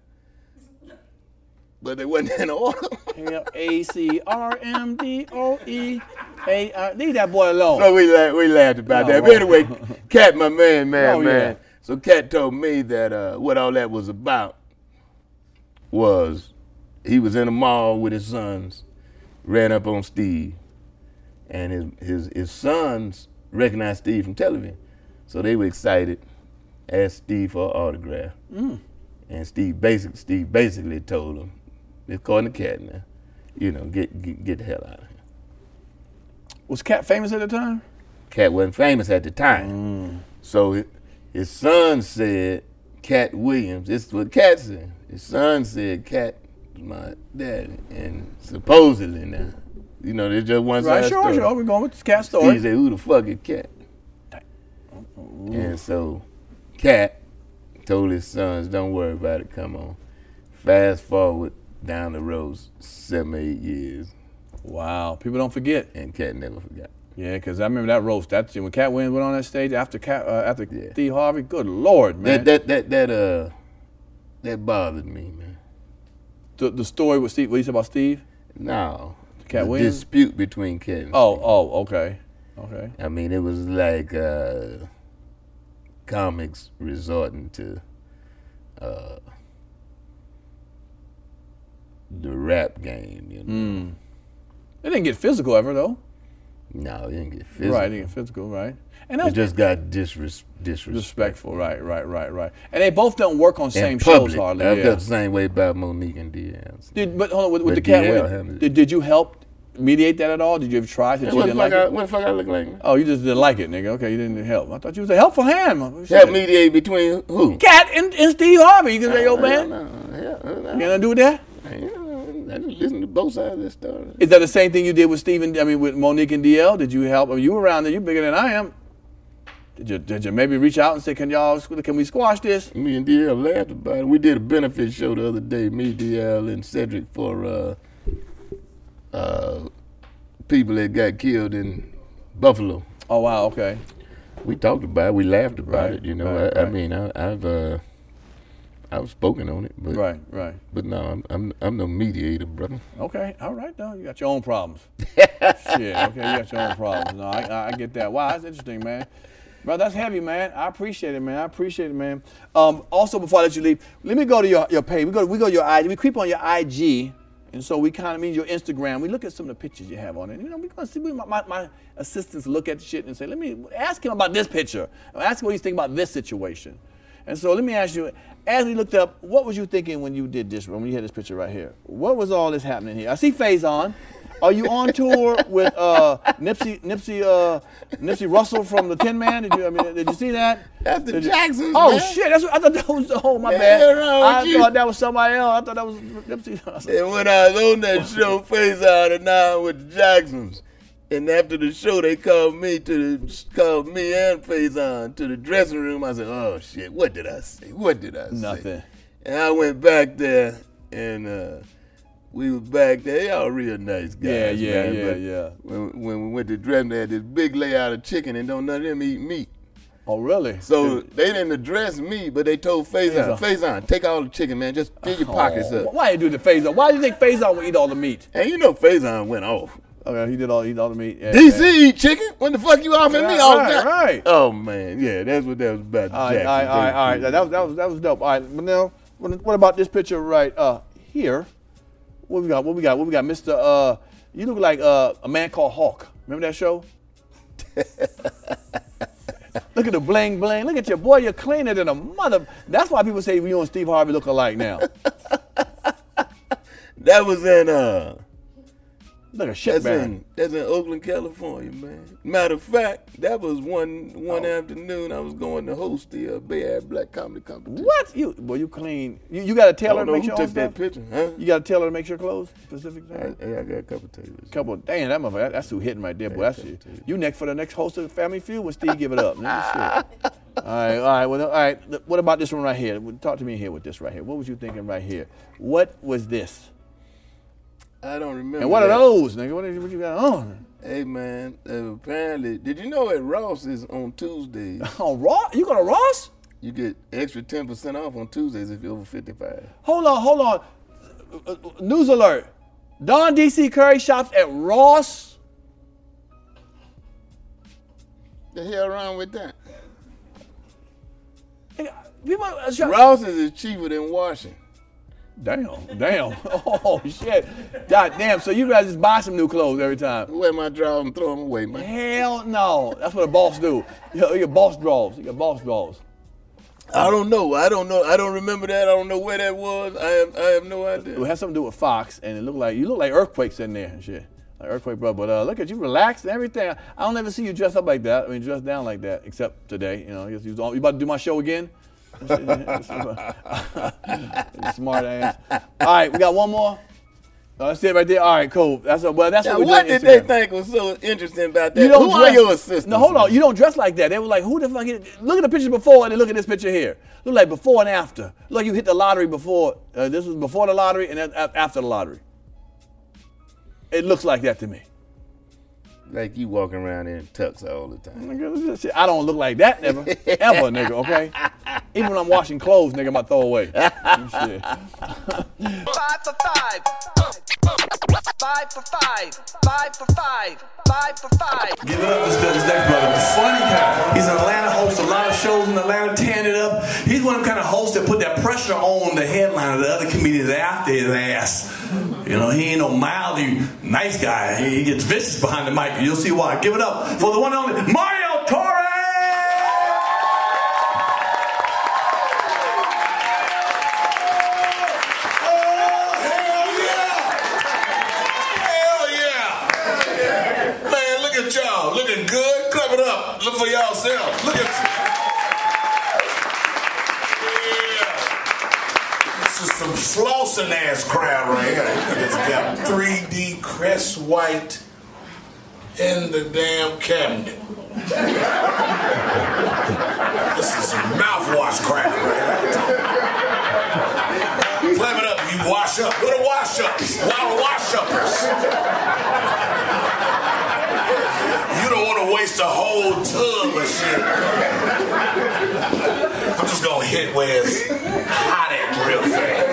Speaker 2: but they wasn't in order.
Speaker 1: L A C R M D O E A I. Leave that boy alone.
Speaker 2: so we la- we laughed about
Speaker 1: No,
Speaker 2: that.
Speaker 1: well.
Speaker 2: But anyway, Cat, my man, man,
Speaker 1: Oh, yeah.
Speaker 2: man. So Cat told me that uh, what all that was about was he was in the mall with his sons, ran up on Steve, and his his his sons recognized Steve from television, so they were excited, asked Steve for an autograph.
Speaker 1: Mm.
Speaker 2: And Steve basic Steve basically told him, it's calling the cat now, you know, get, get get the hell out of here.
Speaker 1: was Cat famous at the time?
Speaker 2: Cat wasn't famous at the time.
Speaker 1: Mm.
Speaker 2: So hi- his son said, Cat Williams, this is what Cat said. His son said, Cat was my daddy. And supposedly now, you know, there's just one
Speaker 1: Right,
Speaker 2: side
Speaker 1: sure,
Speaker 2: story.
Speaker 1: sure. We're going with this Cat
Speaker 2: He
Speaker 1: story.
Speaker 2: said, Who the fuck is Cat? And so Cat told his sons, Don't worry about it, come on. Fast forward down the road seven, eight years,
Speaker 1: Wow, people don't forget.
Speaker 2: and Cat never forgot.
Speaker 1: Yeah, because I remember that roast. That's when Cat Williams went on that stage after Cat, uh, after
Speaker 2: Yeah.
Speaker 1: Steve Harvey. Good Lord, man.
Speaker 2: That that that that uh that bothered me, man.
Speaker 1: the, the story with Steve, what you said about Steve?
Speaker 2: No.
Speaker 1: Cat
Speaker 2: the
Speaker 1: Williams?
Speaker 2: dispute between Cat and
Speaker 1: Oh, oh, okay. Okay.
Speaker 2: I mean, it was like uh, comics resorting to uh, the rap game, you know.
Speaker 1: Mm. It didn't get physical ever, though.
Speaker 2: No, it didn't get physical.
Speaker 1: Right, it didn't get physical, right? And that
Speaker 2: It
Speaker 1: was
Speaker 2: just got disres- disrespectful.
Speaker 1: disrespectful, right, right, right, right. And they both don't work on same
Speaker 2: In
Speaker 1: shows
Speaker 2: public.
Speaker 1: hardly.
Speaker 2: I
Speaker 1: yeah.
Speaker 2: felt the same way about Monique and Diaz.
Speaker 1: Did, but hold on, with, with
Speaker 2: But
Speaker 1: the cat
Speaker 2: DL
Speaker 1: win,
Speaker 2: handled it.
Speaker 1: did, did you help mediate that at all? Did you ever try since you
Speaker 2: What the,
Speaker 1: didn't
Speaker 2: fuck
Speaker 1: like
Speaker 2: I,
Speaker 1: it?
Speaker 2: what the fuck I look like? man?
Speaker 1: Oh, you just didn't like it, nigga. Okay, you didn't help. I thought you was a helpful hand. Oh,
Speaker 2: Help mediate between who?
Speaker 1: Cat and, and Steve Harvey. You can say, yo,
Speaker 2: Hell
Speaker 1: man.
Speaker 2: no, hell no.
Speaker 1: Got nothing to do with that?
Speaker 2: Man, I just listen to both sides of this story.
Speaker 1: Is that the same thing you did with Steven, I mean, with Monique and DL? Did you help? I mean, you were around there. You're bigger than I am. Did you, did you maybe reach out and say, can y'all, can we squash this?
Speaker 2: Me and DL laughed about it. We did a benefit show the other day, me, DL, and Cedric for uh, uh, people that got killed in Buffalo.
Speaker 1: Oh, wow, okay.
Speaker 2: We talked about it. We laughed about
Speaker 1: Right,
Speaker 2: it. You know,
Speaker 1: right,
Speaker 2: I, I
Speaker 1: right.
Speaker 2: mean, I, I've uh, I've spoken on it, but
Speaker 1: Right, right.
Speaker 2: but no, I'm, I'm I'm no mediator, brother.
Speaker 1: Okay, all right, though. You got your own problems. Shit, okay, you got your own problems. No, I- I, I get that. Wow, that's interesting, man. Bro, that's heavy, man. I appreciate it, man. I appreciate it, man. Um, also, before I let you leave, let me go to your, your page. We go, we go to your IG. We creep on your IG, and so we kind of mean your Instagram. We look at some of the pictures you have on it. You know, we gonna see. We, my, my, my assistants look at the shit and say, "Let me ask him about this picture. Ask him what he's thinking about this situation." And so let me ask you, as we looked up, what was you thinking when you did this, when you had this picture right here? What was all this happening here? I see Faze on. Are you on tour with uh, Nipsey Nipsey uh, Nipsey Russell from the Tin Man? Did you I mean did you see that?
Speaker 2: That's the
Speaker 1: Did you-
Speaker 2: Jacksons,
Speaker 1: Oh
Speaker 2: man.
Speaker 1: shit! That's what, I thought that was oh my
Speaker 2: Man,
Speaker 1: bad.
Speaker 2: wrong
Speaker 1: I
Speaker 2: with you?
Speaker 1: thought that was somebody else. I thought that was Nipsey. Russell.
Speaker 2: And when I was on that show, Face Out and I with the Jacksons. And after the show, they called me to the, called me and Faison to the dressing room. I said, "Oh shit, what did I say? What did I say?"
Speaker 1: Nothing.
Speaker 2: And I went back there, and uh, we were back there. Y'all real nice
Speaker 1: Yeah,
Speaker 2: guys.
Speaker 1: yeah,
Speaker 2: man,
Speaker 1: yeah,
Speaker 2: but
Speaker 1: yeah.
Speaker 2: When, when we went to dressing, they had this big layout of chicken, and don't none of them eat meat.
Speaker 1: Oh really?
Speaker 2: So they didn't address me, but they told Faison, Faison, take all the chicken, man. Just fill your pockets
Speaker 1: Oh,
Speaker 2: up.
Speaker 1: Why you do the Faze on? Why do you think Faze on would eat all the meat?
Speaker 2: And you know Faison went off.
Speaker 1: Okay, he did all he did all the meat. Yeah,
Speaker 2: DC
Speaker 1: yeah.
Speaker 2: eat chicken? When the fuck you offering me
Speaker 1: Right,
Speaker 2: all
Speaker 1: right,
Speaker 2: that?
Speaker 1: right.
Speaker 2: Oh man, yeah, that's what that was about.
Speaker 1: All right,
Speaker 2: Jackson,
Speaker 1: all right, all right,
Speaker 2: thank
Speaker 1: all
Speaker 2: you.
Speaker 1: right. That was that was that was dope. All right, but now what, what about this picture right uh here? What we got? What we got? What we got? Mr. Uh, you look like uh, a man called Hawk. Remember that show? look at the bling bling. Look at your boy. You're cleaner than a mother. That's why people say you and Steve Harvey look alike now.
Speaker 2: That was in uh,
Speaker 1: Look a shit
Speaker 2: that's
Speaker 1: man.
Speaker 2: in that's in Oakland, California, man. Matter of fact, that was one one
Speaker 1: Oh.
Speaker 2: afternoon I was going to host the uh, Bay Area Black Comedy Competition.
Speaker 1: What you? Boy, you clean. You, you got a
Speaker 2: I don't
Speaker 1: tailor
Speaker 2: know
Speaker 1: to make
Speaker 2: who
Speaker 1: your own
Speaker 2: took that
Speaker 1: stuff.
Speaker 2: picture, huh?
Speaker 1: You got a tailor to make your clothes. Specific.
Speaker 2: I, I got a couple tables.
Speaker 1: Couple, damn, that motherfucker, that's who hitting right there, boy. That's you. You next for the next host of Family Feud when Steve give it up. Nigga, shit. All right, all right, well, all right. th- What about this one right here? Talk to me here with this right here. What was you thinking right here? What was this?
Speaker 2: I don't remember.
Speaker 1: And what are
Speaker 2: that.
Speaker 1: those, nigga? What, is, what you got on?
Speaker 2: Hey man, uh, apparently, did you know at Ross is on Tuesdays?
Speaker 1: On Ross? You going to Ross?
Speaker 2: you get extra ten percent off on Tuesdays if you're over fifty five.
Speaker 1: Hold on, hold on. Uh, uh, uh, News alert. Don D.C. Curry shops at Ross.
Speaker 2: The hell wrong with that?
Speaker 1: Nigga, People, uh, shop-
Speaker 2: Rouse's is cheaper than washing.
Speaker 1: damn, damn. Oh, shit. God damn. So you guys just buy some new clothes every time.
Speaker 2: Wear my drawers and throw them away, man.
Speaker 1: Hell no. That's what a boss do. Your, your boss draws. Your boss draws.
Speaker 2: I don't know. I don't know. I don't remember that. I don't know where that was. I have, I have no
Speaker 1: It
Speaker 2: idea.
Speaker 1: has something to do with Fox, and it looked like you look like earthquakes in there and shit. Like earthquake, bro. But uh, look at you, relaxed and everything. I don't ever see you dressed up like that. I mean, dressed down like that, except today. You know, you, you, you about to do my show again? Smart ass. All right, we got one more. Oh, that's it right there. All right, cool. That's a, well. That's
Speaker 2: Now,
Speaker 1: what, we
Speaker 2: what
Speaker 1: do on
Speaker 2: did they
Speaker 1: Instagram.
Speaker 2: think was so interesting about that?
Speaker 1: You don't
Speaker 2: Who
Speaker 1: dress,
Speaker 2: are your assistants?
Speaker 1: No, hold on.
Speaker 2: man?
Speaker 1: You don't dress like that. They were like, who the fuck? Is, look at the picture before and then look at this picture here. Look like before and after. Look, you hit the lottery before. Uh, this was before the lottery and then a- after the lottery. It looks like that to me.
Speaker 2: Like you walking around in tux all the time.
Speaker 1: Nigga, this is shit. I don't look like that never, ever, nigga. Okay. Even when I'm washing clothes, nigga, I'm gonna throw away. Shit.
Speaker 3: Five for five. Five for five. Five for five. Five for five.
Speaker 4: Give it up for Stubbs Deck Brother. The funny guy. He's in Atlanta, hosts a lot of shows in Atlanta, tearing it up. He's one of the kind of hosts that put that pressure on the headliner, the other comedians after his ass. You know, he ain't no mildly nice guy. He he gets vicious behind the mic. You'll see why. Give it up for the one and only Mario Torres! Oh, hell yeah! Hell yeah! Man, look at y'all. Looking good. Clap it up. Look for yourselves. Look at you. Yeah. This is some floss
Speaker 5: Wilson ass crowd right here. It's got 3D Crest White in the damn cabinet. this is some mouthwash crap right here. Clap it up, you wash up. Go to wash ups. Wild wash uppers. you don't want to waste a whole tub of shit. I'm just gonna hit where it's hot at real fast.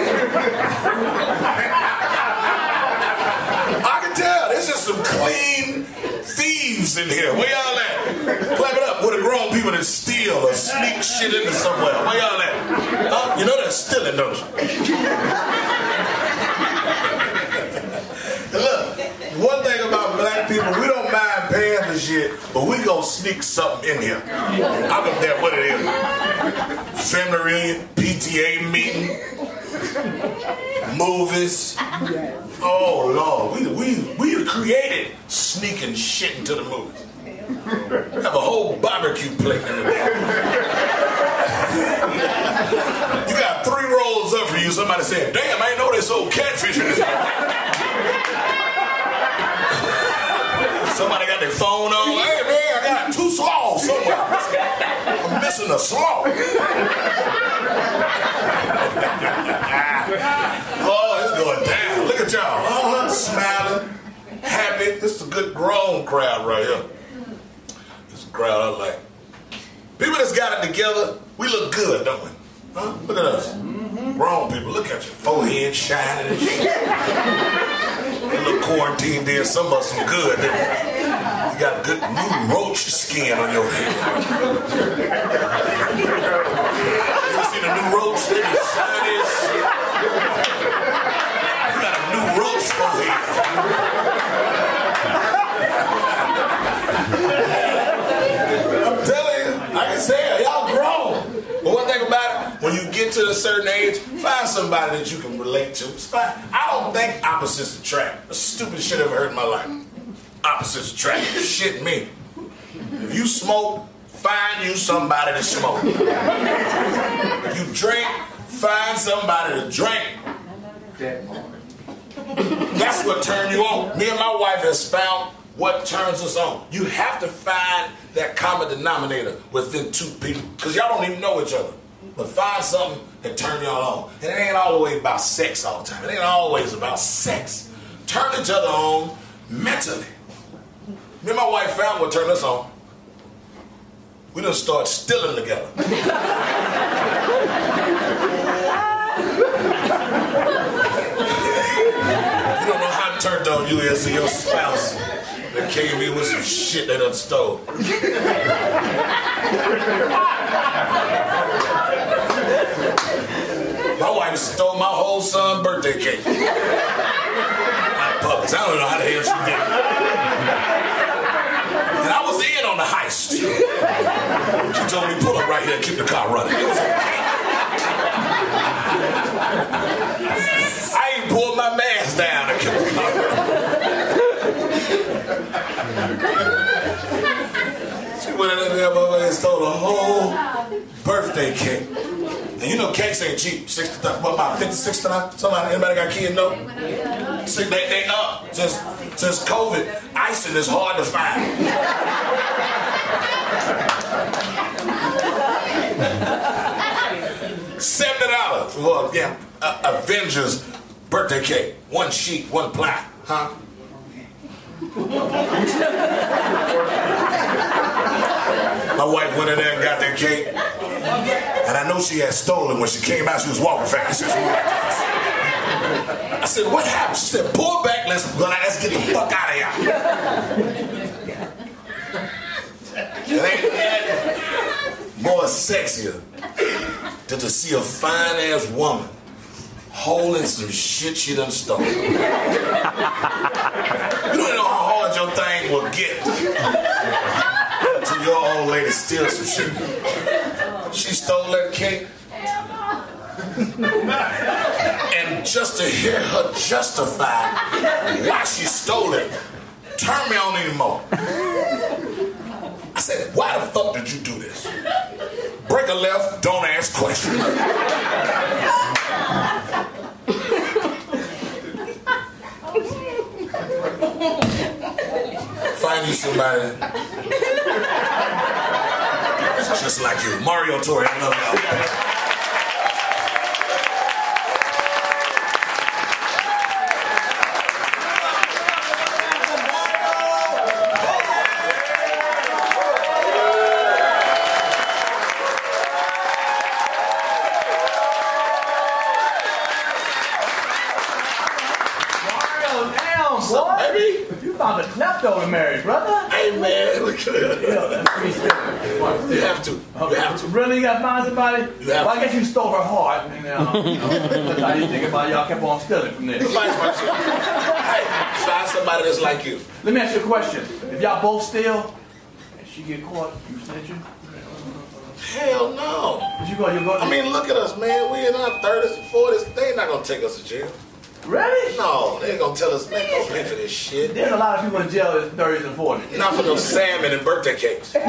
Speaker 5: I can tell there's just some clean thieves in here. Where y'all at? Clap it up. Where the grown people that steal or sneak shit into somewhere? Where y'all at? Huh? You know they're stealing, don't you? Look, one thing about black people, we don't mind paying for shit, but we gonna sneak something in here. I don't care what it is. Family reunion, PTA meeting, movies. Oh Lord, we we we created sneaking shit into the movies. Have a whole barbecue plate in there. you got three rolls up for you. Somebody said, "Damn, I ain't know they sold catfish in this." Somebody got their phone on. Hey man, I got two slaws somewhere. I'm missing a slaw. oh, it's going down. Look at y'all. Uh-huh. Smiling, happy. This is a good grown crowd right here. This is a crowd I like. People that's got it together, we look good, don't we? Huh? Look at us. Grown people, look at your forehead shining and shit. That little quarantine did some of us some good, didn't it? You got good new roach skin on your head. you ever seen a new roach? They be shiny as shit. You got a new roach forehead. I'm telling you, I can say it, y'all grown. But one thing about it, when you get to a certain age, find somebody that you can relate to. It's fine. I don't think opposites attract. The stupid shit I've ever heard in my life. Opposites attract. Shit me. If you smoke, find you somebody to smoke. If you drink, find somebody to drink. That's what turn you on. Me and my wife has found what turns us on. You have to find that common denominator within two people because y'all don't even know each other. But find something that turn y'all on. And it ain't always about sex all the time. It ain't always about sex. Turn each other on mentally. Me and my wife found what turned us on. We done start stealing together. You don't know how turned on you is to your spouse that came in with some shit they done stole. my wife stole my whole son's birthday cake. My puppets. I don't know how the hell she did it. And I was in on the heist. She told me, pull up right here and keep the car running. It was I ain't pulled my mask down. I kept she went in there, motherfucker, and stole the whole birthday cake. And you know cakes ain't cheap. Sixty, what about fifty, sixty? Somebody, anybody got kids? No. See, they they up since since COVID. Icing is hard to find. Seventy dollars for yeah, uh, Avengers birthday cake. One sheet, one ply, huh? My wife went in there and got that cake, and I know she had stolen. When she came out, she was walking fast. She was moving like this. I said, "What happened?" She said, "Pull back. Let's go. now, Let's get the fuck out of here." It ain't nothing more sexier than to see a fine ass woman holding some shit she done stole. you don't know how hard your thing will get until your old lady steals some shit. She stole that cake. and just to hear her justify why she stole it, turn me on anymore. I said, why the fuck did you do this? Break a left, don't ask questions. somebody that's just like you. Mario Torre, I love y'all.
Speaker 1: Mario, down, boy.
Speaker 5: Baby.
Speaker 1: You found a klepto to marry, brother.
Speaker 5: Hey man, look at
Speaker 1: Yeah,
Speaker 5: that.
Speaker 1: that's pretty serious.
Speaker 5: You have to. You have to.
Speaker 1: Really, you gotta find somebody?
Speaker 5: have
Speaker 1: well, I
Speaker 5: to.
Speaker 1: guess you stole her heart. And, uh, you know, I didn't think about it. Y'all kept on stealing from there.
Speaker 5: Find somebody. Hey, find somebody that's like you.
Speaker 1: Let me ask you a question. If y'all both steal, and she get caught, you snitching?
Speaker 5: Hell no.
Speaker 1: What you gonna, you gonna
Speaker 5: I mean, look at us, man. We in our thirties and forties. They ain't not gonna take us to jail.
Speaker 1: really?
Speaker 5: No, they ain't gonna tell us. They ain't gonna pay for this shit.
Speaker 1: There's a lot of people in jail in 30s and 40s.
Speaker 5: Not for no salmon and birthday cakes. See, look,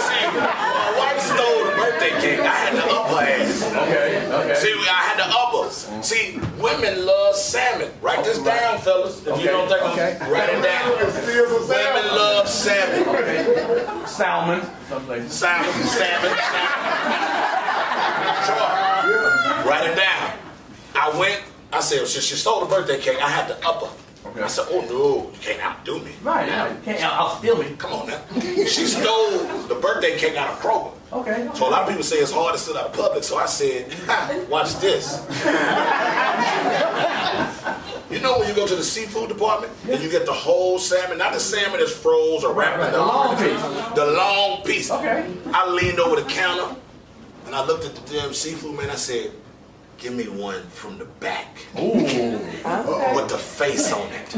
Speaker 5: see, my wife stole the birthday cake. I had to up her ass.
Speaker 1: Okay, okay.
Speaker 5: See, I had the uppers. See, women love salmon. Write this down, fellas. If
Speaker 1: Okay,
Speaker 5: you don't think
Speaker 1: okay.
Speaker 5: I'm write it down. Women love salmon.
Speaker 1: Salmon, someplace.
Speaker 5: Salmon, salmon, salmon. Sure. Write it down. I went, I said, she, she stole the birthday cake. I had the upper.
Speaker 1: Okay.
Speaker 5: I said, oh no, you can't outdo me.
Speaker 1: Right, right. You Can't out- outsteal me.
Speaker 5: Come on now. She stole the birthday cake out of Kroger.
Speaker 1: Okay.
Speaker 5: So a lot of people say it's hard to sit out of public. So I said, ha, watch this. you know when you go to the seafood department and you get the whole salmon, not the salmon that's froze or wrapped in
Speaker 1: The long piece.
Speaker 5: the long piece.
Speaker 1: Okay.
Speaker 5: I leaned over the counter and I looked at the damn seafood man. I said, give me one from the back
Speaker 1: Ooh.
Speaker 5: with the face on it.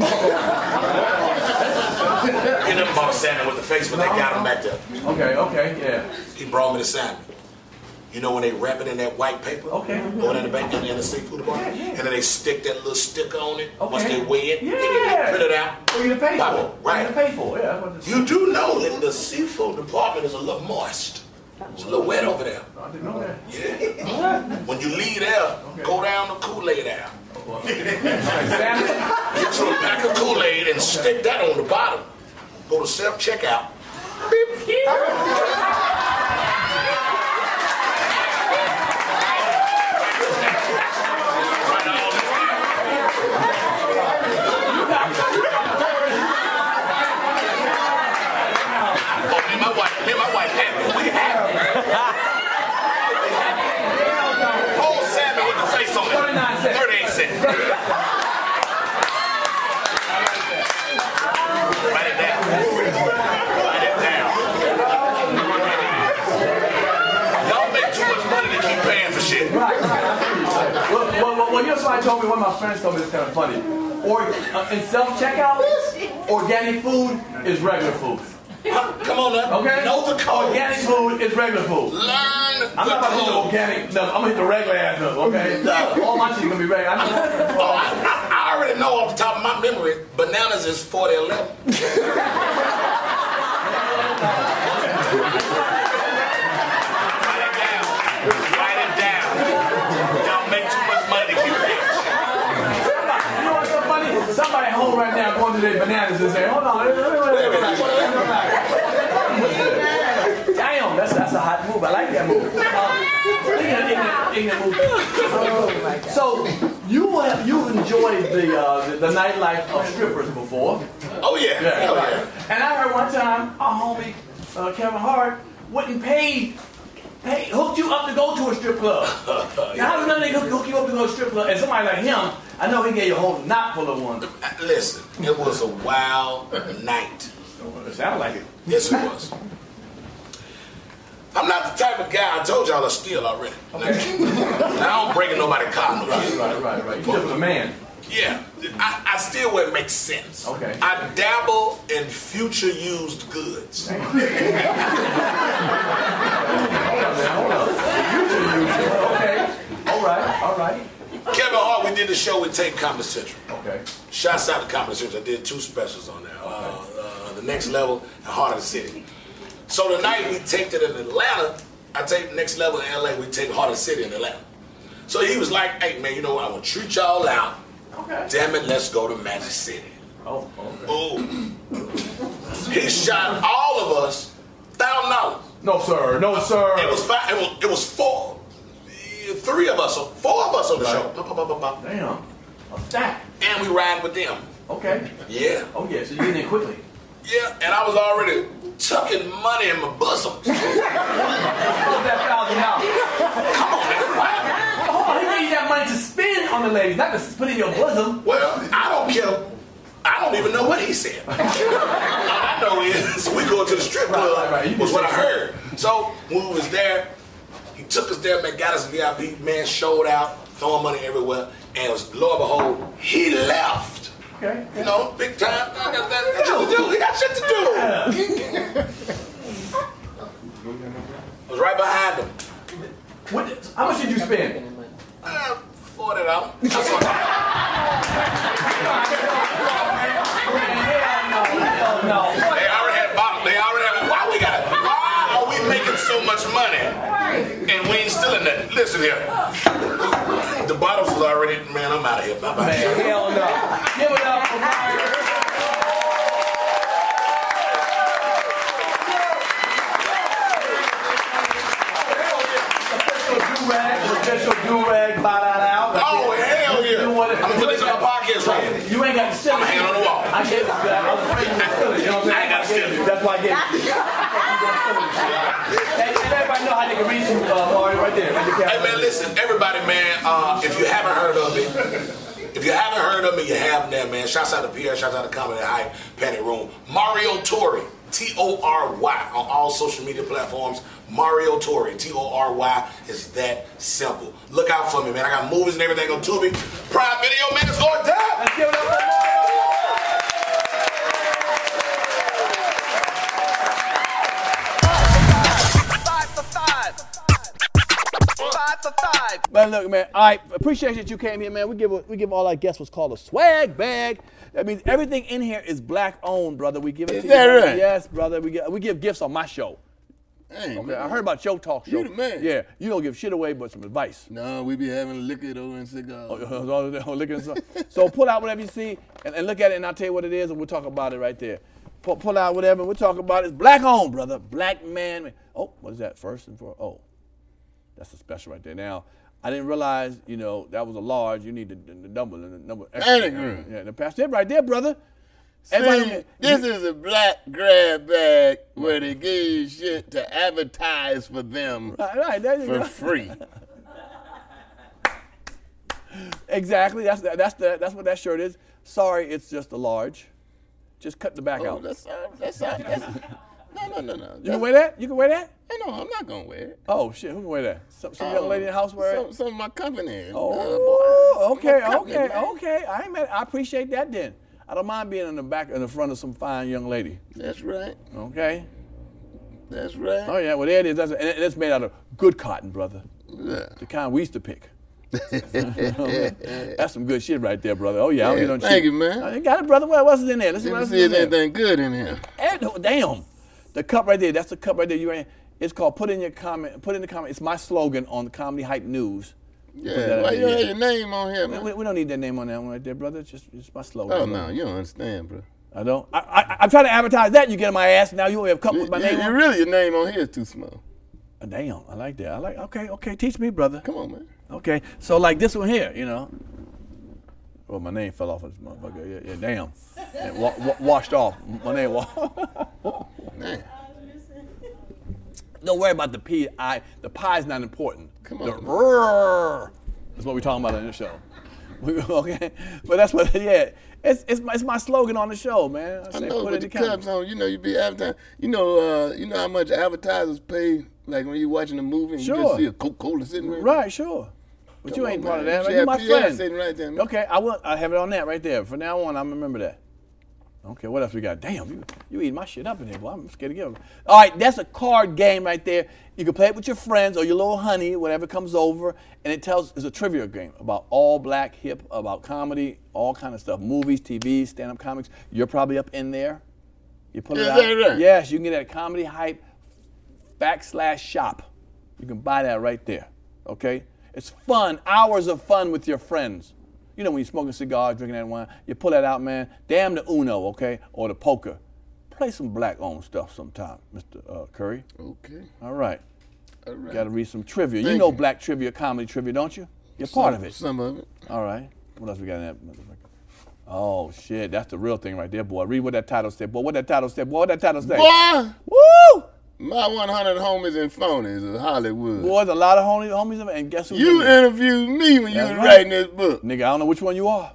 Speaker 5: He didn't bought salmon with the face, but they got him back there.
Speaker 1: Okay, okay, yeah.
Speaker 5: He brought me the salmon. You know when they wrap it in that white paper?
Speaker 1: Okay.
Speaker 5: Going in the back in, in the seafood department?
Speaker 1: Yeah, yeah.
Speaker 5: And then they stick that little sticker on it. Once
Speaker 1: Okay.
Speaker 5: they weigh it, they
Speaker 1: Yeah.
Speaker 5: get print it out.
Speaker 1: What are you to pay
Speaker 5: Pop it,
Speaker 1: for? What are you to
Speaker 5: Right.
Speaker 1: pay for? Yeah. that's what
Speaker 5: You do know that the seafood department is a little moist. It's a little wet over there.
Speaker 1: I didn't know that.
Speaker 5: When you leave there, go down the Kool-Aid out.
Speaker 1: Salmon?
Speaker 5: Get you a pack of Kool-Aid and stick that on the bottom. Go to self-checkout. Oh, Oh, me and my wife, me and my wife happy. We happy. Whole salmon with the face on it.
Speaker 1: 39 cents.
Speaker 5: 38 cents. Write it down. Write it down. Y'all make too much money to keep paying for shit.
Speaker 1: Right, right, I feel you. Well, well, well, well, you know somebody told me, one of my friends told me it's kind of funny. Or uh, in self-checkout, organic food is regular food.
Speaker 5: Come on now.
Speaker 1: Okay?
Speaker 5: Know the code.
Speaker 1: Organic food is regular food.
Speaker 5: Learn
Speaker 1: I'm
Speaker 5: the
Speaker 1: not about to hit the
Speaker 5: code.
Speaker 1: organic. No, I'm gonna hit the regular ass up, okay? All my shit gonna be regular. I mean,
Speaker 5: Oh, I, I, I already know off the top of my memory, bananas is 40 11. Write it down. Write it down. Y'all make too much money to keep rich.
Speaker 1: you know what's so funny? Somebody at home right now going to their bananas and saying, "Hold on, wait, wait, wait, wait, wait, wait, wait." Damn, that's that's a hot move. I like that move. Um, ignorant, ignorant, ignorant move. So you have, you enjoyed the, uh, the the nightlife of strippers before?
Speaker 5: Oh, yeah.
Speaker 1: Yeah,
Speaker 5: Hell
Speaker 1: right.
Speaker 5: yeah.
Speaker 1: And I heard one time our homie uh, Kevin Hart wouldn't pay, pay hooked you up to go to a strip club. now how do you know they hook, hook you up to go to a strip club? And somebody like him, I know he gave you a whole knot full of ones.
Speaker 5: Uh, Listen, it was a wild night.
Speaker 1: It sounded like it.
Speaker 5: Yes, it was. I'm not the type of guy, I told y'all I steal already. Now, I don't break nobody's car. no shit.
Speaker 1: Right, right, right. You just a man.
Speaker 5: Yeah, I, I still where it makes sense.
Speaker 1: Okay.
Speaker 5: I dabble in future used goods.
Speaker 1: Hold up, hold up. You should use it. Okay. All right, all right.
Speaker 5: Kevin Hart, we did the show with Tape Comedy Central.
Speaker 1: Okay.
Speaker 5: Shouts out to Comedy Central. I did two specials on there. Uh, uh, the Next Level and Heart of the City. So tonight we taped it in Atlanta. I taped Next Level in LA. We taped Heart of the City in Atlanta. So he was like, hey man, you know what? I'm gonna treat y'all out.
Speaker 6: Okay.
Speaker 5: Damn it, let's go to Magic City.
Speaker 6: Oh, okay.
Speaker 5: Ooh. He shot all of us thousand dollars.
Speaker 6: No, sir. No, sir.
Speaker 5: It was five. It was, it was four, three of us, four of us on the show. Ba, ba, ba, ba, ba.
Speaker 6: Damn. A stack.
Speaker 5: And we riding with them.
Speaker 6: Okay.
Speaker 5: Yeah,
Speaker 6: Oh, yeah. So you're getting in quickly.
Speaker 5: yeah. And I was already tucking money in my bosom.
Speaker 6: Hold Oh, that thousand dollars.
Speaker 5: Come on, man. What?
Speaker 6: Hold on. He gave you that money to spend on the ladies, not to put in your bosom.
Speaker 5: Well, I don't care. I don't even know what he said. All I know is we going to the strip
Speaker 6: Right, right,
Speaker 5: club.
Speaker 6: right. You
Speaker 5: Was
Speaker 6: can
Speaker 5: what I
Speaker 6: say-
Speaker 5: heard. So when we was there, he took us there, man, got us VIP, man, showed out, throwing money everywhere, and it was lo and behold, he left.
Speaker 6: Okay.
Speaker 5: You know, big time. I got that, that shit to do. He got shit to do. I was right behind him.
Speaker 6: What, how much did you spend?
Speaker 5: Uh, Forty dollars. That's all right.
Speaker 6: Hell no. Hell
Speaker 5: They already had bottle. They already had. Why we got? Why are we making so much money and we ain't stealing nothing? Listen here. The bottles was already. Man, I'm out of here. Bye
Speaker 6: no.
Speaker 5: bye.
Speaker 6: Man, hell no. Give it up for Myron. Official do-rag, official do-rag, buy that out.
Speaker 5: Oh hell yeah!
Speaker 6: You wanna-
Speaker 5: I'm gonna put this on my podcast right.
Speaker 6: You ain't got to steal
Speaker 5: I'ma hang it on the wall.
Speaker 6: I get it. I was afraid you were stealing. You know what I'm saying?
Speaker 5: I ain't gotta steal it.
Speaker 6: That's why I get it. hey, let everybody know how they can reach you, uh, Mario, right there. Right there.
Speaker 5: Hey man, listen, everybody, man. Uh, if you haven't heard of me, if you haven't heard of me, you have now, man. Shouts out to Pierre. Shouts out to Comedy Hype, Panic Room, Mario Tori, T O R Y, on all social media platforms. Mario Tori, T O R Y, is that simple. Look out for me, man. I got movies and everything on Tubi. Prime Video, man, it's going down.
Speaker 6: Let's give it up for Mario.
Speaker 3: Five for five. Five for five.
Speaker 1: But look, man, I appreciate that you came here, man. We give we give all our guests what's called a swag bag. That means everything in here is black owned, brother. We give it
Speaker 2: Is
Speaker 1: to
Speaker 2: that
Speaker 1: you. brother.
Speaker 2: right?
Speaker 1: Yes, brother. We give, we give gifts on my show.
Speaker 2: Hey,
Speaker 1: Okay,
Speaker 2: man.
Speaker 1: I heard about your talk show.
Speaker 2: You the man.
Speaker 1: Yeah, you don't give shit away, but some advice.
Speaker 2: No, we be having liquor over and cigars.
Speaker 1: Oh, so, so pull out whatever you see and, and look at it, and I'll tell you what it is, and we'll talk about it right there. Pull, pull out whatever, and we'll talk about it. It's black owned, brother. Black man. Oh, what is that? First and for oh, that's a special right there. Now, I didn't realize, you know, that was a large. You need the, the, the double and the number.
Speaker 2: Ain't it good?
Speaker 1: Yeah, the pastor right there, brother.
Speaker 2: See, this is a black grab bag where they give you shit to advertise for them
Speaker 1: All right, there you
Speaker 2: for
Speaker 1: go.
Speaker 2: free.
Speaker 1: Exactly. That's the, that's the, that's what that shirt is. Sorry, it's just a large. Just cut the back
Speaker 2: Oh,
Speaker 1: out.
Speaker 2: that's all. That's all. That's, no, no, no, no.
Speaker 1: You can
Speaker 2: That's-
Speaker 1: wear that? You can wear that?
Speaker 2: Hey, no, I'm not gonna wear it.
Speaker 1: Oh shit, who can wear that? Some, some young
Speaker 2: Um,
Speaker 1: lady in the house wear
Speaker 2: some,
Speaker 1: it?
Speaker 2: some of my company.
Speaker 1: Oh,
Speaker 2: uh, boy.
Speaker 1: okay,
Speaker 2: Some of my company,
Speaker 1: okay,
Speaker 2: man.
Speaker 1: okay. I ain't mad. I appreciate that then. I don't mind being in the back in the front of some fine young lady.
Speaker 2: That's right.
Speaker 1: Okay.
Speaker 2: That's right.
Speaker 1: Oh yeah, well there it is. That's and it- it's made out of good cotton, brother.
Speaker 2: Yeah.
Speaker 1: The kind we used to pick. That's some good shit right there, brother. Oh yeah, I don't
Speaker 2: Yeah,
Speaker 1: get on
Speaker 2: thank
Speaker 1: cheap.
Speaker 2: you, man.
Speaker 1: I got it, brother. What else is in there? Let's see what
Speaker 2: Let me
Speaker 1: else
Speaker 2: see
Speaker 1: is in
Speaker 2: if
Speaker 1: there.
Speaker 2: anything good in here.
Speaker 1: And, oh, damn, the cup right there. That's the cup right there. You ain't. It's called put in your comment. Put in the comment. It's my slogan on the comedy hype news. Put that
Speaker 2: Yeah.
Speaker 1: out
Speaker 2: Why you
Speaker 1: there, yeah.
Speaker 2: don't have your name on here, man?
Speaker 1: We, we don't need that name on that one right there, brother. It's just it's my slogan.
Speaker 2: Oh no, you don't understand, bro.
Speaker 1: I don't. I, I, I'm trying to advertise that. You get in my ass. Now you only have a couple with my
Speaker 2: You-
Speaker 1: name
Speaker 2: you
Speaker 1: on.
Speaker 2: really, your name on here is too small.
Speaker 1: Uh, Damn, I like that. I like. Okay, okay. Teach me, brother.
Speaker 2: Come on, man.
Speaker 1: Okay, so like this one here, you know. Well, my name fell off of this motherfucker. Yeah, yeah damn. Yeah, wa- wa- washed off. My name. Wa-
Speaker 2: Man.
Speaker 1: don't worry about the P. I. The pie's not important.
Speaker 2: Come
Speaker 1: The
Speaker 2: on.
Speaker 1: rrrr is what we're talking about on the show. We- okay, but that's what. Yeah, it's it's my, it's my slogan on the show, man.
Speaker 2: I
Speaker 1: say,
Speaker 2: know,
Speaker 1: put
Speaker 2: but
Speaker 1: it
Speaker 2: the
Speaker 1: in comment.
Speaker 2: Cubs on, you know, you be advertising. You know, uh, you know how much advertisers pay, like when you're watching a movie and you
Speaker 1: Sure.
Speaker 2: just see a Coca-Cola sitting right there.
Speaker 1: Right, sure. But
Speaker 2: Come
Speaker 1: you
Speaker 2: on,
Speaker 1: ain't part of
Speaker 2: man.
Speaker 1: that.
Speaker 2: You
Speaker 1: Right?
Speaker 2: should
Speaker 1: You're my
Speaker 2: have PR
Speaker 1: friend.
Speaker 2: sitting right there, man.
Speaker 1: okay, I will. I have it on that right there. From now on, I'm gonna remember that. Okay, what else we got? Damn, you you eating my shit up in here, boy. I'm scared to give. All right, that's a card game right there. You can play it with your friends or your little honey, whatever comes over, and it tells. It's a trivia game about all black hip, about comedy, all kind of stuff, movies, TV, stand-up comics. You're probably up in there. You pull it
Speaker 2: Is
Speaker 1: out.
Speaker 2: that right?
Speaker 1: Yes, you can get it at comedy hype backslash shop. You can buy that right there. Okay? It's fun, hours of fun with your friends. You You know when you're smoking cigars, drinking that wine, you pull that out, man. Damn the Uno, okay, or the poker. Play some black-owned stuff sometime, Mr. Uh, Curry.
Speaker 2: Okay.
Speaker 1: All right.
Speaker 2: All right.
Speaker 1: Got to read some trivia. you
Speaker 2: Thank
Speaker 1: know
Speaker 2: you.
Speaker 1: black trivia, comedy trivia, don't you? You're part of it.
Speaker 2: Some of it.
Speaker 1: All right. What else we got in that motherfucker? Oh shit, that's the real thing right there, boy. Read what that title said, boy. What that title said, boy. What that title said.
Speaker 2: Boy,
Speaker 1: Woo!
Speaker 2: my 100 homies and phonies of Hollywood.
Speaker 1: Boy, there's a lot of homies, homies, in there, and guess who?
Speaker 2: you
Speaker 1: in there?
Speaker 2: interviewed me when you
Speaker 1: That's
Speaker 2: was
Speaker 1: right.
Speaker 2: writing this book,
Speaker 1: nigga. I don't know which one you are.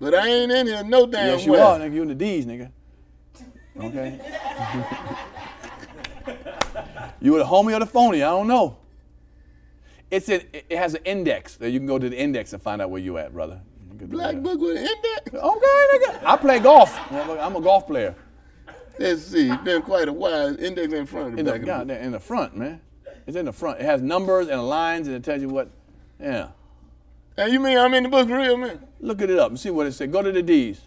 Speaker 2: but I ain't in here no damn
Speaker 1: Yes, you
Speaker 2: well.
Speaker 1: are, nigga. You in the D's, nigga. Okay. you were the homie or the phony? I don't know. It's an, it it has an index. You can go to the index and find out where you at, brother. You could do
Speaker 2: Black
Speaker 1: that.
Speaker 2: book with an index.
Speaker 1: Okay, nigga. I play golf. I'm a golf player.
Speaker 2: Let's see, been quite a while. Index in front of the
Speaker 1: In the,
Speaker 2: back of the book.
Speaker 1: goddamn, in the front, man. It's in the front. It has numbers and lines, and it tells you what. Yeah.
Speaker 2: And you mean I'm in the book for real, man?
Speaker 1: Look it up and see what it said. Go to the D's.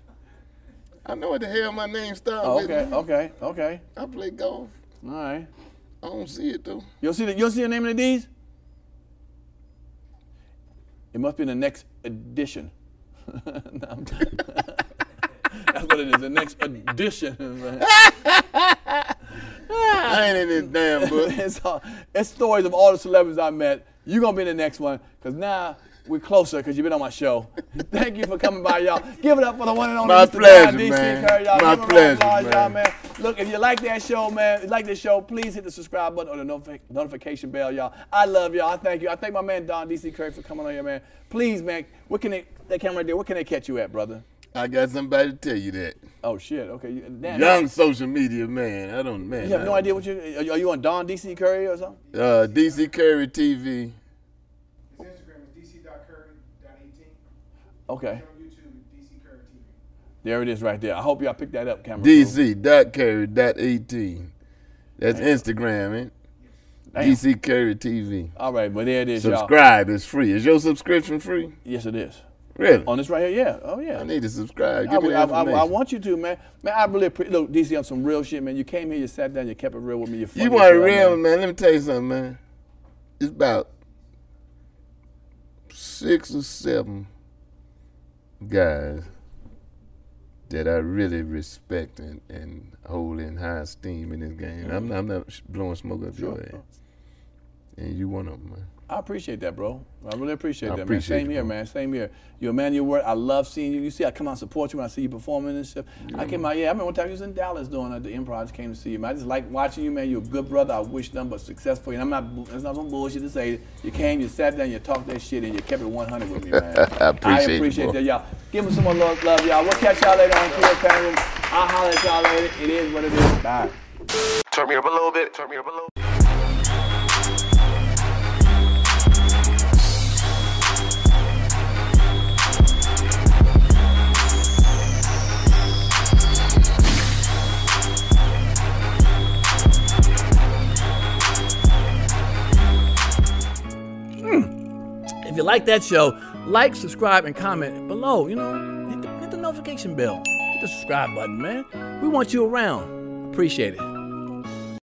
Speaker 2: I know what the hell my name starts
Speaker 1: Oh,
Speaker 2: with.
Speaker 1: okay,
Speaker 2: man.
Speaker 1: okay, okay.
Speaker 2: I play golf.
Speaker 1: All right.
Speaker 2: I don't see it though.
Speaker 1: You'll see the you'll see the name of the D's. It must be in the next edition. No, I'm- That's what it is. The next edition. man.
Speaker 2: I ain't in this damn book.
Speaker 1: it's, all, it's stories of all the celebrities I met. You're going to be in the next one because now we're closer because you've been on my show. Thank you for coming by, y'all. Give it up for the one and only
Speaker 2: My
Speaker 1: Mr.
Speaker 2: pleasure,
Speaker 1: John D. C.
Speaker 2: man.
Speaker 1: Curry, y'all.
Speaker 2: My
Speaker 1: Give him a round of
Speaker 2: pleasure,
Speaker 1: applause, y'all,
Speaker 2: man.
Speaker 1: Look, if you like that show, man, if you like this show, please hit the subscribe button or the notifi- notification bell, y'all. I love y'all. I thank you. I thank my man Don D.C. Curry for coming on here, man. Please, man, where can they, that camera right there, where can they catch you at, brother?
Speaker 2: I got somebody to tell you that.
Speaker 1: Oh, shit. Okay. you- Damn.
Speaker 2: Young social media man. I don't man.
Speaker 1: You have no
Speaker 2: I-
Speaker 1: idea what you, are you- are you on Don D.C. Curry or something?
Speaker 2: Uh, DC Curry TV.
Speaker 7: His Instagram is dc.curry.18.
Speaker 1: Okay.
Speaker 7: On YouTube, DC Curry TV.
Speaker 1: There it is right there. I hope y'all picked that up, camera. crew.
Speaker 2: DC dot Curry dot eighteen. That's Instagram, man.
Speaker 1: Damn.
Speaker 2: DC Curry TV.
Speaker 1: All right, but there it is, y'all.
Speaker 2: Subscribe is free. Is your subscription free?
Speaker 1: Yes, it is.
Speaker 2: Really?
Speaker 1: On this right here, yeah. Oh, yeah.
Speaker 2: I need to subscribe.
Speaker 1: I,
Speaker 2: Give me the
Speaker 1: would- I- I- I
Speaker 2: information.
Speaker 1: want you to, man. Man, I really appreciate. Look, DC, on some real shit, man. You came here, you sat down, you kept it real with me. You're funny
Speaker 2: You
Speaker 1: as
Speaker 2: want
Speaker 1: hell,
Speaker 2: real,
Speaker 1: man.
Speaker 2: man. Let me tell you something, man. It's about six or seven guys that I really respect and, and hold in high esteem in this game. I'm, I'm not sh- blowing smoke up your ass. And you one of them, man.
Speaker 1: I appreciate that, bro. I really appreciate
Speaker 2: I
Speaker 1: that,
Speaker 2: appreciate
Speaker 1: man. Same
Speaker 2: it,
Speaker 1: here,
Speaker 2: bro.
Speaker 1: man. Same here. You're a man of your word. I love seeing you. You see, I come out and support you when I see you performing and stuff. I came out, yeah. I remember one time you was in Dallas doing uh, the improv. I just came to see you, man. I just like watching you, man. You're a good brother. I wish nothing but success for you. And I'm not. It's not some bullshit to say. You came, you sat down, you talked that shit, and you kept it 100 with me, man.
Speaker 2: I appreciate
Speaker 1: I
Speaker 2: it,
Speaker 1: appreciate
Speaker 2: bro.
Speaker 1: that, y'all. Give them some more love, love, y'all. We'll catch y'all later on Cool Fan Room. I'll holler at y'all later. It is what it is. Bye.
Speaker 8: Turn me up a little bit. Turn me up a little.
Speaker 1: If you like that show, like, subscribe, and comment below. You know, hit the, hit the notification bell, hit the subscribe button, man. We want you around. Appreciate it.